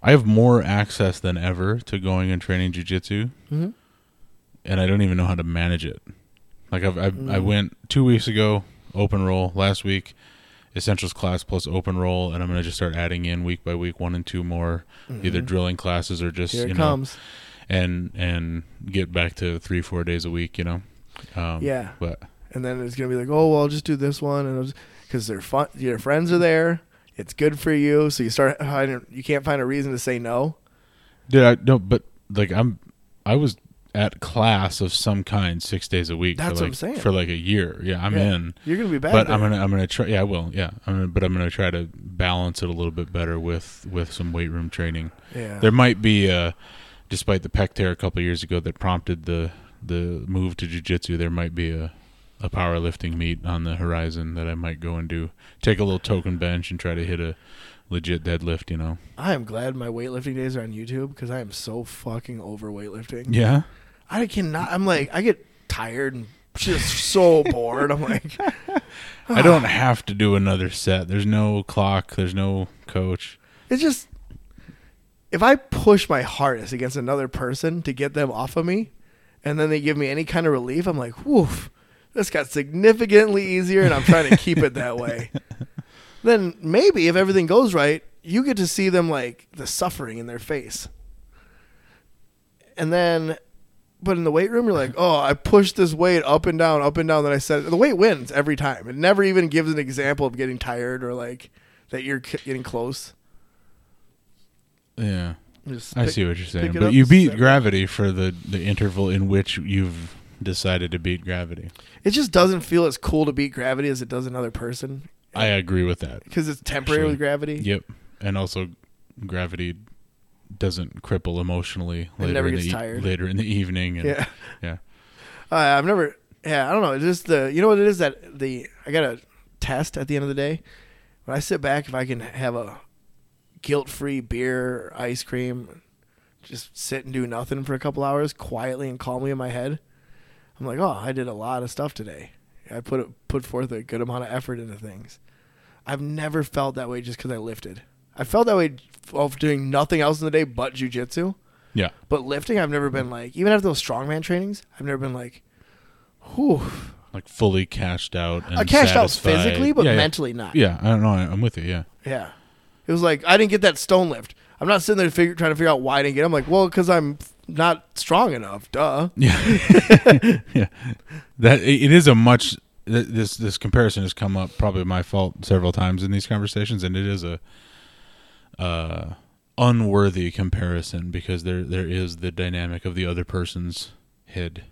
S2: I have more access than ever to going and training jujitsu,
S1: Mhm.
S2: and I don't even know how to manage it. Like I've, I've
S1: Mm.
S2: I went two weeks ago, open roll. Last week, essentials class plus open roll, and I'm gonna just start adding in week by week, one and two more, either drilling classes or just
S1: Mm-hmm. Here
S2: you
S1: it
S2: know,
S1: comes.
S2: and and get back to three four days a week. You know, um,
S1: Yeah.
S2: But
S1: and then it's gonna be like, oh well, I'll just do this one, and because they're fun, your friends are there, it's good for you, so you start hiding, you can't find a reason to say no.
S2: dude, I no, but like I'm, I was at class of some kind six days a week.
S1: That's
S2: for
S1: what
S2: like,
S1: I'm saying.
S2: For like a year, yeah, I'm
S1: Yeah.
S2: in.
S1: You're gonna be bad.
S2: but
S1: there.
S2: I'm gonna I'm gonna try. Yeah, I will. Yeah, I'm gonna, but I'm gonna try to balance it a little bit better with with some weight room training.
S1: yeah.
S2: There might be, uh, despite the pec tear a couple years ago that prompted the the move to jujitsu, there might be a a powerlifting meet on the horizon that I might go and do. Take a little token bench and try to hit a legit deadlift. You know?
S1: I am glad my weightlifting days are on YouTube because I am so fucking over weightlifting.
S2: Yeah.
S1: I cannot. I'm like, I get tired and just so bored. I'm like,
S2: I don't have to do another set. There's no clock. There's no coach.
S1: it's just if I push my hardest against another person to get them off of me, and then they give me any kind of relief, I'm like, woof, this got significantly easier, and I'm trying to keep it that way. Then maybe if everything goes right, you get to see them like the suffering in their face. And then, but in the weight room, you're like, oh, I pushed this weight up and down, up and down. That I said the weight wins every time. It never even gives an example of getting tired or like that you're c- getting close.
S2: Yeah.
S1: Just
S2: I
S1: pick-
S2: see what you're saying,
S1: pick it
S2: but
S1: up,
S2: you beat
S1: step-
S2: gravity for the the interval in which you've decided to beat gravity.
S1: It just doesn't feel as cool to beat gravity as it does another person
S2: I agree with that.
S1: because it's temporary
S2: Actually,
S1: with gravity.
S2: Yep, and also gravity doesn't cripple emotionally later
S1: never
S2: in the
S1: gets
S2: e-
S1: tired.
S2: later in the evening. And,
S1: Yeah.
S2: yeah,
S1: Uh, I've never. Yeah, I don't know. It's just the. You know what it is that the. I got a test at the end of the day. When I sit back, if I can have a guilt-free beer, or ice cream, just sit and do nothing for a couple hours quietly and calmly in my head, I'm like, oh, I did a lot of stuff today. I put a, put forth a good amount of effort into things. I've never felt that way just because I lifted. I felt that way of doing nothing else in the day but jujitsu.
S2: yeah.
S1: But lifting, I've never been like, even after those strongman trainings, I've never been like, whew.
S2: Like fully cashed out. And
S1: I cashed
S2: satisfied.
S1: out physically, but
S2: Yeah, yeah.
S1: mentally not.
S2: Yeah, I don't know. I, I'm with you. Yeah,
S1: Yeah. It was like, I didn't get that stone lift. I'm not sitting there figure, trying to figure out why I didn't get it. I'm like, well, because I'm not strong enough. Duh.
S2: yeah, yeah. That it it is a much. th- This this comparison has come up probably my fault several times in these conversations, and it is a uh, unworthy comparison because there there is the dynamic of the other person's head.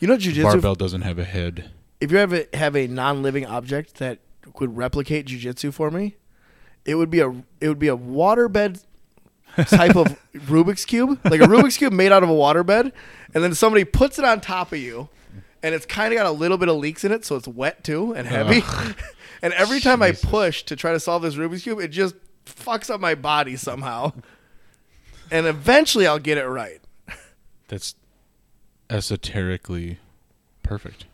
S1: You know, jujitsu,
S2: Barbell doesn't have a head.
S1: if you ever have a non-living object that could replicate jujitsu for me, it would be a it would be a waterbed type of Rubik's cube, like a Rubik's cube made out of a waterbed, and then somebody puts it on top of you, and it's kind of got a little bit of leaks in it, so it's wet too and heavy. and every time I push to try to solve this Rubik's cube, it just fucks up my body somehow, and eventually I'll get it right.
S2: That's esoterically perfect.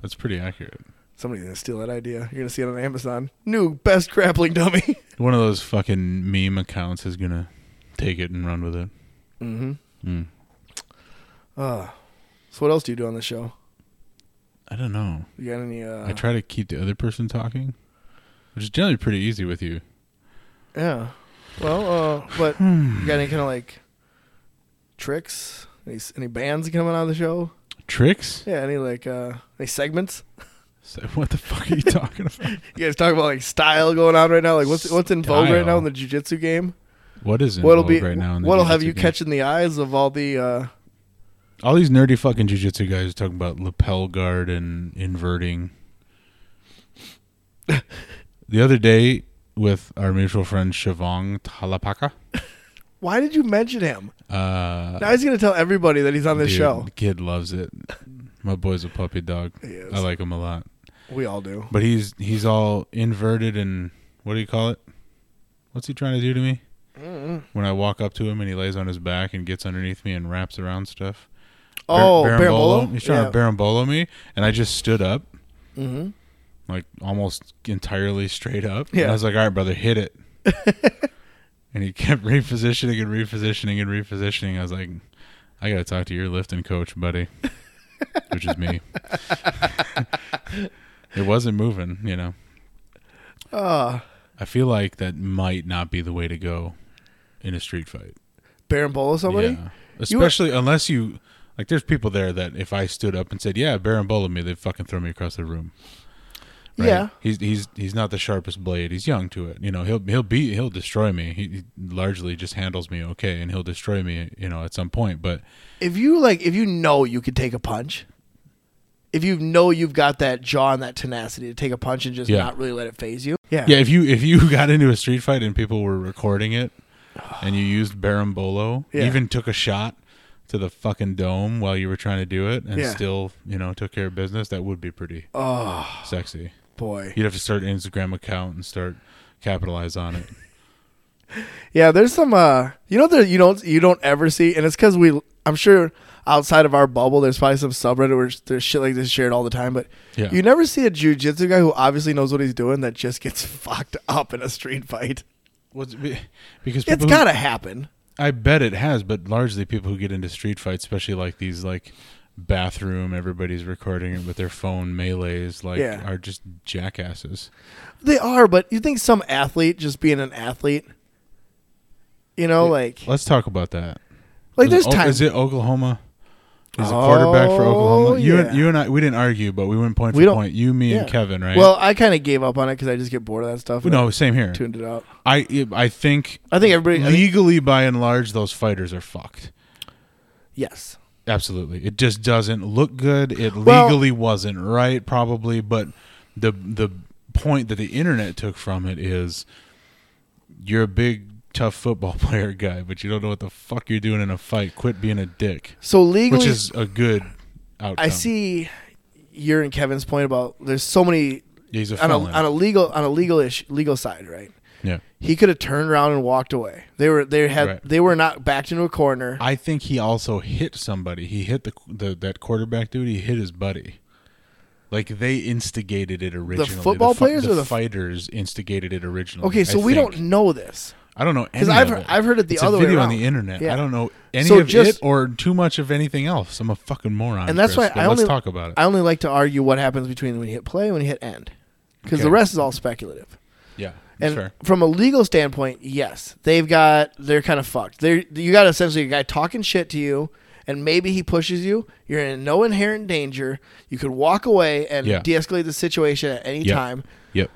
S2: That's pretty accurate.
S1: Somebody's gonna steal that idea. You're gonna see it on Amazon. New best grappling dummy.
S2: One of those fucking meme accounts is gonna take it and run with it.
S1: Mm-hmm.
S2: Mm.
S1: Uh, so what else do you do on the show?
S2: I don't know.
S1: You got any? Uh,
S2: I try to keep the other person talking, which is generally pretty easy with you.
S1: Yeah. Well, uh, but you got any kind of like tricks? Any s- any bands coming on the show?
S2: Tricks?
S1: Yeah. Any like uh, any segments?
S2: So what the fuck are you talking about?
S1: You guys talk about like style going on right now. Like what's what's in vogue right now
S2: Style.
S1: in the jujitsu game?
S2: What is in
S1: What'll
S2: vogue
S1: be
S2: right now? in the
S1: what'll have
S2: jujitsu
S1: you
S2: game?
S1: catching the eyes of all the? Uh,
S2: all these nerdy fucking jujitsu guys are talking about lapel guard and inverting. the other day with our mutual friend Shavong Talapaka.
S1: why did you mention him?
S2: Uh,
S1: Now he's gonna tell everybody that he's on this
S2: dude,
S1: show.
S2: The kid loves it. My boy's a puppy dog.
S1: He is.
S2: I like him a lot.
S1: We all do.
S2: But he's he's all inverted and what do you call it? What's he trying to do to me?
S1: Mm.
S2: When I walk up to him and he lays on his back and gets underneath me and wraps around stuff. Bar-
S1: Oh,
S2: barambolo?
S1: Barambolo?
S2: He's trying to
S1: Yeah.
S2: barambolo me, and I just stood up
S1: Mhm.
S2: like almost entirely straight up. And
S1: Yeah.
S2: I was like, all right, brother, hit it. and he kept repositioning and repositioning and repositioning. I was like, I gotta talk to your lifting coach, buddy, which is me. it wasn't moving, you know.
S1: Uh,
S2: I feel like that might not be the way to go in a street fight.
S1: Baron Bola somebody?
S2: Yeah, especially unless you like. There's people there that if I stood up and said, "Yeah, Baron Bola me," they'd fucking throw me across the room.
S1: Yeah.
S2: he's he's he's not the sharpest blade. He's young to it. You know, he'll he'll be he'll destroy me. He, he largely just handles me okay, and he'll destroy me. You know, at some point. But
S1: If you like, if you know you can take a punch, if you know you've got that jaw and that tenacity to take a punch and just
S2: Yeah.
S1: not really let it phase you, yeah,
S2: yeah, if you if you got into a street fight and people were recording it, and you used Baron Bolo,
S1: Yeah.
S2: even took a shot to the fucking dome while you were trying to do it, and
S1: Yeah.
S2: still you know took care of business, that would be pretty
S1: Oh
S2: sexy.
S1: boy,
S2: You'd have to start an Instagram account and start capitalize on it.
S1: yeah. There's some, uh, you know, that you don't you don't ever see, and it's because we. I'm sure outside of our bubble, there's probably some subreddit where there's shit like this shared all the time, but
S2: Yeah.
S1: you never see a jujitsu guy who obviously knows what he's doing that just gets fucked up in a street fight.
S2: What's be- because
S1: It's
S2: people who-
S1: gotta happen.
S2: I bet it has, but largely people who get into street fights, especially like these like bathroom, everybody's recording it with their phone melees, like
S1: Yeah.
S2: are just jackasses.
S1: They are, but you think some athlete just being an athlete, you know, like
S2: Let's talk about that.
S1: like there's
S2: Oh,
S1: times
S2: Is it Oklahoma? Is the quarterback for
S1: Oh,
S2: Oklahoma? You and
S1: yeah.
S2: you and I we didn't argue, but we went point for
S1: We don't-
S2: point. You, me, and
S1: yeah.
S2: Kevin, right?
S1: Well, I kind of gave up on it because I just get bored of that stuff. and
S2: no, same here.
S1: I tuned it out.
S2: I I think
S1: I think everybody. I think-
S2: legally, by and large, those fighters are fucked.
S1: yes.
S2: Absolutely. It just doesn't look good. It
S1: Well-
S2: legally wasn't right probably, but the the point that the internet took from it is you're a big tough football player guy, but you don't know what the fuck you're doing in a fight. Quit being a dick,
S1: So legally,
S2: which is a good outcome.
S1: I see your and Kevin's point about there's so many
S2: Yeah, he's a
S1: on a,
S2: felon.
S1: on a legal on a legal ish legal side, right?
S2: yeah.
S1: He could have turned around and walked away. They were they had
S2: Right.
S1: they were not backed into a corner.
S2: I think he also hit somebody. He hit the, the that quarterback dude. He hit his buddy. Like they instigated it originally.
S1: football
S2: fi-
S1: players or the f-
S2: fighters instigated it originally.
S1: okay, so
S2: I
S1: we
S2: think.
S1: don't know this.
S2: I don't know any
S1: I've
S2: of
S1: he-
S2: it.
S1: I've heard it the
S2: It's a
S1: other way
S2: video on
S1: around.
S2: the internet.
S1: Yeah.
S2: I don't know any
S1: So
S2: of
S1: just-
S2: it or too much of anything else. I'm a fucking moron.
S1: And that's
S2: Chris,
S1: why
S2: but
S1: I
S2: let's
S1: only-
S2: talk about it.
S1: I only like to argue what happens between when you hit play and when you hit end, because the
S2: Okay.
S1: rest is all speculative.
S2: yeah, that's
S1: And
S2: fair.
S1: from a legal standpoint, yes, they've got they're kind of fucked. They you got essentially a guy talking shit to you, and maybe he pushes you. You're in no inherent danger. You could walk away and
S2: Yeah.
S1: de-escalate the situation at any
S2: Yeah.
S1: time.
S2: Yep.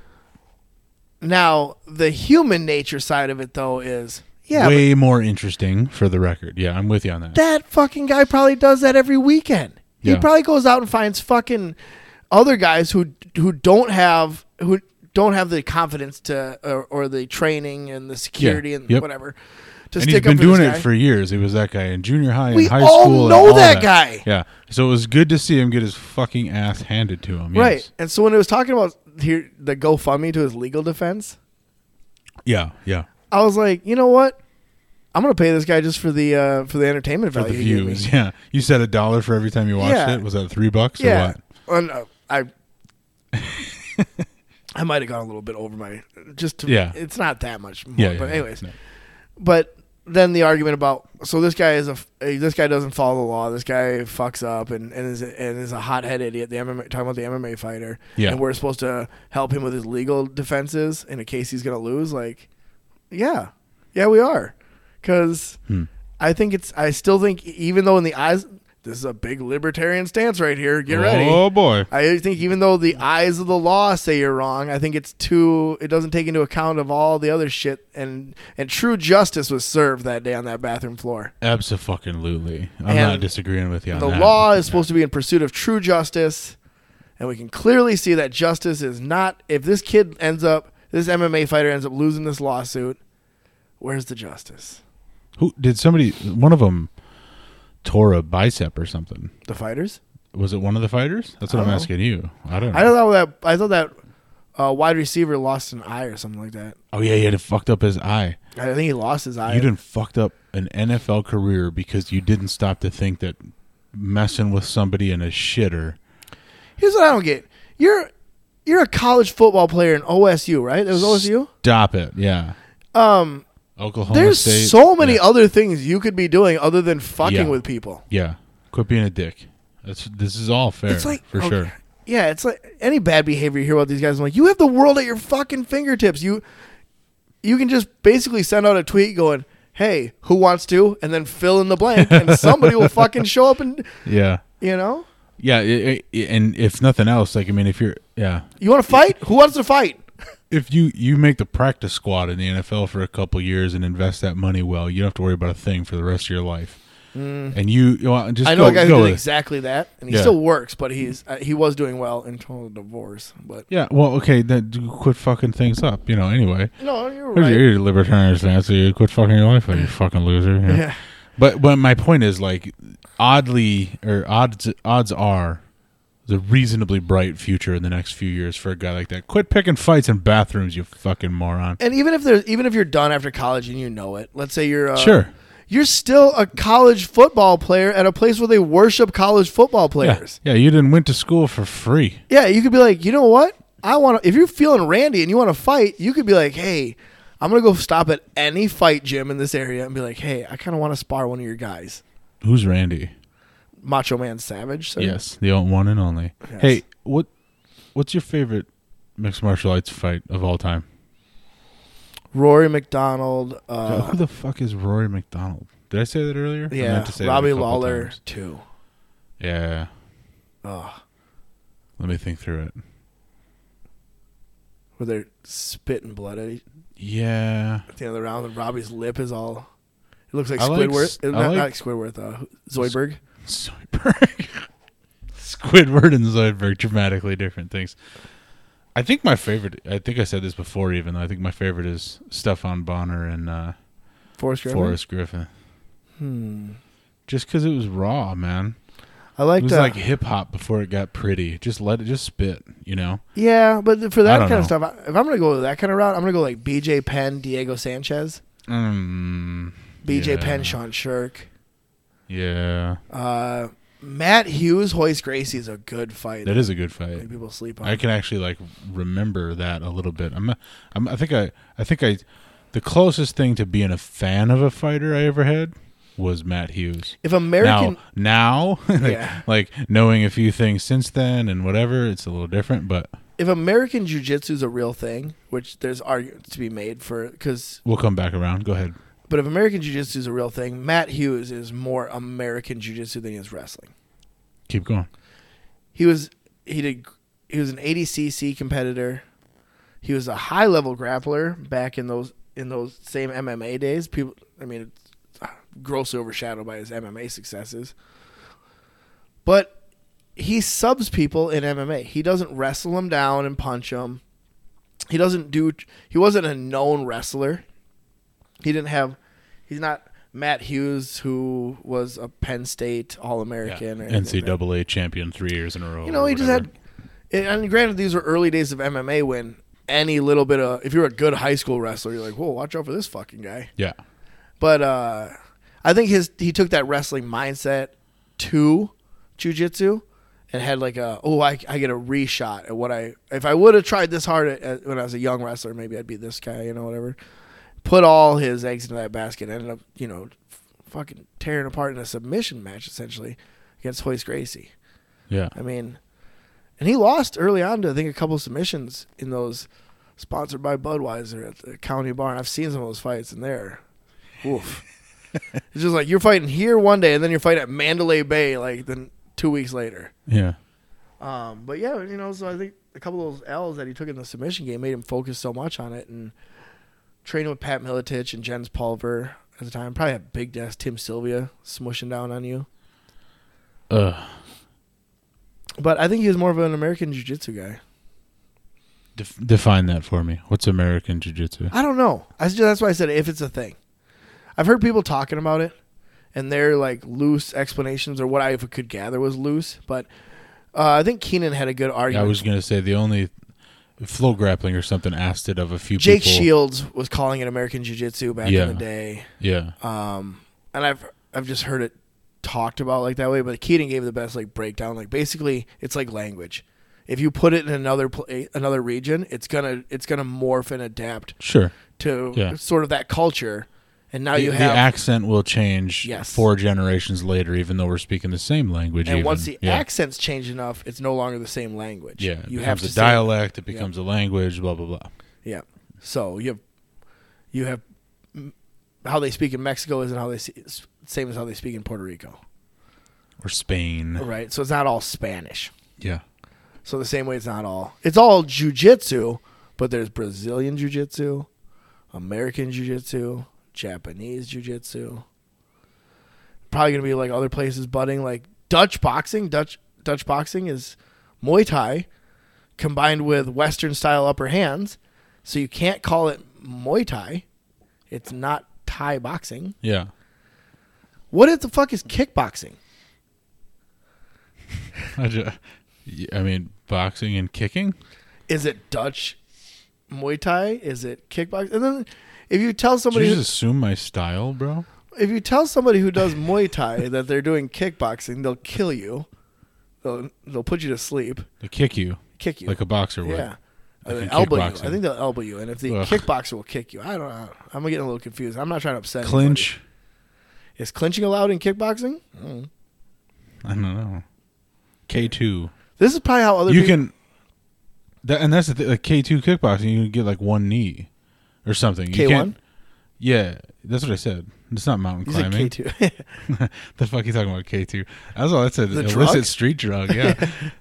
S1: Now, the human nature side of it though is yeah, but
S2: Way more interesting for the record. Yeah, I'm with you on that.
S1: that fucking guy probably does that every weekend. He
S2: Yeah.
S1: probably goes out and finds fucking other guys who who don't have who don't have the confidence to or, or the training and the security and
S2: Yep.
S1: whatever to
S2: and he's
S1: stick
S2: been
S1: up for this
S2: doing it
S1: guy.
S2: for years. He was that guy in junior high
S1: We
S2: and high
S1: all
S2: school. and
S1: know
S2: all
S1: that guy.
S2: Yeah. So it was good to see him get his fucking ass handed to him. Yes.
S1: right. And so when it was talking about here the GoFundMe to his legal defense,
S2: Yeah. Yeah.
S1: I was like, you know what? I'm gonna pay this guy just for the uh, for the entertainment
S2: For
S1: value.
S2: the
S1: he gave me.
S2: views. Yeah. You said a dollar for every time you watched
S1: Yeah.
S2: it. Was that three bucks or
S1: Yeah.
S2: what?
S1: And, uh, I I might have gone a little bit over my just to,
S2: Yeah.
S1: It's not that much more,
S2: Yeah. yeah,
S1: but
S2: yeah.
S1: anyways.
S2: No.
S1: But then the argument about so this guy is a eh, this guy doesn't follow the law. This guy fucks up and and is a, and is a hothead idiot. The MMA talking about the MMA fighter.
S2: Yeah.
S1: And we're supposed to help him with his legal defenses in a case he's gonna lose. Like, yeah, yeah, we are, because.
S2: Hmm.
S1: I think it's. I still think, e, even though in the eyes, this is a big libertarian stance right here. Get ready.
S2: Oh boy.
S1: I think even though the eyes of the law say you're wrong, I think it's too. It doesn't take into account of all the other shit, and and true justice was served that day on that bathroom floor.
S2: Absolutely. I'm
S1: And
S2: not disagreeing with you on
S1: The
S2: that.
S1: law is supposed to be in pursuit of true justice, and we can clearly see that justice is not. If this kid ends up, this MMA fighter ends up losing this lawsuit, where's the justice?
S2: Who did somebody? One of them tore a bicep or something.
S1: The fighters?
S2: Was it one of the fighters? That's
S1: I
S2: what
S1: don't
S2: I'm
S1: know.
S2: asking you. I don't. Know.
S1: I thought that I thought that uh, wide receiver lost an eye or something like that.
S2: oh yeah, he had fucked up his eye.
S1: I think he lost his eye.
S2: you didn't fucked up an NFL career because you didn't stop to think that messing with somebody in a shitter.
S1: Here's what I don't get. You're you're a college football player in OSU, right? It was OSU.
S2: Stop it. Yeah.
S1: Um,
S2: Oklahoma
S1: There's
S2: State.
S1: so many
S2: Yeah.
S1: other things you could be doing other than fucking
S2: Yeah.
S1: with people.
S2: yeah, quit being a dick. That's this is all fair
S1: It's like
S2: for
S1: okay.
S2: sure.
S1: Yeah, it's like any bad behavior you hear about these guys. I'm like, you have the world at your fucking fingertips. You, you can just basically send out a tweet going, "Hey, who wants to?" and then fill in the blank, and somebody will fucking show up and
S2: Yeah,
S1: you know,
S2: yeah, i i and if nothing else, like I mean, if you're yeah,
S1: you want to fight? Who wants to fight?
S2: if you you make the practice squad in the NFL for a couple years and invest that money well, you don't have to worry about a thing for the rest of your life. And you, you know, just
S1: Mm. I know
S2: go,
S1: a guy
S2: go
S1: who
S2: with
S1: did
S2: it.
S1: exactly that, and he
S2: Yeah.
S1: still works, but he's uh, he was doing well until the divorce. But
S2: Yeah, well, okay, then do- quit fucking things up, you know. Anyway,
S1: no, you're
S2: If
S1: right.
S2: you're a libertarian, so you quit fucking your life, up, you fucking loser. you know.
S1: Yeah.
S2: But but my point is like, oddly or odds odds are, there's a reasonably bright future in the next few years for a guy like that. Quit picking fights in bathrooms, you fucking moron.
S1: And even if there's even if you're done after college and you know it, let's say you're uh,
S2: sure.
S1: you're still a college football player at a place where they worship college football
S2: Yeah.
S1: players.
S2: yeah, you didn't went to school for free.
S1: Yeah, you could be like, you know what? I want to. If you're feeling randy and you want to fight, you could be like, hey, I'm gonna go stop at any fight gym in this area and be like, hey, I kind of want to spar one of your guys,
S2: Who's Randy?
S1: Macho Man Savage. sir.
S2: Yes, the o- one and only.
S1: Yes.
S2: Hey, what what's your favorite mixed martial arts fight of all time?
S1: Rory McDonald. Uh,
S2: Who the fuck is Rory McDonald? Did I say that earlier? I
S1: yeah,
S2: meant to say that a
S1: Robbie
S2: couple
S1: Lawler
S2: times.
S1: too.
S2: Yeah.
S1: Ugh.
S2: Let me think through it.
S1: where they're spitting blood at, each,
S2: Yeah.
S1: at the end of the round, and Robbie's lip is all. It looks like
S2: I like s-
S1: Squidward.
S2: I
S1: uh, not,
S2: like-
S1: not Squidward. Uh, Zoidberg.
S2: Zoidberg. Squidward and Zoidberg, dramatically different things. I think my favorite I think I said this before even. I think my favorite is Stefan Bonner and uh
S1: Forrest Griffin.
S2: Forrest Griffin.
S1: Hmm.
S2: Just cuz it was raw, man.
S1: I liked
S2: it was
S1: uh,
S2: like hip hop before it got pretty. Just let it just spit, you know.
S1: Yeah, but for
S2: I
S1: that
S2: don't
S1: kind of
S2: know.
S1: stuff, I- if I'm gonna go that kind of route, I'm gonna go like B.J. Penn, Diego Sanchez,
S2: Mm,
S1: B.J.
S2: yeah.
S1: Penn, Sean Shirk,
S2: Yeah,
S1: uh, Matt Hughes, Hoist Gracie is a good fight.
S2: that is a good
S1: I
S2: fight.
S1: think people sleep on.
S2: I can actually like remember that a little bit. I'm, I'm I think I I think I the closest thing to being a fan of a fighter I ever had was Matt Hughes.
S1: if American,
S2: now now like,
S1: Yeah.
S2: like knowing a few things since then and whatever, it's a little different, but
S1: if American Jiu-Jitsu is a real thing, which there's arguments to be made for, because
S2: we'll come back around. Go ahead.
S1: but if American Jiu-Jitsu is a real thing, Matt Hughes is more American Jiu-Jitsu than he is wrestling.
S2: Keep going.
S1: he was he did he was an ADCC competitor. He was a high level grappler back in those in those same MMA days. People, I mean, it's grossly overshadowed by his MMA successes. But he subs people in MMA. He doesn't wrestle them down and punch them. He doesn't do. He wasn't a known wrestler. He didn't have. He's not Matt Hughes, who was a Penn State All American. or anything like that.
S2: NCAA champion three years in a row.
S1: You know,
S2: or
S1: he just
S2: Oh, whatever.
S1: had. And and granted, these were early days of MMA when any little bit of if you're a good high school wrestler, you're like, whoa, watch out for this fucking guy.
S2: yeah.
S1: But uh, I think his he took that wrestling mindset to jujitsu and had like a oh I, I get a reshot at what I if I would have tried this hard at, at, when I was a young wrestler maybe I'd be this guy you know whatever. Put all his eggs into that basket. Ended up you know f- fucking tearing apart in a submission match essentially against Hoist Gracie.
S2: Yeah.
S1: I mean, and he lost early on to I think a couple submissions in those sponsored by Budweiser at the County Bar, and I've seen some of those fights, and they're, oof. it's just like you're fighting here one day, and then you're fighting at Mandalay Bay like then two weeks later.
S2: Yeah.
S1: Um, but yeah, you know, so I think a couple of those L's that he took in the submission game made him focus so much on it, and training with Pat Militich and Jens Pulver at the time probably had big ass Tim Sylvia smushing down on you.
S2: Ugh.
S1: But I think he was more of an American Jiu Jitsu guy.
S2: Def- define that for me. What's American Jiu Jitsu?
S1: I don't know. I just, that's why I said if it's a thing. I've heard people talking about it, and their like loose explanations or what I could gather was loose. But uh, I think Keenan had a good
S2: I
S1: argument.
S2: was gonna say the only flow grappling or something asked it of a few
S1: Jake
S2: people.
S1: Shields was calling it American Jiu Jitsu back
S2: Yeah.
S1: in the day,
S2: Yeah.
S1: um, and I've I've just heard it talked about like that way. But Keenan gave the best like breakdown. Like basically, it's like language. If you put it in another pla another region, it's gonna it's gonna morph and adapt
S2: Sure.
S1: to
S2: Yeah.
S1: sort of that culture and now
S2: the,
S1: you
S2: the
S1: have
S2: accent will change
S1: Yes.
S2: four generations later, even though we're speaking the same language.
S1: and
S2: even.
S1: once the
S2: yeah.
S1: accents change enough, it's no longer the same language.
S2: yeah, it
S1: you have
S2: becomes
S1: to
S2: a
S1: say-
S2: dialect. It
S1: yeah.
S2: becomes a language. Blah blah blah.
S1: Yeah. So you have you have mm, how they speak in Mexico isn't how they see, it's same as how they speak in Puerto Rico,
S2: Or Spain.
S1: right? So it's not all Spanish.
S2: Yeah,
S1: So the same way, it's not all. It's all jujitsu, but there's Brazilian jujitsu, American jujitsu, Japanese jujitsu. Probably gonna be like other places budding, like Dutch boxing. Dutch Dutch boxing is Muay Thai combined with Western style upper hands. So you can't call it Muay Thai. It's not Thai boxing.
S2: yeah.
S1: What if the fuck is kickboxing?
S2: I, ju- I mean, boxing and kicking.
S1: Is it Dutch Muay Thai? Is it kickboxing? And then if you tell
S2: Did
S1: somebody
S2: you
S1: who-
S2: just assume my style, bro?
S1: if you tell somebody who does Muay Thai that they're doing kickboxing, they'll kill you. They'll they'll put you to sleep,
S2: They kick you
S1: kick you.
S2: like a boxer would.
S1: yeah. And
S2: like in
S1: then elbow you. I
S2: kickboxing.
S1: think they'll elbow you, and if the
S2: Ugh.
S1: kickboxer will kick you, I don't know. I'm getting a little confused. I'm not trying to upset. anybody.
S2: Clinch.
S1: Is clinching allowed in kickboxing? Mm.
S2: I don't know. K two.
S1: This is probably how other
S2: you
S1: people,
S2: can that, and that's the th- like k2 kickboxing you can get like one knee or something you
S1: K1?
S2: can't yeah that's what i said it's not mountain
S1: You said K
S2: climbing
S1: two.
S2: the fuck you talking about k2 that's all that's an
S1: The
S2: illicit
S1: drug?
S2: street drug yeah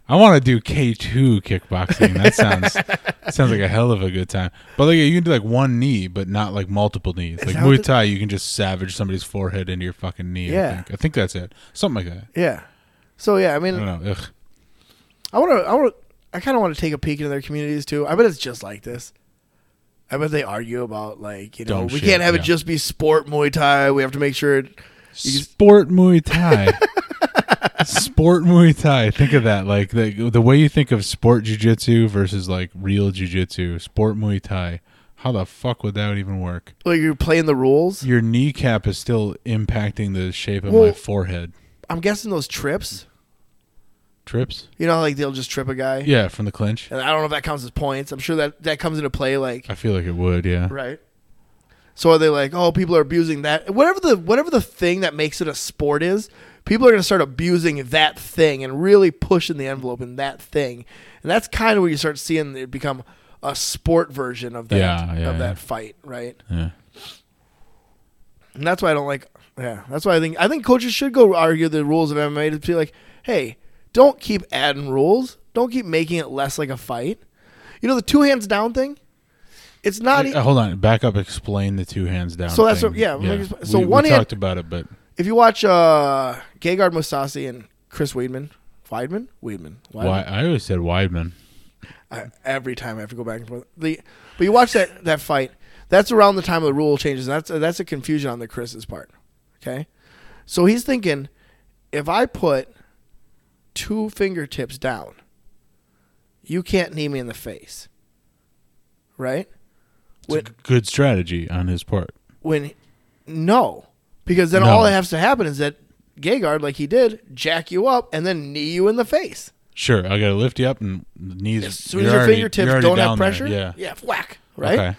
S2: i want to do k2 kickboxing that sounds sounds like a hell of a good time but like you can do like one knee but not like multiple knees like
S1: that
S2: muay
S1: what the-
S2: thai you can just savage somebody's forehead into your fucking knee I,
S1: Yeah.
S2: think. I think that's it something like that
S1: yeah. So yeah, I mean,
S2: i don't know Ugh.
S1: I want to. I want. I kind of want to take a peek into their communities too. I bet it's just like this. I bet they argue about like you know
S2: Dumb
S1: we
S2: shit,
S1: can't have
S2: yeah.
S1: it just be sport Muay Thai. We have to make sure it You just-
S2: Sport Muay Thai. sport Muay Thai. Think of that. Like the the way you think of sport jujitsu versus like real jujitsu. Sport Muay Thai. How the fuck would that even work?
S1: like you're playing the rules.
S2: Your kneecap is still impacting the shape of my
S1: Well-
S2: forehead.
S1: I'm guessing those trips.
S2: Trips?
S1: You know, like they'll just trip a guy.
S2: Yeah, from the clinch.
S1: And I don't know if that counts as points. I'm sure that that comes into play. Like
S2: I feel like it would, yeah.
S1: right. So are they like, oh, people are abusing that? Whatever the whatever the thing that makes it a sport is, people are going to start abusing that thing and really pushing the envelope in that thing, and that's kind of where you start seeing it become a sport version of that
S2: Yeah, yeah,
S1: of
S2: yeah.
S1: that fight, right?
S2: Yeah.
S1: And that's why I don't like. Yeah, that's why I think I think coaches should go argue the rules of MMA to be like, hey, don't keep adding rules. Don't keep making it less like a fight. You know the two hands down thing. It's not. e,
S2: Uh, hold on, back up. Explain the two hands down.
S1: So that's what-
S2: thing.
S1: yeah, like, so
S2: we,
S1: one
S2: we
S1: hand-
S2: talked about it, but
S1: if you watch uh, Gegard Mousasi and Chris Weidman, Weidman, Weidman, Weidman.
S2: why I always said Weidman.
S1: I, every time I have to go back and forth. The but you watch that that fight. That's around the time the rule changes. That's that's a confusion on the Chris's part. Okay, so he's thinking if I put two fingertips down, you can't knee me in the face. Right?
S2: It's a
S1: When
S2: g- good strategy on his part.
S1: when no, because then
S2: No.
S1: all that has to happen is that Gegard, like he did, jack you up and then knee you in the face.
S2: Sure, I gotta lift you up and the knees.
S1: As soon
S2: you're
S1: as your
S2: already- you're
S1: fingertips
S2: already
S1: don't have
S2: down there,
S1: pressure,
S2: Yeah.
S1: yeah, whack, right?
S2: Okay.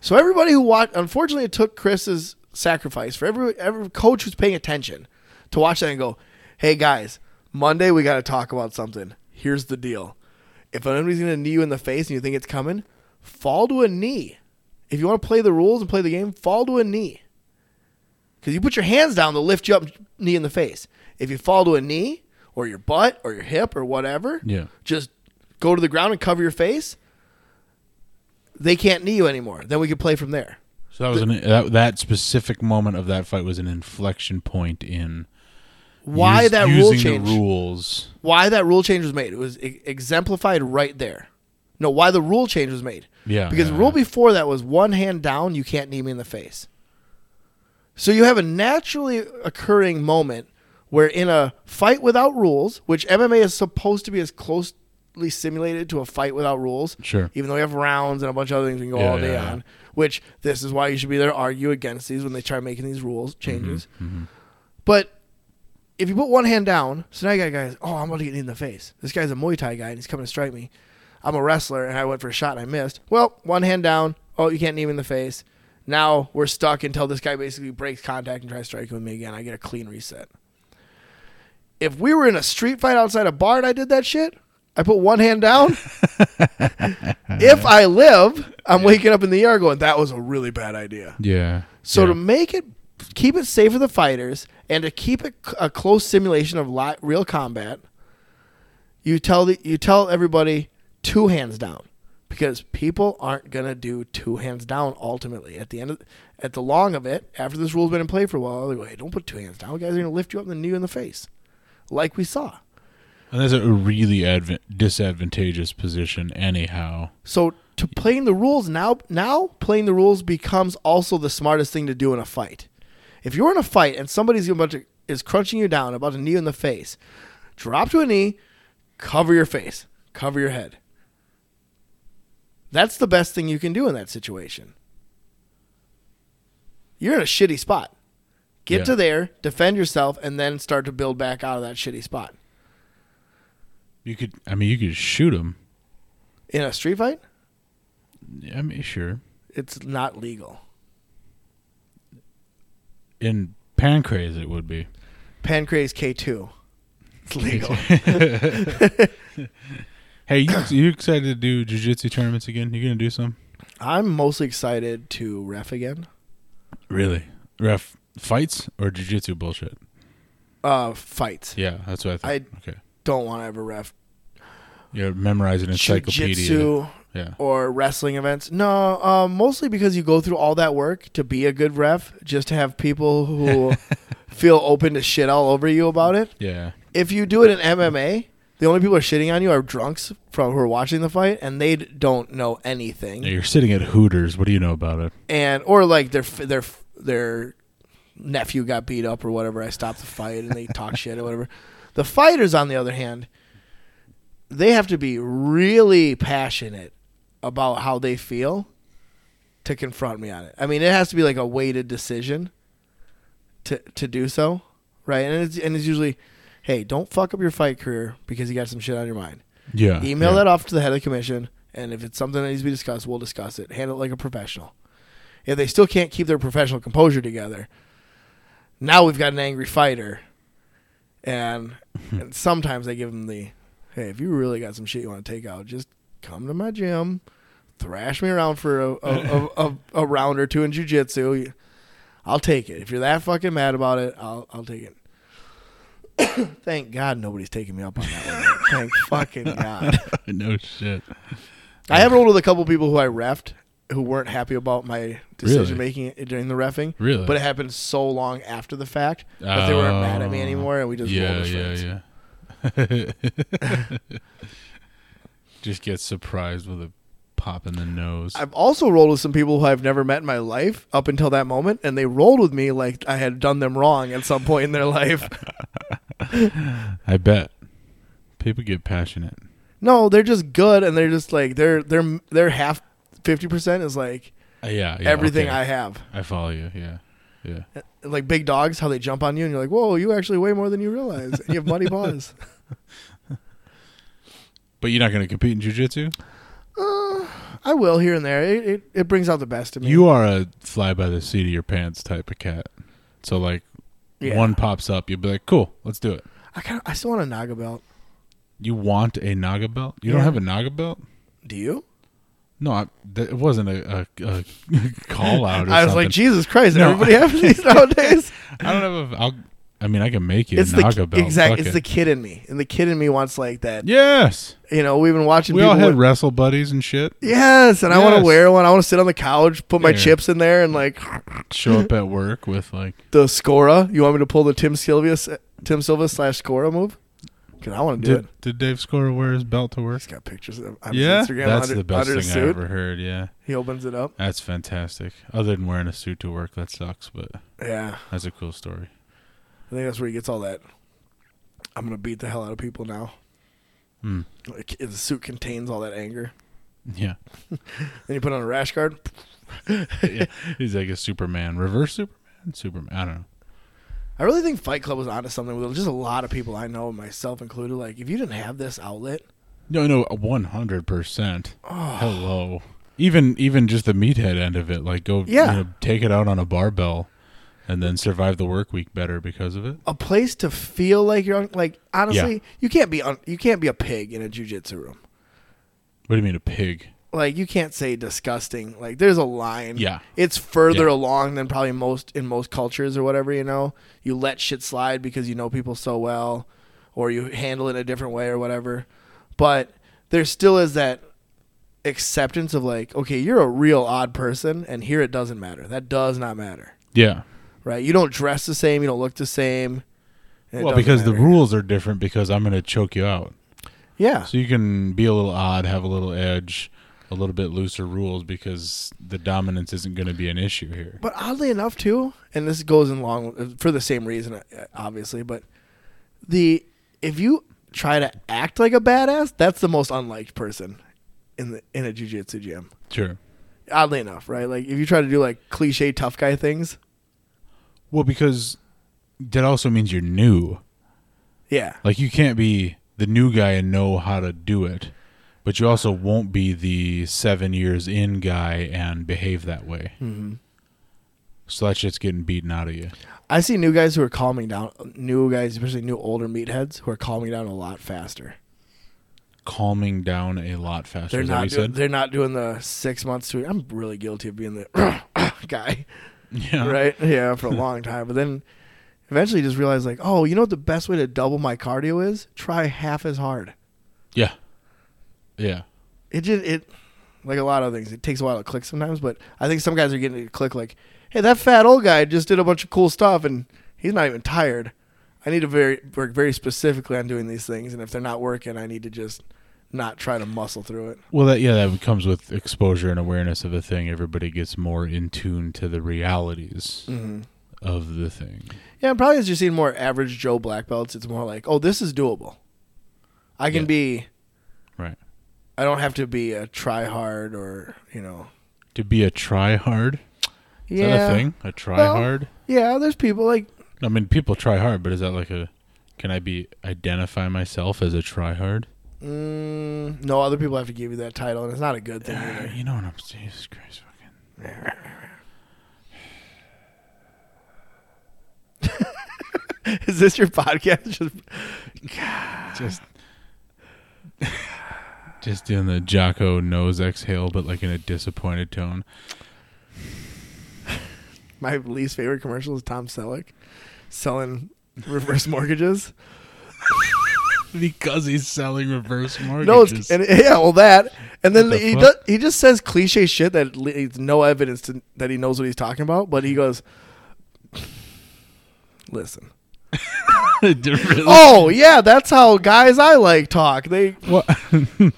S1: So everybody who watched, unfortunately, it took Chris's sacrifice for every every coach who's paying attention to watch that and go, "Hey guys, Monday we got to talk about something. Here's the deal: if anybody's gonna knee you in the face and you think it's coming, fall to a knee. If you want to play the rules and play the game, fall to a knee. Because you put your hands down, they'll lift you up, knee in the face. If you fall to a knee or your butt or your hip or whatever,
S2: Yeah.
S1: just go to the ground and cover your face. They can't knee you anymore. Then we can play from there.
S2: So that was an that, that specific moment of that fight was an inflection point in
S1: Why
S2: use-
S1: that
S2: using
S1: rule change?
S2: The rules.
S1: Why that rule change was made? It was e- exemplified right there. No, why the rule change was made?
S2: Yeah,
S1: because
S2: yeah,
S1: the rule
S2: yeah.
S1: before that was one hand down, you can't knee me in the face. So you have a naturally occurring moment where, in a fight without rules, which MMA is supposed to be as closely simulated to a fight without rules,
S2: Sure.
S1: even though we have rounds and a bunch of other things we can go
S2: Yeah,
S1: all day
S2: yeah, yeah.
S1: on. Which this is why you should be there to argue against these when they try making these rules
S2: Mm-hmm,
S1: changes. But if you put one hand down, so now you got guys, oh, I'm about to get hit in the face. This guy's a Muay Thai guy and he's coming to strike me. I'm a wrestler and I went for a shot and I missed. Well, one hand down, oh, you can't knee me in the face. Now we're stuck until this guy basically breaks contact and tries striking with me again. I get a clean reset. If we were in a street fight outside a bar and I did that shit, I put one hand down. if I live, I'm waking up in the ER going, that was a really bad idea.
S2: Yeah.
S1: So
S2: yeah.
S1: to make it keep it safe for the fighters and to keep it c- a close simulation of li- real combat, you tell the you tell everybody two hands down because people aren't going to do two hands down ultimately at the end of at the long of it after this rule's been in play for a while they go hey don't put two hands down guys are going to lift you up in the knee in the face like we saw
S2: and that's a really advan disadvantageous position, anyhow.
S1: so to playing the rules now now playing the rules becomes also the smartest thing to do in a fight if you're in a fight and somebody's about to is crunching you down about to knee you in the face drop to a knee cover your face cover your head that's the best thing you can do in that situation you're in a shitty spot get
S2: Yeah.
S1: to there defend yourself and then start to build back out of that shitty spot
S2: You could, I mean, you could shoot him.
S1: in a street fight
S2: I mean, sure.
S1: it's not legal
S2: In pancreas, it would be.
S1: pancreas k2 it's legal
S2: Hey, you, you excited to do jujitsu tournaments again? You gonna do some?
S1: I'm mostly excited to ref again.
S2: Really? Ref fights or jujitsu bullshit?
S1: Uh, fights.
S2: Yeah, that's what I thought. okay.
S1: Don't want to ever ref
S2: You're memorizing encyclopedia.
S1: jiu-jitsu
S2: Yeah.
S1: or wrestling events. No, uh, mostly because you go through all that work to be a good ref, just to have people who feel open to shit all over you about it.
S2: Yeah.
S1: If you do it in MMA, the only people who are shitting on you are drunks from who are watching the fight, and they d- don't know anything.
S2: Yeah, You're sitting at Hooters. What do you know about it?
S1: and or like their f- their f- their nephew got beat up or whatever. I stopped the fight and they talk shit or whatever. The fighters, on the other hand, they have to be really passionate about how they feel to confront me on it. I mean, it has to be like a weighted decision to to do so, right? And it's and it's usually, hey, don't fuck up your fight career because you got some shit on your mind.
S2: Yeah.
S1: Email
S2: Uh, yeah.
S1: that off to the head of the commission, and if it's something that needs to be discussed, we'll discuss it. Handle it like a professional. If they still can't keep their professional composure together, now we've got an angry fighter, and, and sometimes I give them the, hey, if you really got some shit you want to take out, just come to my gym, thrash me around for a, a, a, a, a round or two in jujitsu. I'll take it. If you're that fucking mad about it, I'll I'll take it. Thank God nobody's taking me up on that one. Thank fucking God.
S2: no shit.
S1: I have rolled with a couple people who I refed who weren't happy about my decision making during the refing.
S2: Really?
S1: But it happened so long after the fact that they weren't mad at me
S2: Oh.
S1: anymore and we just rolled
S2: yeah,
S1: as
S2: yeah,
S1: friends.
S2: yeah. Just get surprised with a pop in the nose.
S1: I've also rolled with some people who I've never met in my life up until that moment, and they rolled with me like I had done them wrong at some point in their life.
S2: I bet people get passionate.
S1: No, they're just good, and they're just like they're they're they're half fifty percent is like
S2: Uh, yeah, yeah,
S1: everything
S2: okay.
S1: I have.
S2: I follow you. Yeah, yeah.
S1: Like big dogs, how they jump on you, and you're like, "Whoa, you actually weigh more than you realize." And you have muddy paws.
S2: But you're not going to compete in jujitsu.
S1: Uh, I will here and there. It, it it brings out the best in me.
S2: You are a fly by the seat of your pants type of cat. So like,
S1: Yeah.
S2: one pops up, you'd be like, "Cool, let's do it."
S1: I kind I still want a naga belt.
S2: You want a naga belt? You
S1: Yeah.
S2: don't have a naga belt?
S1: Do you?
S2: No, I, that, it wasn't a, a, a call out. Or
S1: I was
S2: something.
S1: like, Jesus Christ!
S2: No.
S1: Everybody has these nowadays.
S2: I don't have a. I'll, I mean, I can make you
S1: It's
S2: a
S1: the
S2: naga belt.
S1: exact.
S2: Fuck
S1: It's
S2: it.
S1: the kid in me, and the kid in me wants like that.
S2: yes.
S1: You know, we've been watching.
S2: We
S1: people
S2: all had
S1: with-
S2: wrestle buddies and shit.
S1: Yes, and I want to
S2: Yes.
S1: wear one. I want to sit on the couch, put my
S2: Yeah.
S1: chips in there, and like
S2: Show up at work with like,
S1: the Scora. You want me to pull the Tim Sylvia, Tim Silva slash Scora move? Because I want to do
S2: did
S1: it.
S2: did Dave Scorer wear his belt to work?
S1: He's got pictures of on his
S2: Yeah,
S1: Instagram
S2: that's
S1: under,
S2: the best
S1: under
S2: thing
S1: his
S2: I
S1: suit.
S2: ever heard. Yeah,
S1: He opens it up.
S2: that's fantastic. Other than wearing a suit to work, that sucks, but
S1: Yeah,
S2: that's a cool story.
S1: I think that's where he gets all that. I'm gonna beat the hell out of people now.
S2: Hmm.
S1: Like, the suit contains all that anger.
S2: Yeah.
S1: Then you put on a rash guard.
S2: yeah, he's like a Superman, reverse Superman, Superman. I don't know.
S1: I really think Fight Club was onto something with it. Just a lot of people I know, myself included. Like, if you didn't have this outlet,
S2: No, no, one hundred percent.
S1: oh,
S2: Hello, Even even just the meathead end of it, like go
S1: Yeah.
S2: you know, take it out on a barbell, and then survive the work week better because of it.
S1: a place to feel like you're on, like honestly,
S2: Yeah.
S1: you can't be un, you can't be a pig in a jujitsu room.
S2: What do you mean a pig?
S1: Like you can't say disgusting. Like there's a line.
S2: Yeah.
S1: it's further
S2: Yeah.
S1: along than probably most in most cultures or whatever. You know, you let shit slide because you know people so well, or you handle it a different way or whatever. But there still is that acceptance of like, okay, you're a real odd person, and here it doesn't matter. That does not matter,
S2: Yeah.
S1: right? You don't dress the same. You don't look the same. and it
S2: well,
S1: doesn't
S2: because the
S1: matter.
S2: rules are different because I'm going to choke you out.
S1: yeah,
S2: So you can be a little odd, have a little edge, a little bit looser rules because the dominance isn't going to be an issue here.
S1: But oddly enough, too, and this goes in long for the same reason, uh, obviously. But the if you try to act like a badass, that's the most unliked person in the in a jujitsu gym.
S2: Sure.
S1: Oddly enough, right? Like if you try to do like cliche tough guy things,
S2: Well, because that also means you're new.
S1: yeah,
S2: Like you can't be the new guy and know how to do it, but you also won't be the seven years in guy and behave that way.
S1: Mm-hmm.
S2: So that shit's getting beaten out of you.
S1: I see new guys who are calming down. New guys, especially new older meatheads, who are calming down a lot faster.
S2: Calming down a lot faster.
S1: They're
S2: is that
S1: not
S2: what you
S1: doing,
S2: said?
S1: they're not doing the six months to. I'm really guilty of being the guy.
S2: Yeah.
S1: right? Yeah, for a long time. But then eventually just realized like, oh, you know what the best way to double my cardio is? Try half as hard.
S2: Yeah. Yeah.
S1: It just it like a lot of things. It takes a while to click sometimes, but I think some guys are getting it to click like, hey, that fat old guy just did a bunch of cool stuff and he's not even tired. I need to very work very specifically on doing these things and if they're not working, I need to just not try to muscle through it.
S2: Well, that yeah, that comes with exposure and awareness of a thing. Everybody gets more in tune to the realities
S1: Mm.
S2: of the thing.
S1: Yeah, and probably as you're seeing more average Joe black belts, it's more like, oh, this is doable. I can
S2: Yeah.
S1: be
S2: Right.
S1: I don't have to be a try hard or you know.
S2: To be a try hard. Is that a thing? A try
S1: Well-
S2: hard?
S1: Yeah, there's people like
S2: I mean, people try hard, but is that like a can I be identify myself as a try hard?
S1: mm, no other people have to give you that title, and it's not a good thing. either.
S2: You know what I'm saying? Jesus Christ, fucking.
S1: Is this your podcast? Just
S2: Just Just doing the Jocko nose exhale, but like in a disappointed tone.
S1: my least favorite commercial is Tom Selleck selling reverse mortgages.
S2: Because he's selling reverse mortgages.
S1: No, it's, and yeah, well that, and then
S2: What the
S1: he
S2: fuck?
S1: does, he just says cliche shit that leads no evidence to, that he knows what he's talking about, but he goes, "Listen,
S2: Really?
S1: oh yeah, that's how guys I like talk. They
S2: What?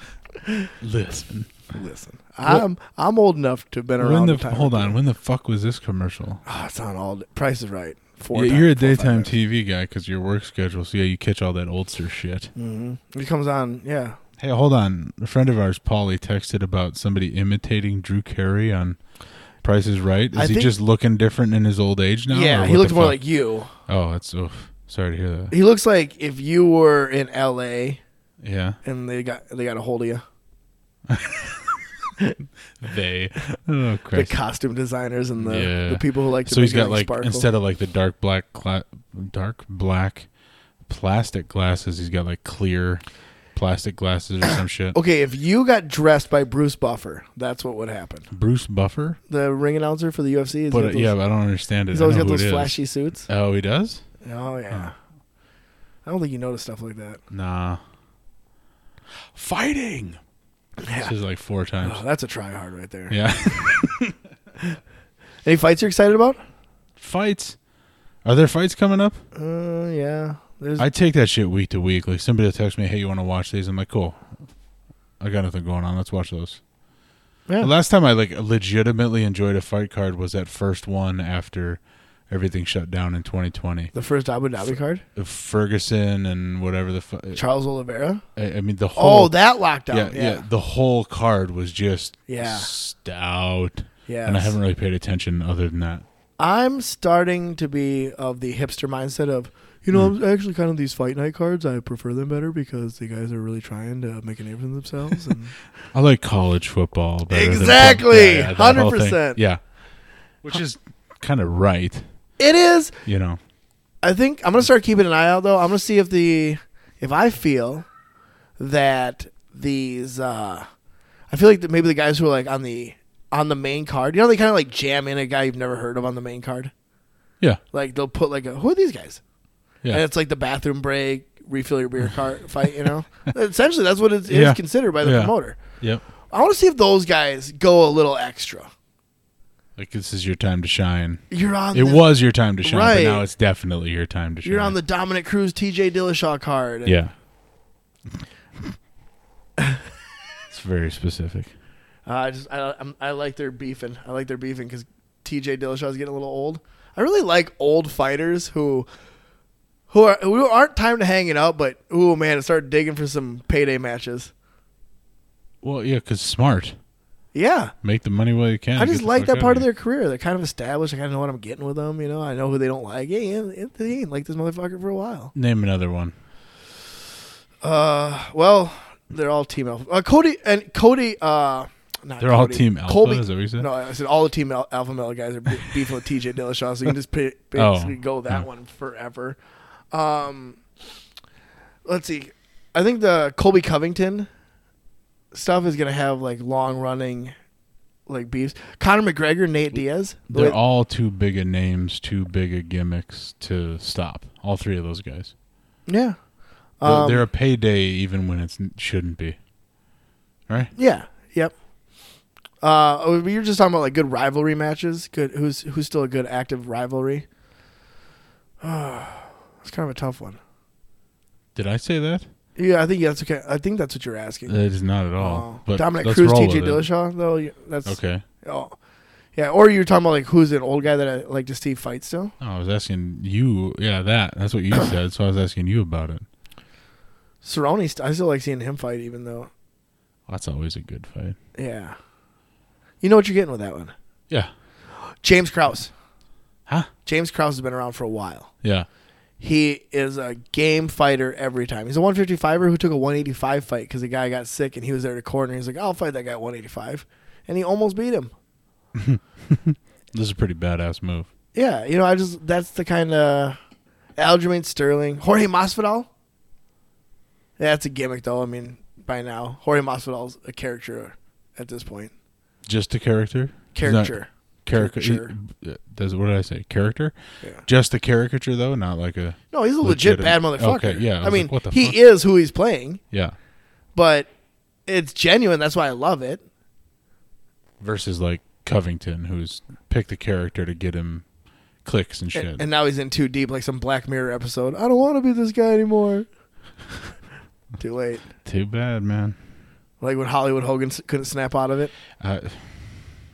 S2: Listen.
S1: listen. I'm I'm old enough to have been
S2: When
S1: around.
S2: the
S1: the time
S2: hold
S1: of
S2: on,
S1: doing
S2: when the fuck was this commercial?
S1: Oh, it's on all. Day. Price is right. Four.
S2: Yeah,
S1: times- four
S2: you're a
S1: or five
S2: daytime
S1: times.
S2: TV guy because your work schedule. So yeah, you catch all that oldster shit.
S1: It Mm-hmm. comes on. Yeah.
S2: Hey, hold on. A friend of ours, Paulie, texted about somebody imitating Drew Carey on Price is Right. Is
S1: I
S2: he
S1: think-
S2: just looking different in his old age now? or
S1: yeah.
S2: what
S1: He
S2: the
S1: looks more
S2: fuck?
S1: like you.
S2: Oh, that's oof. Sorry to hear that.
S1: He looks like if you were in L.A.
S2: Yeah,
S1: and they got they got a hold of you.
S2: they. Oh,
S1: The
S2: Christ.
S1: costume designers and the,
S2: Yeah.
S1: the people who like to
S2: so
S1: make
S2: he's got
S1: everything
S2: like
S1: sparkle.
S2: instead of like the dark black, cla- dark black plastic glasses, he's got like clear plastic glasses or some shit.
S1: okay, if you got dressed by Bruce Buffer, that's what would happen.
S2: Bruce Buffer,
S1: The ring announcer for the UFC. he's
S2: but
S1: got
S2: uh,
S1: those-
S2: yeah, but I don't understand it.
S1: He's
S2: I
S1: always
S2: know
S1: got
S2: who
S1: those
S2: it is.
S1: flashy suits.
S2: Oh, he does?
S1: Oh yeah. I don't think you notice stuff like that.
S2: Nah. Fighting. This
S1: Yeah.
S2: is like four times.
S1: Oh, that's a try hard right there.
S2: Yeah.
S1: Any fights you're excited about?
S2: Fights. Are there fights coming up?
S1: Uh, yeah. There's
S2: I take that shit week to week. Like somebody will text me, "Hey, you want to watch these?" I'm like, "Cool." I got nothing going on. Let's watch those.
S1: Yeah.
S2: The last time I like legitimately enjoyed a fight card was that first one after everything shut down in 2020.
S1: the first Abu Dhabi card.
S2: Ferguson and whatever the fu-
S1: Charles Oliveira.
S2: I, I mean the whole
S1: Oh, that lockdown. Yeah,
S2: yeah, yeah. The whole card was just
S1: Yeah.
S2: stout.
S1: Yes.
S2: And I haven't really paid attention other than that.
S1: I'm starting to be of the hipster mindset of You know, I'm actually kind of these fight night cards. I prefer them better because the guys are really trying to make a name for themselves. And
S2: I like college football. better than-
S1: Exactly.
S2: Yeah, yeah, that whole thing.
S1: 100%.
S2: Yeah, which is kind of right.
S1: it is.
S2: You know,
S1: I think I'm gonna start keeping an eye out though. I'm gonna see if the if I feel that these uh I feel like that maybe the guys who are like on the on the main card, you know, they kind of like jam in a guy you've never heard of on the main card.
S2: yeah,
S1: Like they'll put like a who are these guys? And
S2: yeah,
S1: it's like the bathroom break, refill your beer cart fight. You know, essentially that's what it's,
S2: Yeah.
S1: it's considered by the
S2: Yeah.
S1: promoter.
S2: yep.
S1: I want to see if those guys go a little extra.
S2: Like this is your time to shine.
S1: You're on.
S2: It
S1: the,
S2: was your time to shine,
S1: Right.
S2: but now it's definitely your time to shine.
S1: You're on the Dominic Cruz, T.J. Dillashaw card. and-
S2: yeah. it's very specific.
S1: Uh, I just I, I'm, I like their beefing. I like their beefing because T.J. Dillashaw's getting a little old. I really like old fighters who who are who aren't time to hang it out, but ooh man, start digging for some payday matches.
S2: Well, yeah, because smart.
S1: Yeah,
S2: Make the money while you can.
S1: I
S2: and
S1: just
S2: get the
S1: like
S2: fuck
S1: that
S2: out
S1: part of
S2: here.
S1: their career. They're kind of established. I kind of know what I'm getting with them. You know, I know who they don't like. Yeah, yeah, yeah, they ain't like this motherfucker for a while.
S2: Name another one.
S1: Uh, well, they're all team alpha. Uh, Cody and Cody. Uh, not
S2: They're all
S1: Cody.
S2: team alpha.
S1: Colby-
S2: Is that what you said?
S1: No, I said all the team al- alpha male guys are be- beefing with TJ Dillashaw, so you can just pa- basically go that
S2: Oh, yeah.
S1: one forever. Um, let's see. I think the Colby Covington stuff is gonna have like long running, like beefs. Conor McGregor, Nate Diaz.
S2: They're
S1: Wait,
S2: all too big of names, too big of gimmicks to stop. All three of those guys.
S1: yeah,
S2: They're-
S1: Um,
S2: they're a payday even when it shouldn't be. Right?
S1: yeah, yep. Uh, oh, we were just talking about like good rivalry matches. Good, who's who's still a good active rivalry? it's kind of a tough one.
S2: Did I say that?
S1: Yeah, I think that's okay. I think that's what you're asking.
S2: That is not at
S1: Oh.
S2: all. But
S1: Dominic
S2: let's
S1: Cruz,
S2: roll
S1: TJ
S2: with it.
S1: Dillashaw, though. yeah, That's
S2: Okay.
S1: Oh, yeah. Or you're talking about like who's an old guy that I like to see fight still?
S2: Oh, I was asking you. Yeah, that. That's what you said. So I was asking you about it.
S1: Cerrone. St- I still like seeing him fight, even though.
S2: That's always a good fight.
S1: Yeah. You know what you're getting with that one.
S2: Yeah.
S1: James Krause.
S2: Huh?
S1: James Krause has been around for a while.
S2: Yeah.
S1: He is a game fighter every time. He's a 155er who took a 185 fight because the guy got sick and he was there to corner. He's like, I'll fight that guy at 185, and he almost beat him.
S2: This is a pretty badass move.
S1: Yeah, you know, I just that's the kind of Aljamain Sterling, Jorge Masvidal. Yeah, that's a gimmick though. I mean, by now, Jorge Masvidal's a character at this point.
S2: Just a character? He's not-
S1: Caricature.
S2: Carica-
S1: Caricature.
S2: he- uh, Does what did I say? Character?
S1: Yeah.
S2: Just a caricature though, not like a
S1: No, he's a legit,
S2: Legitimate.
S1: bad motherfucker.
S2: Okay, yeah, I
S1: I,
S2: was
S1: mean,
S2: like, what the
S1: he
S2: fuck?
S1: is who he's playing,
S2: yeah.
S1: but it's genuine. That's why I love it.
S2: Versus like Covington, who's picked the character to get him clicks and shit.
S1: And, and now he's in too deep, like some Black Mirror episode. I don't want to be this guy anymore. Too late.
S2: Too bad, man.
S1: Like when Hollywood Hogan s- couldn't snap out of it.
S2: I,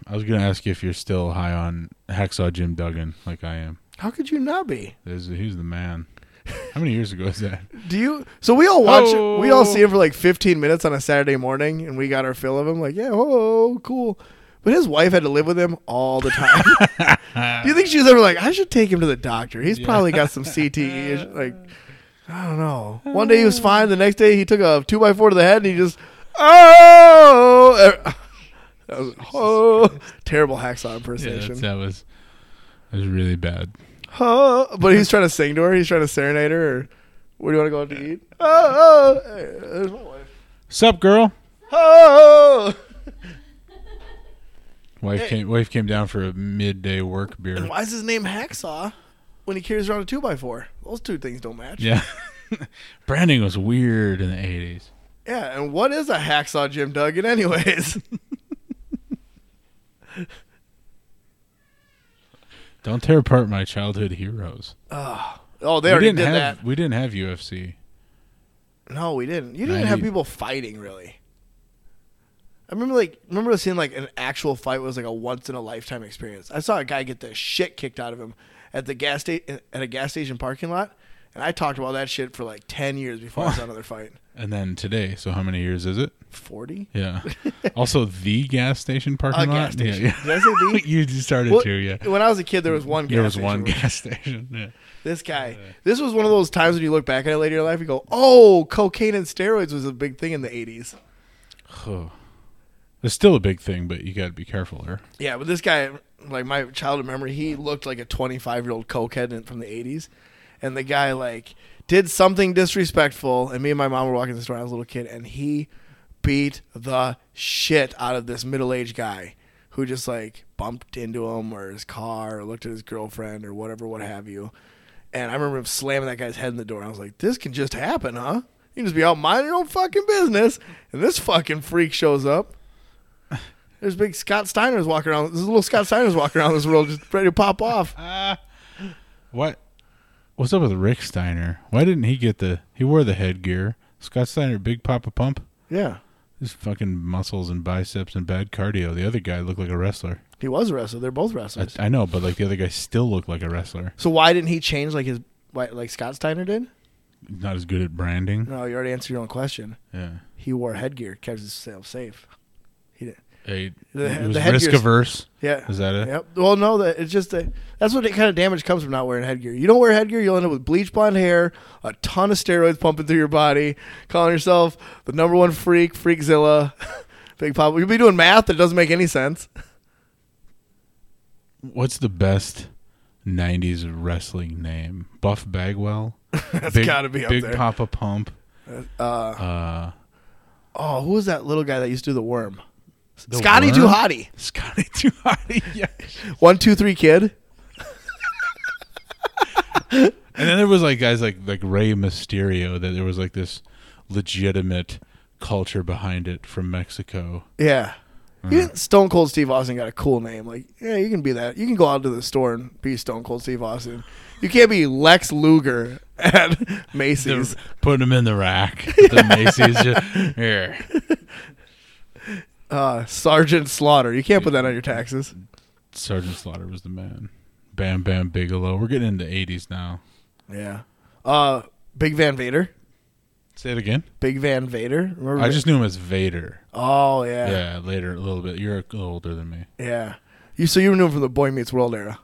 S2: I was gonna ask you if you're still high on Hacksaw Jim Duggan, like I am.
S1: How could you not be?
S2: There's, he's the man. How many years ago is that?
S1: Do you? So we all watch it. We all
S2: Oh.
S1: see him for like 15 minutes on a Saturday morning, and we got our fill of him. Like, yeah, oh, cool. But his wife had to live with him all the time. Do you think she was ever like, I should take him to the doctor? He's probably got some CTE. ish- Like, I don't know. One day he was fine. The next day he took a two by four to the head, and he just, oh, that was, oh, terrible hacksaw
S2: Yeah,
S1: impersonation.
S2: that's, that was that was really bad.
S1: Huh? But he's trying to sing to her. He's trying to serenade her. Or, where do you want to go out to eat? Oh, oh, hey, there's my wife.
S2: Sup, girl?
S1: Oh.
S2: Wife came. Wife came down for a midday work beer.
S1: And why is his name Hacksaw when he carries around a two by four? Those two things don't match.
S2: Yeah, branding was weird in the '80s.
S1: Yeah, and what is a hacksaw, Jim Duggan, anyways?
S2: Don't tear apart my childhood heroes.
S1: oh, they
S2: we
S1: already
S2: didn't
S1: did
S2: have we didn't have UFC.
S1: that. No, we didn't. You
S2: I
S1: didn't have
S2: need-
S1: people fighting really. I remember like remember seeing like an actual fight was like a once in a lifetime experience. I saw a guy get the shit kicked out of him at the gas sta- at a gas station parking lot, And I talked about that shit for like 10 years before I saw another fight.
S2: And then today, so how many years is it?
S1: 40?
S2: Yeah. also, the gas station parking
S1: A
S2: lot.
S1: gas station.
S2: Yeah,
S1: Did I say
S2: yeah.
S1: the?
S2: you just started
S1: Well,
S2: to, yeah.
S1: When I was a kid, there was one gas
S2: There was
S1: station
S2: one
S1: where-
S2: gas station. Yeah.
S1: This guy. This was one of those times when you look back at it later in your life and go, oh, cocaine and steroids was a big thing in the 80s.
S2: Oh. It's still a big thing, but you got to be careful there.
S1: Yeah, but this guy, like my childhood memory, he looked like a 25 year old cokehead in- from the 80s. And the guy, like, did something disrespectful. And me and my mom were walking in the store when I was a little kid, and he beat the shit out of this middle aged guy who just, like, bumped into him or his car or looked at his girlfriend or whatever, what have you. And I remember him slamming that guy's head in the door. And I was like, this can just happen, huh? You can just be out minding your own fucking business. And this fucking freak shows up. There's big Scott Steiner's walking around. There's little Scott Steiner's walking around this world just ready to pop off.
S2: What? What's up with Rick Steiner? Why didn't he get the? He wore the headgear. Scott Steiner, big Papa Pump.
S1: Yeah.
S2: His fucking muscles and biceps and bad cardio. The other guy looked like a wrestler.
S1: He was a wrestler. They're both
S2: I,
S1: wrestlers.
S2: I know, but like the other guy still looked like a wrestler.
S1: so why didn't he change like his why- like Scott Steiner did?
S2: Not as good at branding.
S1: No, you already answered your own question.
S2: Yeah.
S1: He wore headgear, kept himself safe. He did.
S2: Hey,
S1: The-
S2: it was
S1: the headgear's-
S2: risk averse.
S1: Yeah.
S2: Is that it?
S1: Yep. Well, no, that it's just that that's what it kind of damage comes from not wearing headgear. You don't wear headgear, you'll end up with bleach blonde hair, a ton of steroids pumping through your body, calling yourself the number one freak, freakzilla, big pop. You'll be doing math that doesn't make any sense.
S2: What's the best '90s wrestling name? Buff Bagwell. That's
S1: gotta be up
S2: Big
S1: there.
S2: Papa Pump.
S1: Uh,
S2: Uh,
S1: Oh, who was that little guy that used to do the worm?
S2: The
S1: Scotty
S2: Worm?
S1: Too Hottie.
S2: Scotty Too Hotty. Yeah.
S1: One, two, three, kid.
S2: And then there was like guys like like Rey Mysterio. That there was like this legitimate culture behind it from Mexico.
S1: Yeah.
S2: Uh-huh.
S1: Even Stone Cold Steve Austin got a cool name. Like, yeah, you can be that. You can go out to the store and be Stone Cold Steve Austin. You can't be Lex Luger at Macy's.
S2: The- putting them in the rack. at The Macy's just here.
S1: Uh, Sergeant Slaughter. You can't put that on your taxes.
S2: Sergeant Slaughter was the man. Bam Bam Bigelow. We're getting into '80s now.
S1: Yeah. Uh, Big Van Vader.
S2: Say it again.
S1: Big Van Vader. Remember
S2: I
S1: Va-
S2: just knew him as Vader.
S1: Oh yeah.
S2: Yeah, later a little bit. You're a little older than me.
S1: Yeah. You so you knew him from the Boy Meets World era.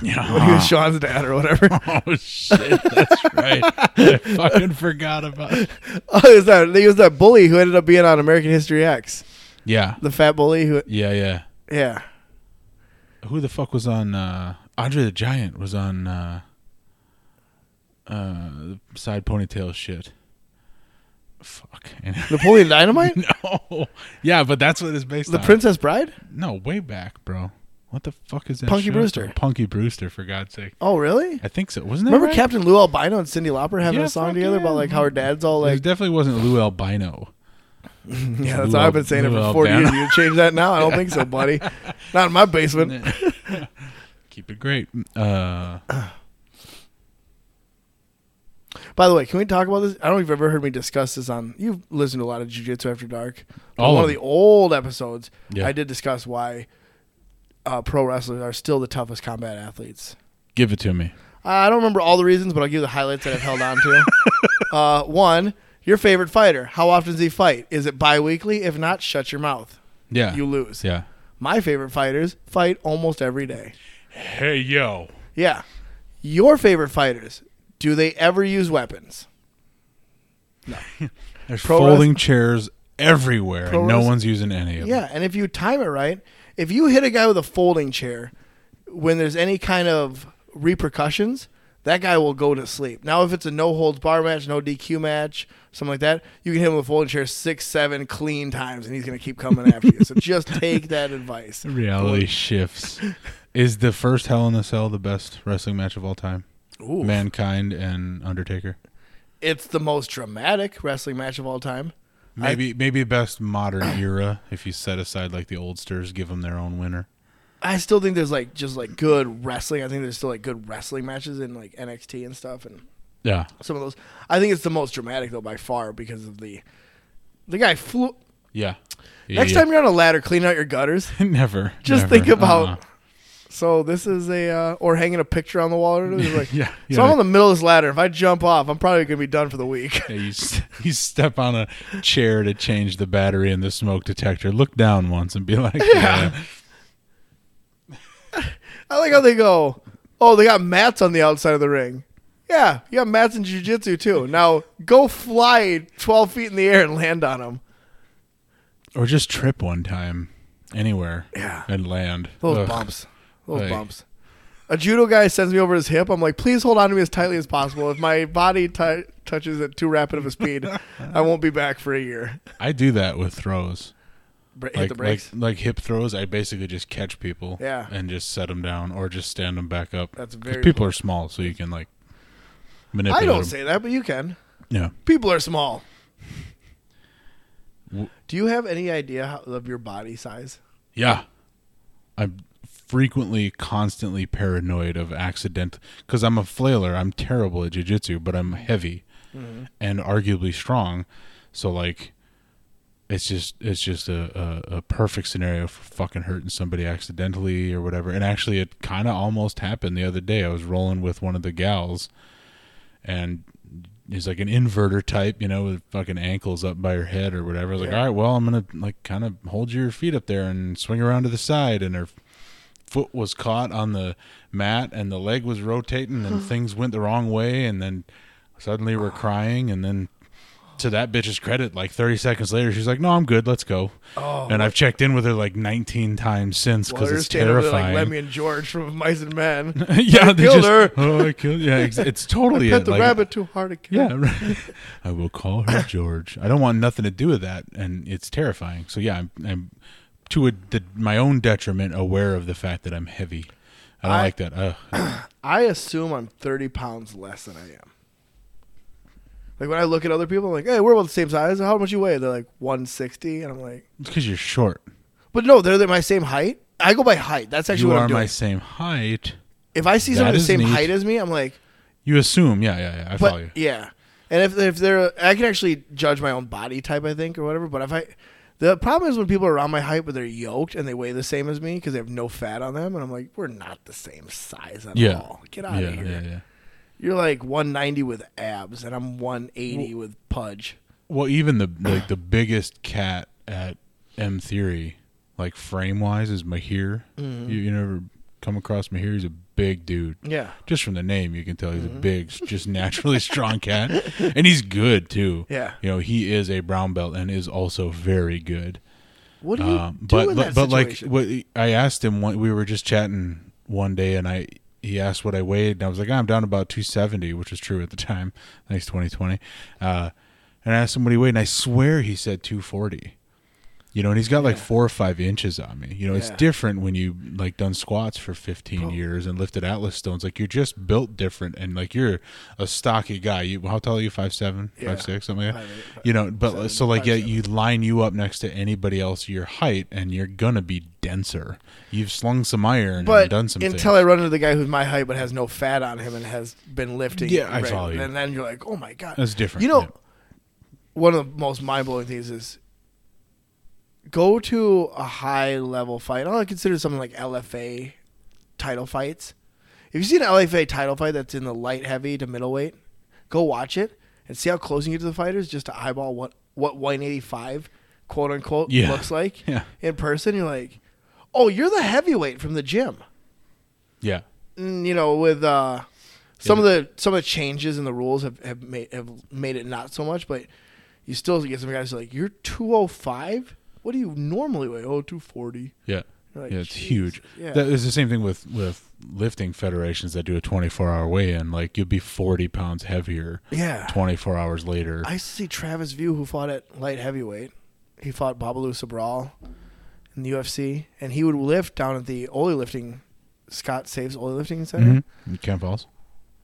S2: Yeah.
S1: When he was Sean's dad or whatever.
S2: Oh shit, that's right. I fucking forgot about. It.
S1: oh, is that he was that bully who ended up being on American History X.
S2: Yeah,
S1: The fat bully who
S2: yeah, yeah.
S1: Yeah.
S2: Who the fuck was on? uh Andre the Giant was on uh uh side ponytail shit. Fuck. And-
S1: Napoleon Dynamite?
S2: no. Yeah, but that's what it's based
S1: the
S2: on.
S1: Princess Bride?
S2: No, way back, bro. What the fuck is that?
S1: Punky
S2: show?
S1: Brewster.
S2: Punky Brewster, for God's sake.
S1: Oh, really?
S2: I think so. Wasn't that
S1: Remember
S2: right?
S1: Captain Lou Albino and Cindy Lauper having
S2: Yeah,
S1: a song
S2: fuck
S1: together
S2: yeah.
S1: about like how her dad's all
S2: It
S1: like,
S2: definitely wasn't Lou Albino.
S1: yeah, that's
S2: Lou
S1: how
S2: Al-
S1: I've been saying it
S2: Lou
S1: for 40 years.
S2: Albano.
S1: You change that now? I don't think so, buddy. Not in my basement.
S2: Keep it great. Uh,
S1: By the way, can we talk about this? I don't know if you've ever heard me discuss this on. You've listened to a lot of Jiu Jitsu After Dark. On
S2: All
S1: one
S2: of
S1: of the old episodes,
S2: Yeah.
S1: I did discuss why uh, pro wrestlers are still the toughest combat athletes.
S2: give it to me.
S1: I don't remember all the reasons, but I'll give you the highlights that I've held on to. uh, one, your favorite fighter. How often does he fight? Is it bi weekly? If not, shut your mouth.
S2: Yeah.
S1: You lose.
S2: yeah.
S1: My favorite fighters fight almost every day.
S2: Hey yo.
S1: Yeah. Your favorite fighters, do they ever use weapons?
S2: There's
S1: Pro
S2: folding chairs everywhere,
S1: Pro
S2: and no
S1: wrest-
S2: one's using any of them.
S1: Yeah, and if you time it right, if you hit a guy with a folding chair when there's any kind of repercussions, that guy will go to sleep. Now, if it's a no holds bar match, no DQ match, something like that, you can hit him with a folding chair six, seven clean times, and he's going to keep coming after you. So just take that advice.
S2: Reality shifts. Is the first Hell in a Cell the best wrestling match of all time?
S1: Ooh.
S2: Mankind and Undertaker.
S1: It's the most dramatic wrestling match of all time.
S2: Maybe maybe best modern era if you set aside like the oldsters, give them their own winner.
S1: I still think there's like just like good wrestling. I think there's still like good wrestling matches in like NXT and stuff, and
S2: Yeah.
S1: some of those. I think it's the most dramatic though by far because of the the guy flew.
S2: Yeah.
S1: Next time you're on a ladder, clean out your gutters.
S2: never.
S1: Just
S2: never.
S1: think about
S2: Uh-uh.
S1: So this is a uh, or hanging a picture on the wall. Or whatever. like,
S2: Yeah, yeah.
S1: So I'm on the middle of this ladder. If I jump off, I'm probably gonna be done for the week.
S2: Yeah, you, st- you step on a chair to change the battery in the smoke detector. Look down once and be like, yeah.
S1: I like how they go. Oh, they got mats on the outside of the ring. Yeah, you got mats in jujitsu too. Now go fly 12 feet in the air and land on them.
S2: Or just trip one time anywhere
S1: Yeah.
S2: and land.
S1: Those
S2: Ugh.
S1: bumps. Those
S2: Like-
S1: bumps. A judo guy sends me over his hip. I'm like, please hold on to me as tightly as possible. If my body t- touches at too rapid of a speed, I won't be back for a year.
S2: I do that with throws.
S1: Bra- hit
S2: Like,
S1: the brakes.
S2: like like hip throws, I basically just catch people
S1: Yeah.
S2: and just set them down or just stand them back up.
S1: That's
S2: 'Cause
S1: very
S2: people are small, so you can like manipulate
S1: I don't
S2: 'em.
S1: say that, but you can.
S2: yeah.
S1: People are small.
S2: W-
S1: Do you have any idea how, of your body size?
S2: Yeah. I'm frequently, constantly paranoid of accident because I'm a flailer. I'm terrible at jujitsu, but I'm heavy and arguably strong. So like, it's just it's just a, a, a perfect scenario for fucking hurting somebody accidentally or whatever. And actually, it kind of almost happened the other day. I was rolling with one of the gals, and he's like an inverter type, you know, with fucking ankles up by her head or whatever. I was like,
S1: Yeah.
S2: all right, well, I'm gonna like kind of hold your feet up there and swing around to the side, and her foot was caught on the mat and the leg was rotating and things went the wrong way and then suddenly we're crying and then to that bitch's credit like 30 seconds later she's like no i'm good let's go
S1: Oh,
S2: and i've checked in with her like 19 times since
S1: Well,
S2: because
S1: they're
S2: it's
S1: standing over there
S2: terrifying
S1: Like Lemmy and George from Mice and Men.
S2: yeah they
S1: killed
S2: just
S1: her.
S2: oh i killed yeah it's, it's totally
S1: Pet
S2: it,
S1: the
S2: like-
S1: rabbit too hard to kill.
S2: yeah right. i will call her george i don't want nothing to do with that and it's terrifying so yeah i'm, I'm to a, the, my own detriment aware of the fact that i'm heavy i don't
S1: I-
S2: like that Ugh.
S1: I assume I'm 30 pounds less than I am. Like when I look at other people, I'm like, hey, we're about the same size. How much you weigh? They're like 160, and I'm like,
S2: It's because you're short.
S1: but no, they're, they're my same height. I go by height. That's actually
S2: you
S1: what
S2: are
S1: I'm doing.
S2: my same height.
S1: if I see
S2: that
S1: someone the
S2: is
S1: same
S2: neat.
S1: height as me, I'm like,
S2: You assume, yeah, yeah, yeah. I follow you.
S1: but yeah. And if if they're, I can actually judge my own body type, I think, or whatever. But if I, the problem is when people are around my height, but they're yoked and they weigh the same as me because they have no fat on them, and I'm like, we're not the same size at
S2: Yeah.
S1: all. Get out
S2: yeah,
S1: of here.
S2: yeah, yeah.
S1: You're like 190 with abs, and I'm 180 with pudge.
S2: Well, even the like the biggest cat at M Theory, like frame wise, is Mahir.
S1: Mm-hmm.
S2: You, you never come across Mahir? He's a big dude.
S1: Yeah. Mm-hmm.
S2: Just from the name, you can tell he's a big, s- just naturally strong cat, and he's good too.
S1: Yeah.
S2: you know he is a brown belt and is also very good.
S1: What do you
S2: Um,
S1: do
S2: but
S1: in
S2: but,
S1: that
S2: but like
S1: situation?
S2: what I asked him one, we were just chatting one day and I he asked what I weighed and I was like "Ah, I'm down about 270 which was true at the time thanks 2020 uh, and I asked him what he weighed and I swear he said 240 you know and he's got like four or five inches on me you know it's
S1: Yeah.
S2: different when you like done squats for 15
S1: Oh.
S2: years and lifted atlas stones like you're just built different and like you're a stocky guy you how tall are you five seven,
S1: Yeah.
S2: five six, something like that
S1: Five eight, five-
S2: you know but
S1: seven,
S2: so like
S1: five
S2: yeah
S1: seven.
S2: you line you up next to anybody else your height and you're gonna be denser you've slung some iron
S1: But
S2: and done some
S1: until I
S2: things.
S1: run into the guy who's my height but has no fat on him and has been lifting.
S2: Yeah, I
S1: regularly,
S2: follow you.
S1: And then you're like, oh my god,
S2: That's different,
S1: You know,
S2: yeah.
S1: one of the most mind blowing things is go to a high level fight. I consider something like LFA title fights. If you see an LFA title fight that's in the light heavy to middleweight, go watch it and see how close you get to the fighters just to eyeball what what 185 quote unquote
S2: Yeah.
S1: looks like
S2: Yeah.
S1: in person. You're like, oh, you're the heavyweight from the gym
S2: yeah
S1: mm, you know, with uh, some of the some of the changes in the rules have, have made have made it not so much, but you still get some guys who are like you're 205. What do you normally weigh? Oh, 240.
S2: yeah
S1: You're like,
S2: yeah, it's
S1: "Jesus."
S2: huge.
S1: Yeah.
S2: That is the same thing with with lifting federations that do a 24 hour weigh in. Like you'll be 40 pounds heavier
S1: yeah.
S2: 24 hours later.
S1: I used to see Travis View, who fought at light heavyweight. He fought Babalu Sabral in the UFC, and he would lift down at the oil lifting. Scott Saves Oil Lifting Center
S2: Mhm. Camp Falls,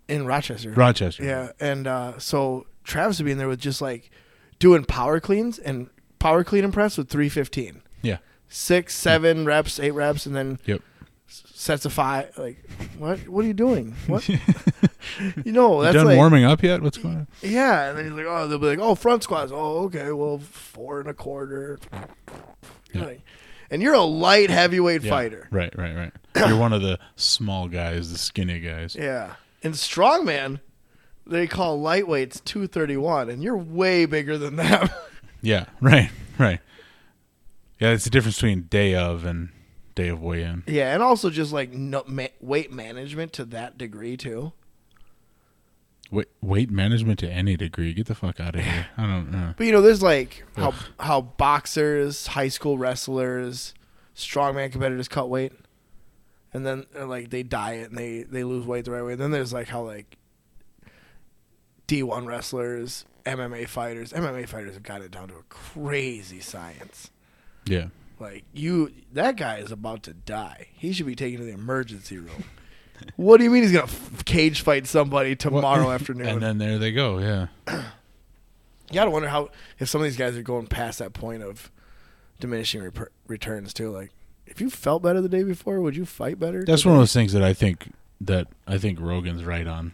S1: in Rochester.
S2: Rochester.
S1: Yeah, and uh, so Travis would be in there with just like doing power cleans and power clean and press with 315.
S2: yeah,
S1: Six, seven reps, eight reps, and then
S2: yep.
S1: s- sets of five. Like, what? What are you doing? What? you know,
S2: You
S1: that's
S2: done
S1: like,
S2: warming up yet? What's going on?
S1: yeah. And then he's like, oh, they'll be like, oh, front squats. Oh, okay, well, four and a quarter. You're
S2: Yeah.
S1: like- and you're a light heavyweight fighter.
S2: Right, right, right. You're one of the small guys, the skinny guys.
S1: Yeah. And strongman, they call lightweights 231, and you're way bigger than them.
S2: Yeah, right, right. Yeah, it's the difference between day of and day of weigh in.
S1: yeah, and also just like no, ma- weight management to that degree, too.
S2: Weight, weight management to any degree. Get the fuck out of here. I don't know.
S1: But you know, there's like how
S2: Ugh.
S1: how boxers, high school wrestlers, strongman competitors cut weight, and then uh, like they diet and they they lose weight the right way. then there's like how like D1 wrestlers, MMA fighters, MMA fighters have got it down to a crazy science.
S2: Yeah.
S1: Like you, that guy is about to die. He should be taken to the emergency room. what do you mean he's gonna f- cage fight somebody tomorrow afternoon?
S2: And then there they go. Yeah.
S1: you gotta wonder how if some of these guys are going past that point of diminishing rep- returns too. Like, if you felt better the day before, would you fight better?
S2: That's
S1: today?
S2: one of those things that I think that I think Rogan's right on.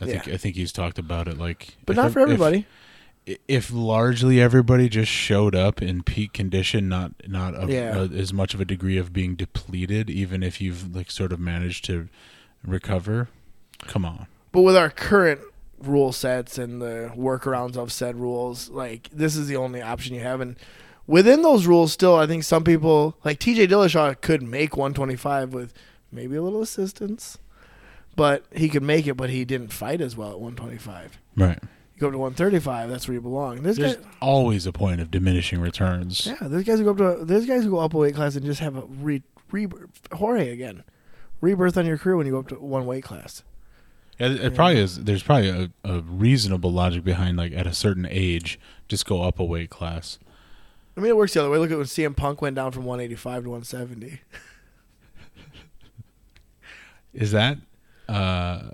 S2: I think
S1: Yeah.
S2: I think he's talked about it like
S1: but
S2: if
S1: not
S2: ev-
S1: for everybody.
S2: If, if largely everybody just showed up in peak condition, not not of
S1: Yeah.
S2: uh, as much of a degree of being depleted, even if you've like sort of managed to recover. Come on.
S1: but with our current rule sets and the workarounds of said rules, like this is the only option you have. And within those rules, still, I think some people like T.J. Dillashaw could make 125 with maybe a little assistance, but he could make it. But he didn't fight as well at 125.
S2: Right.
S1: You go up to 135, that's where you belong. This
S2: There's
S1: guy,
S2: always a point of diminishing returns.
S1: Yeah, there's guys who go up to there's guys who go up a weight class and just have a re, rebirth. Jorge again, rebirth on your career when you go up to one weight class.
S2: Yeah, it, it probably is. There's probably a, a reasonable logic behind like at a certain age, just go up a weight class.
S1: I mean, it works the other way. Look at when CM Punk went down from 185 to 170.
S2: Is that uh,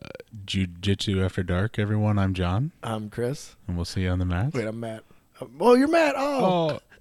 S2: jujitsu after dark? Everyone, I'm John,
S1: I'm Chris.
S2: and we'll see you on the mat.
S1: Wait, I'm Matt. Um, Oh, Uh, you're Matt. Oh,
S2: Oh,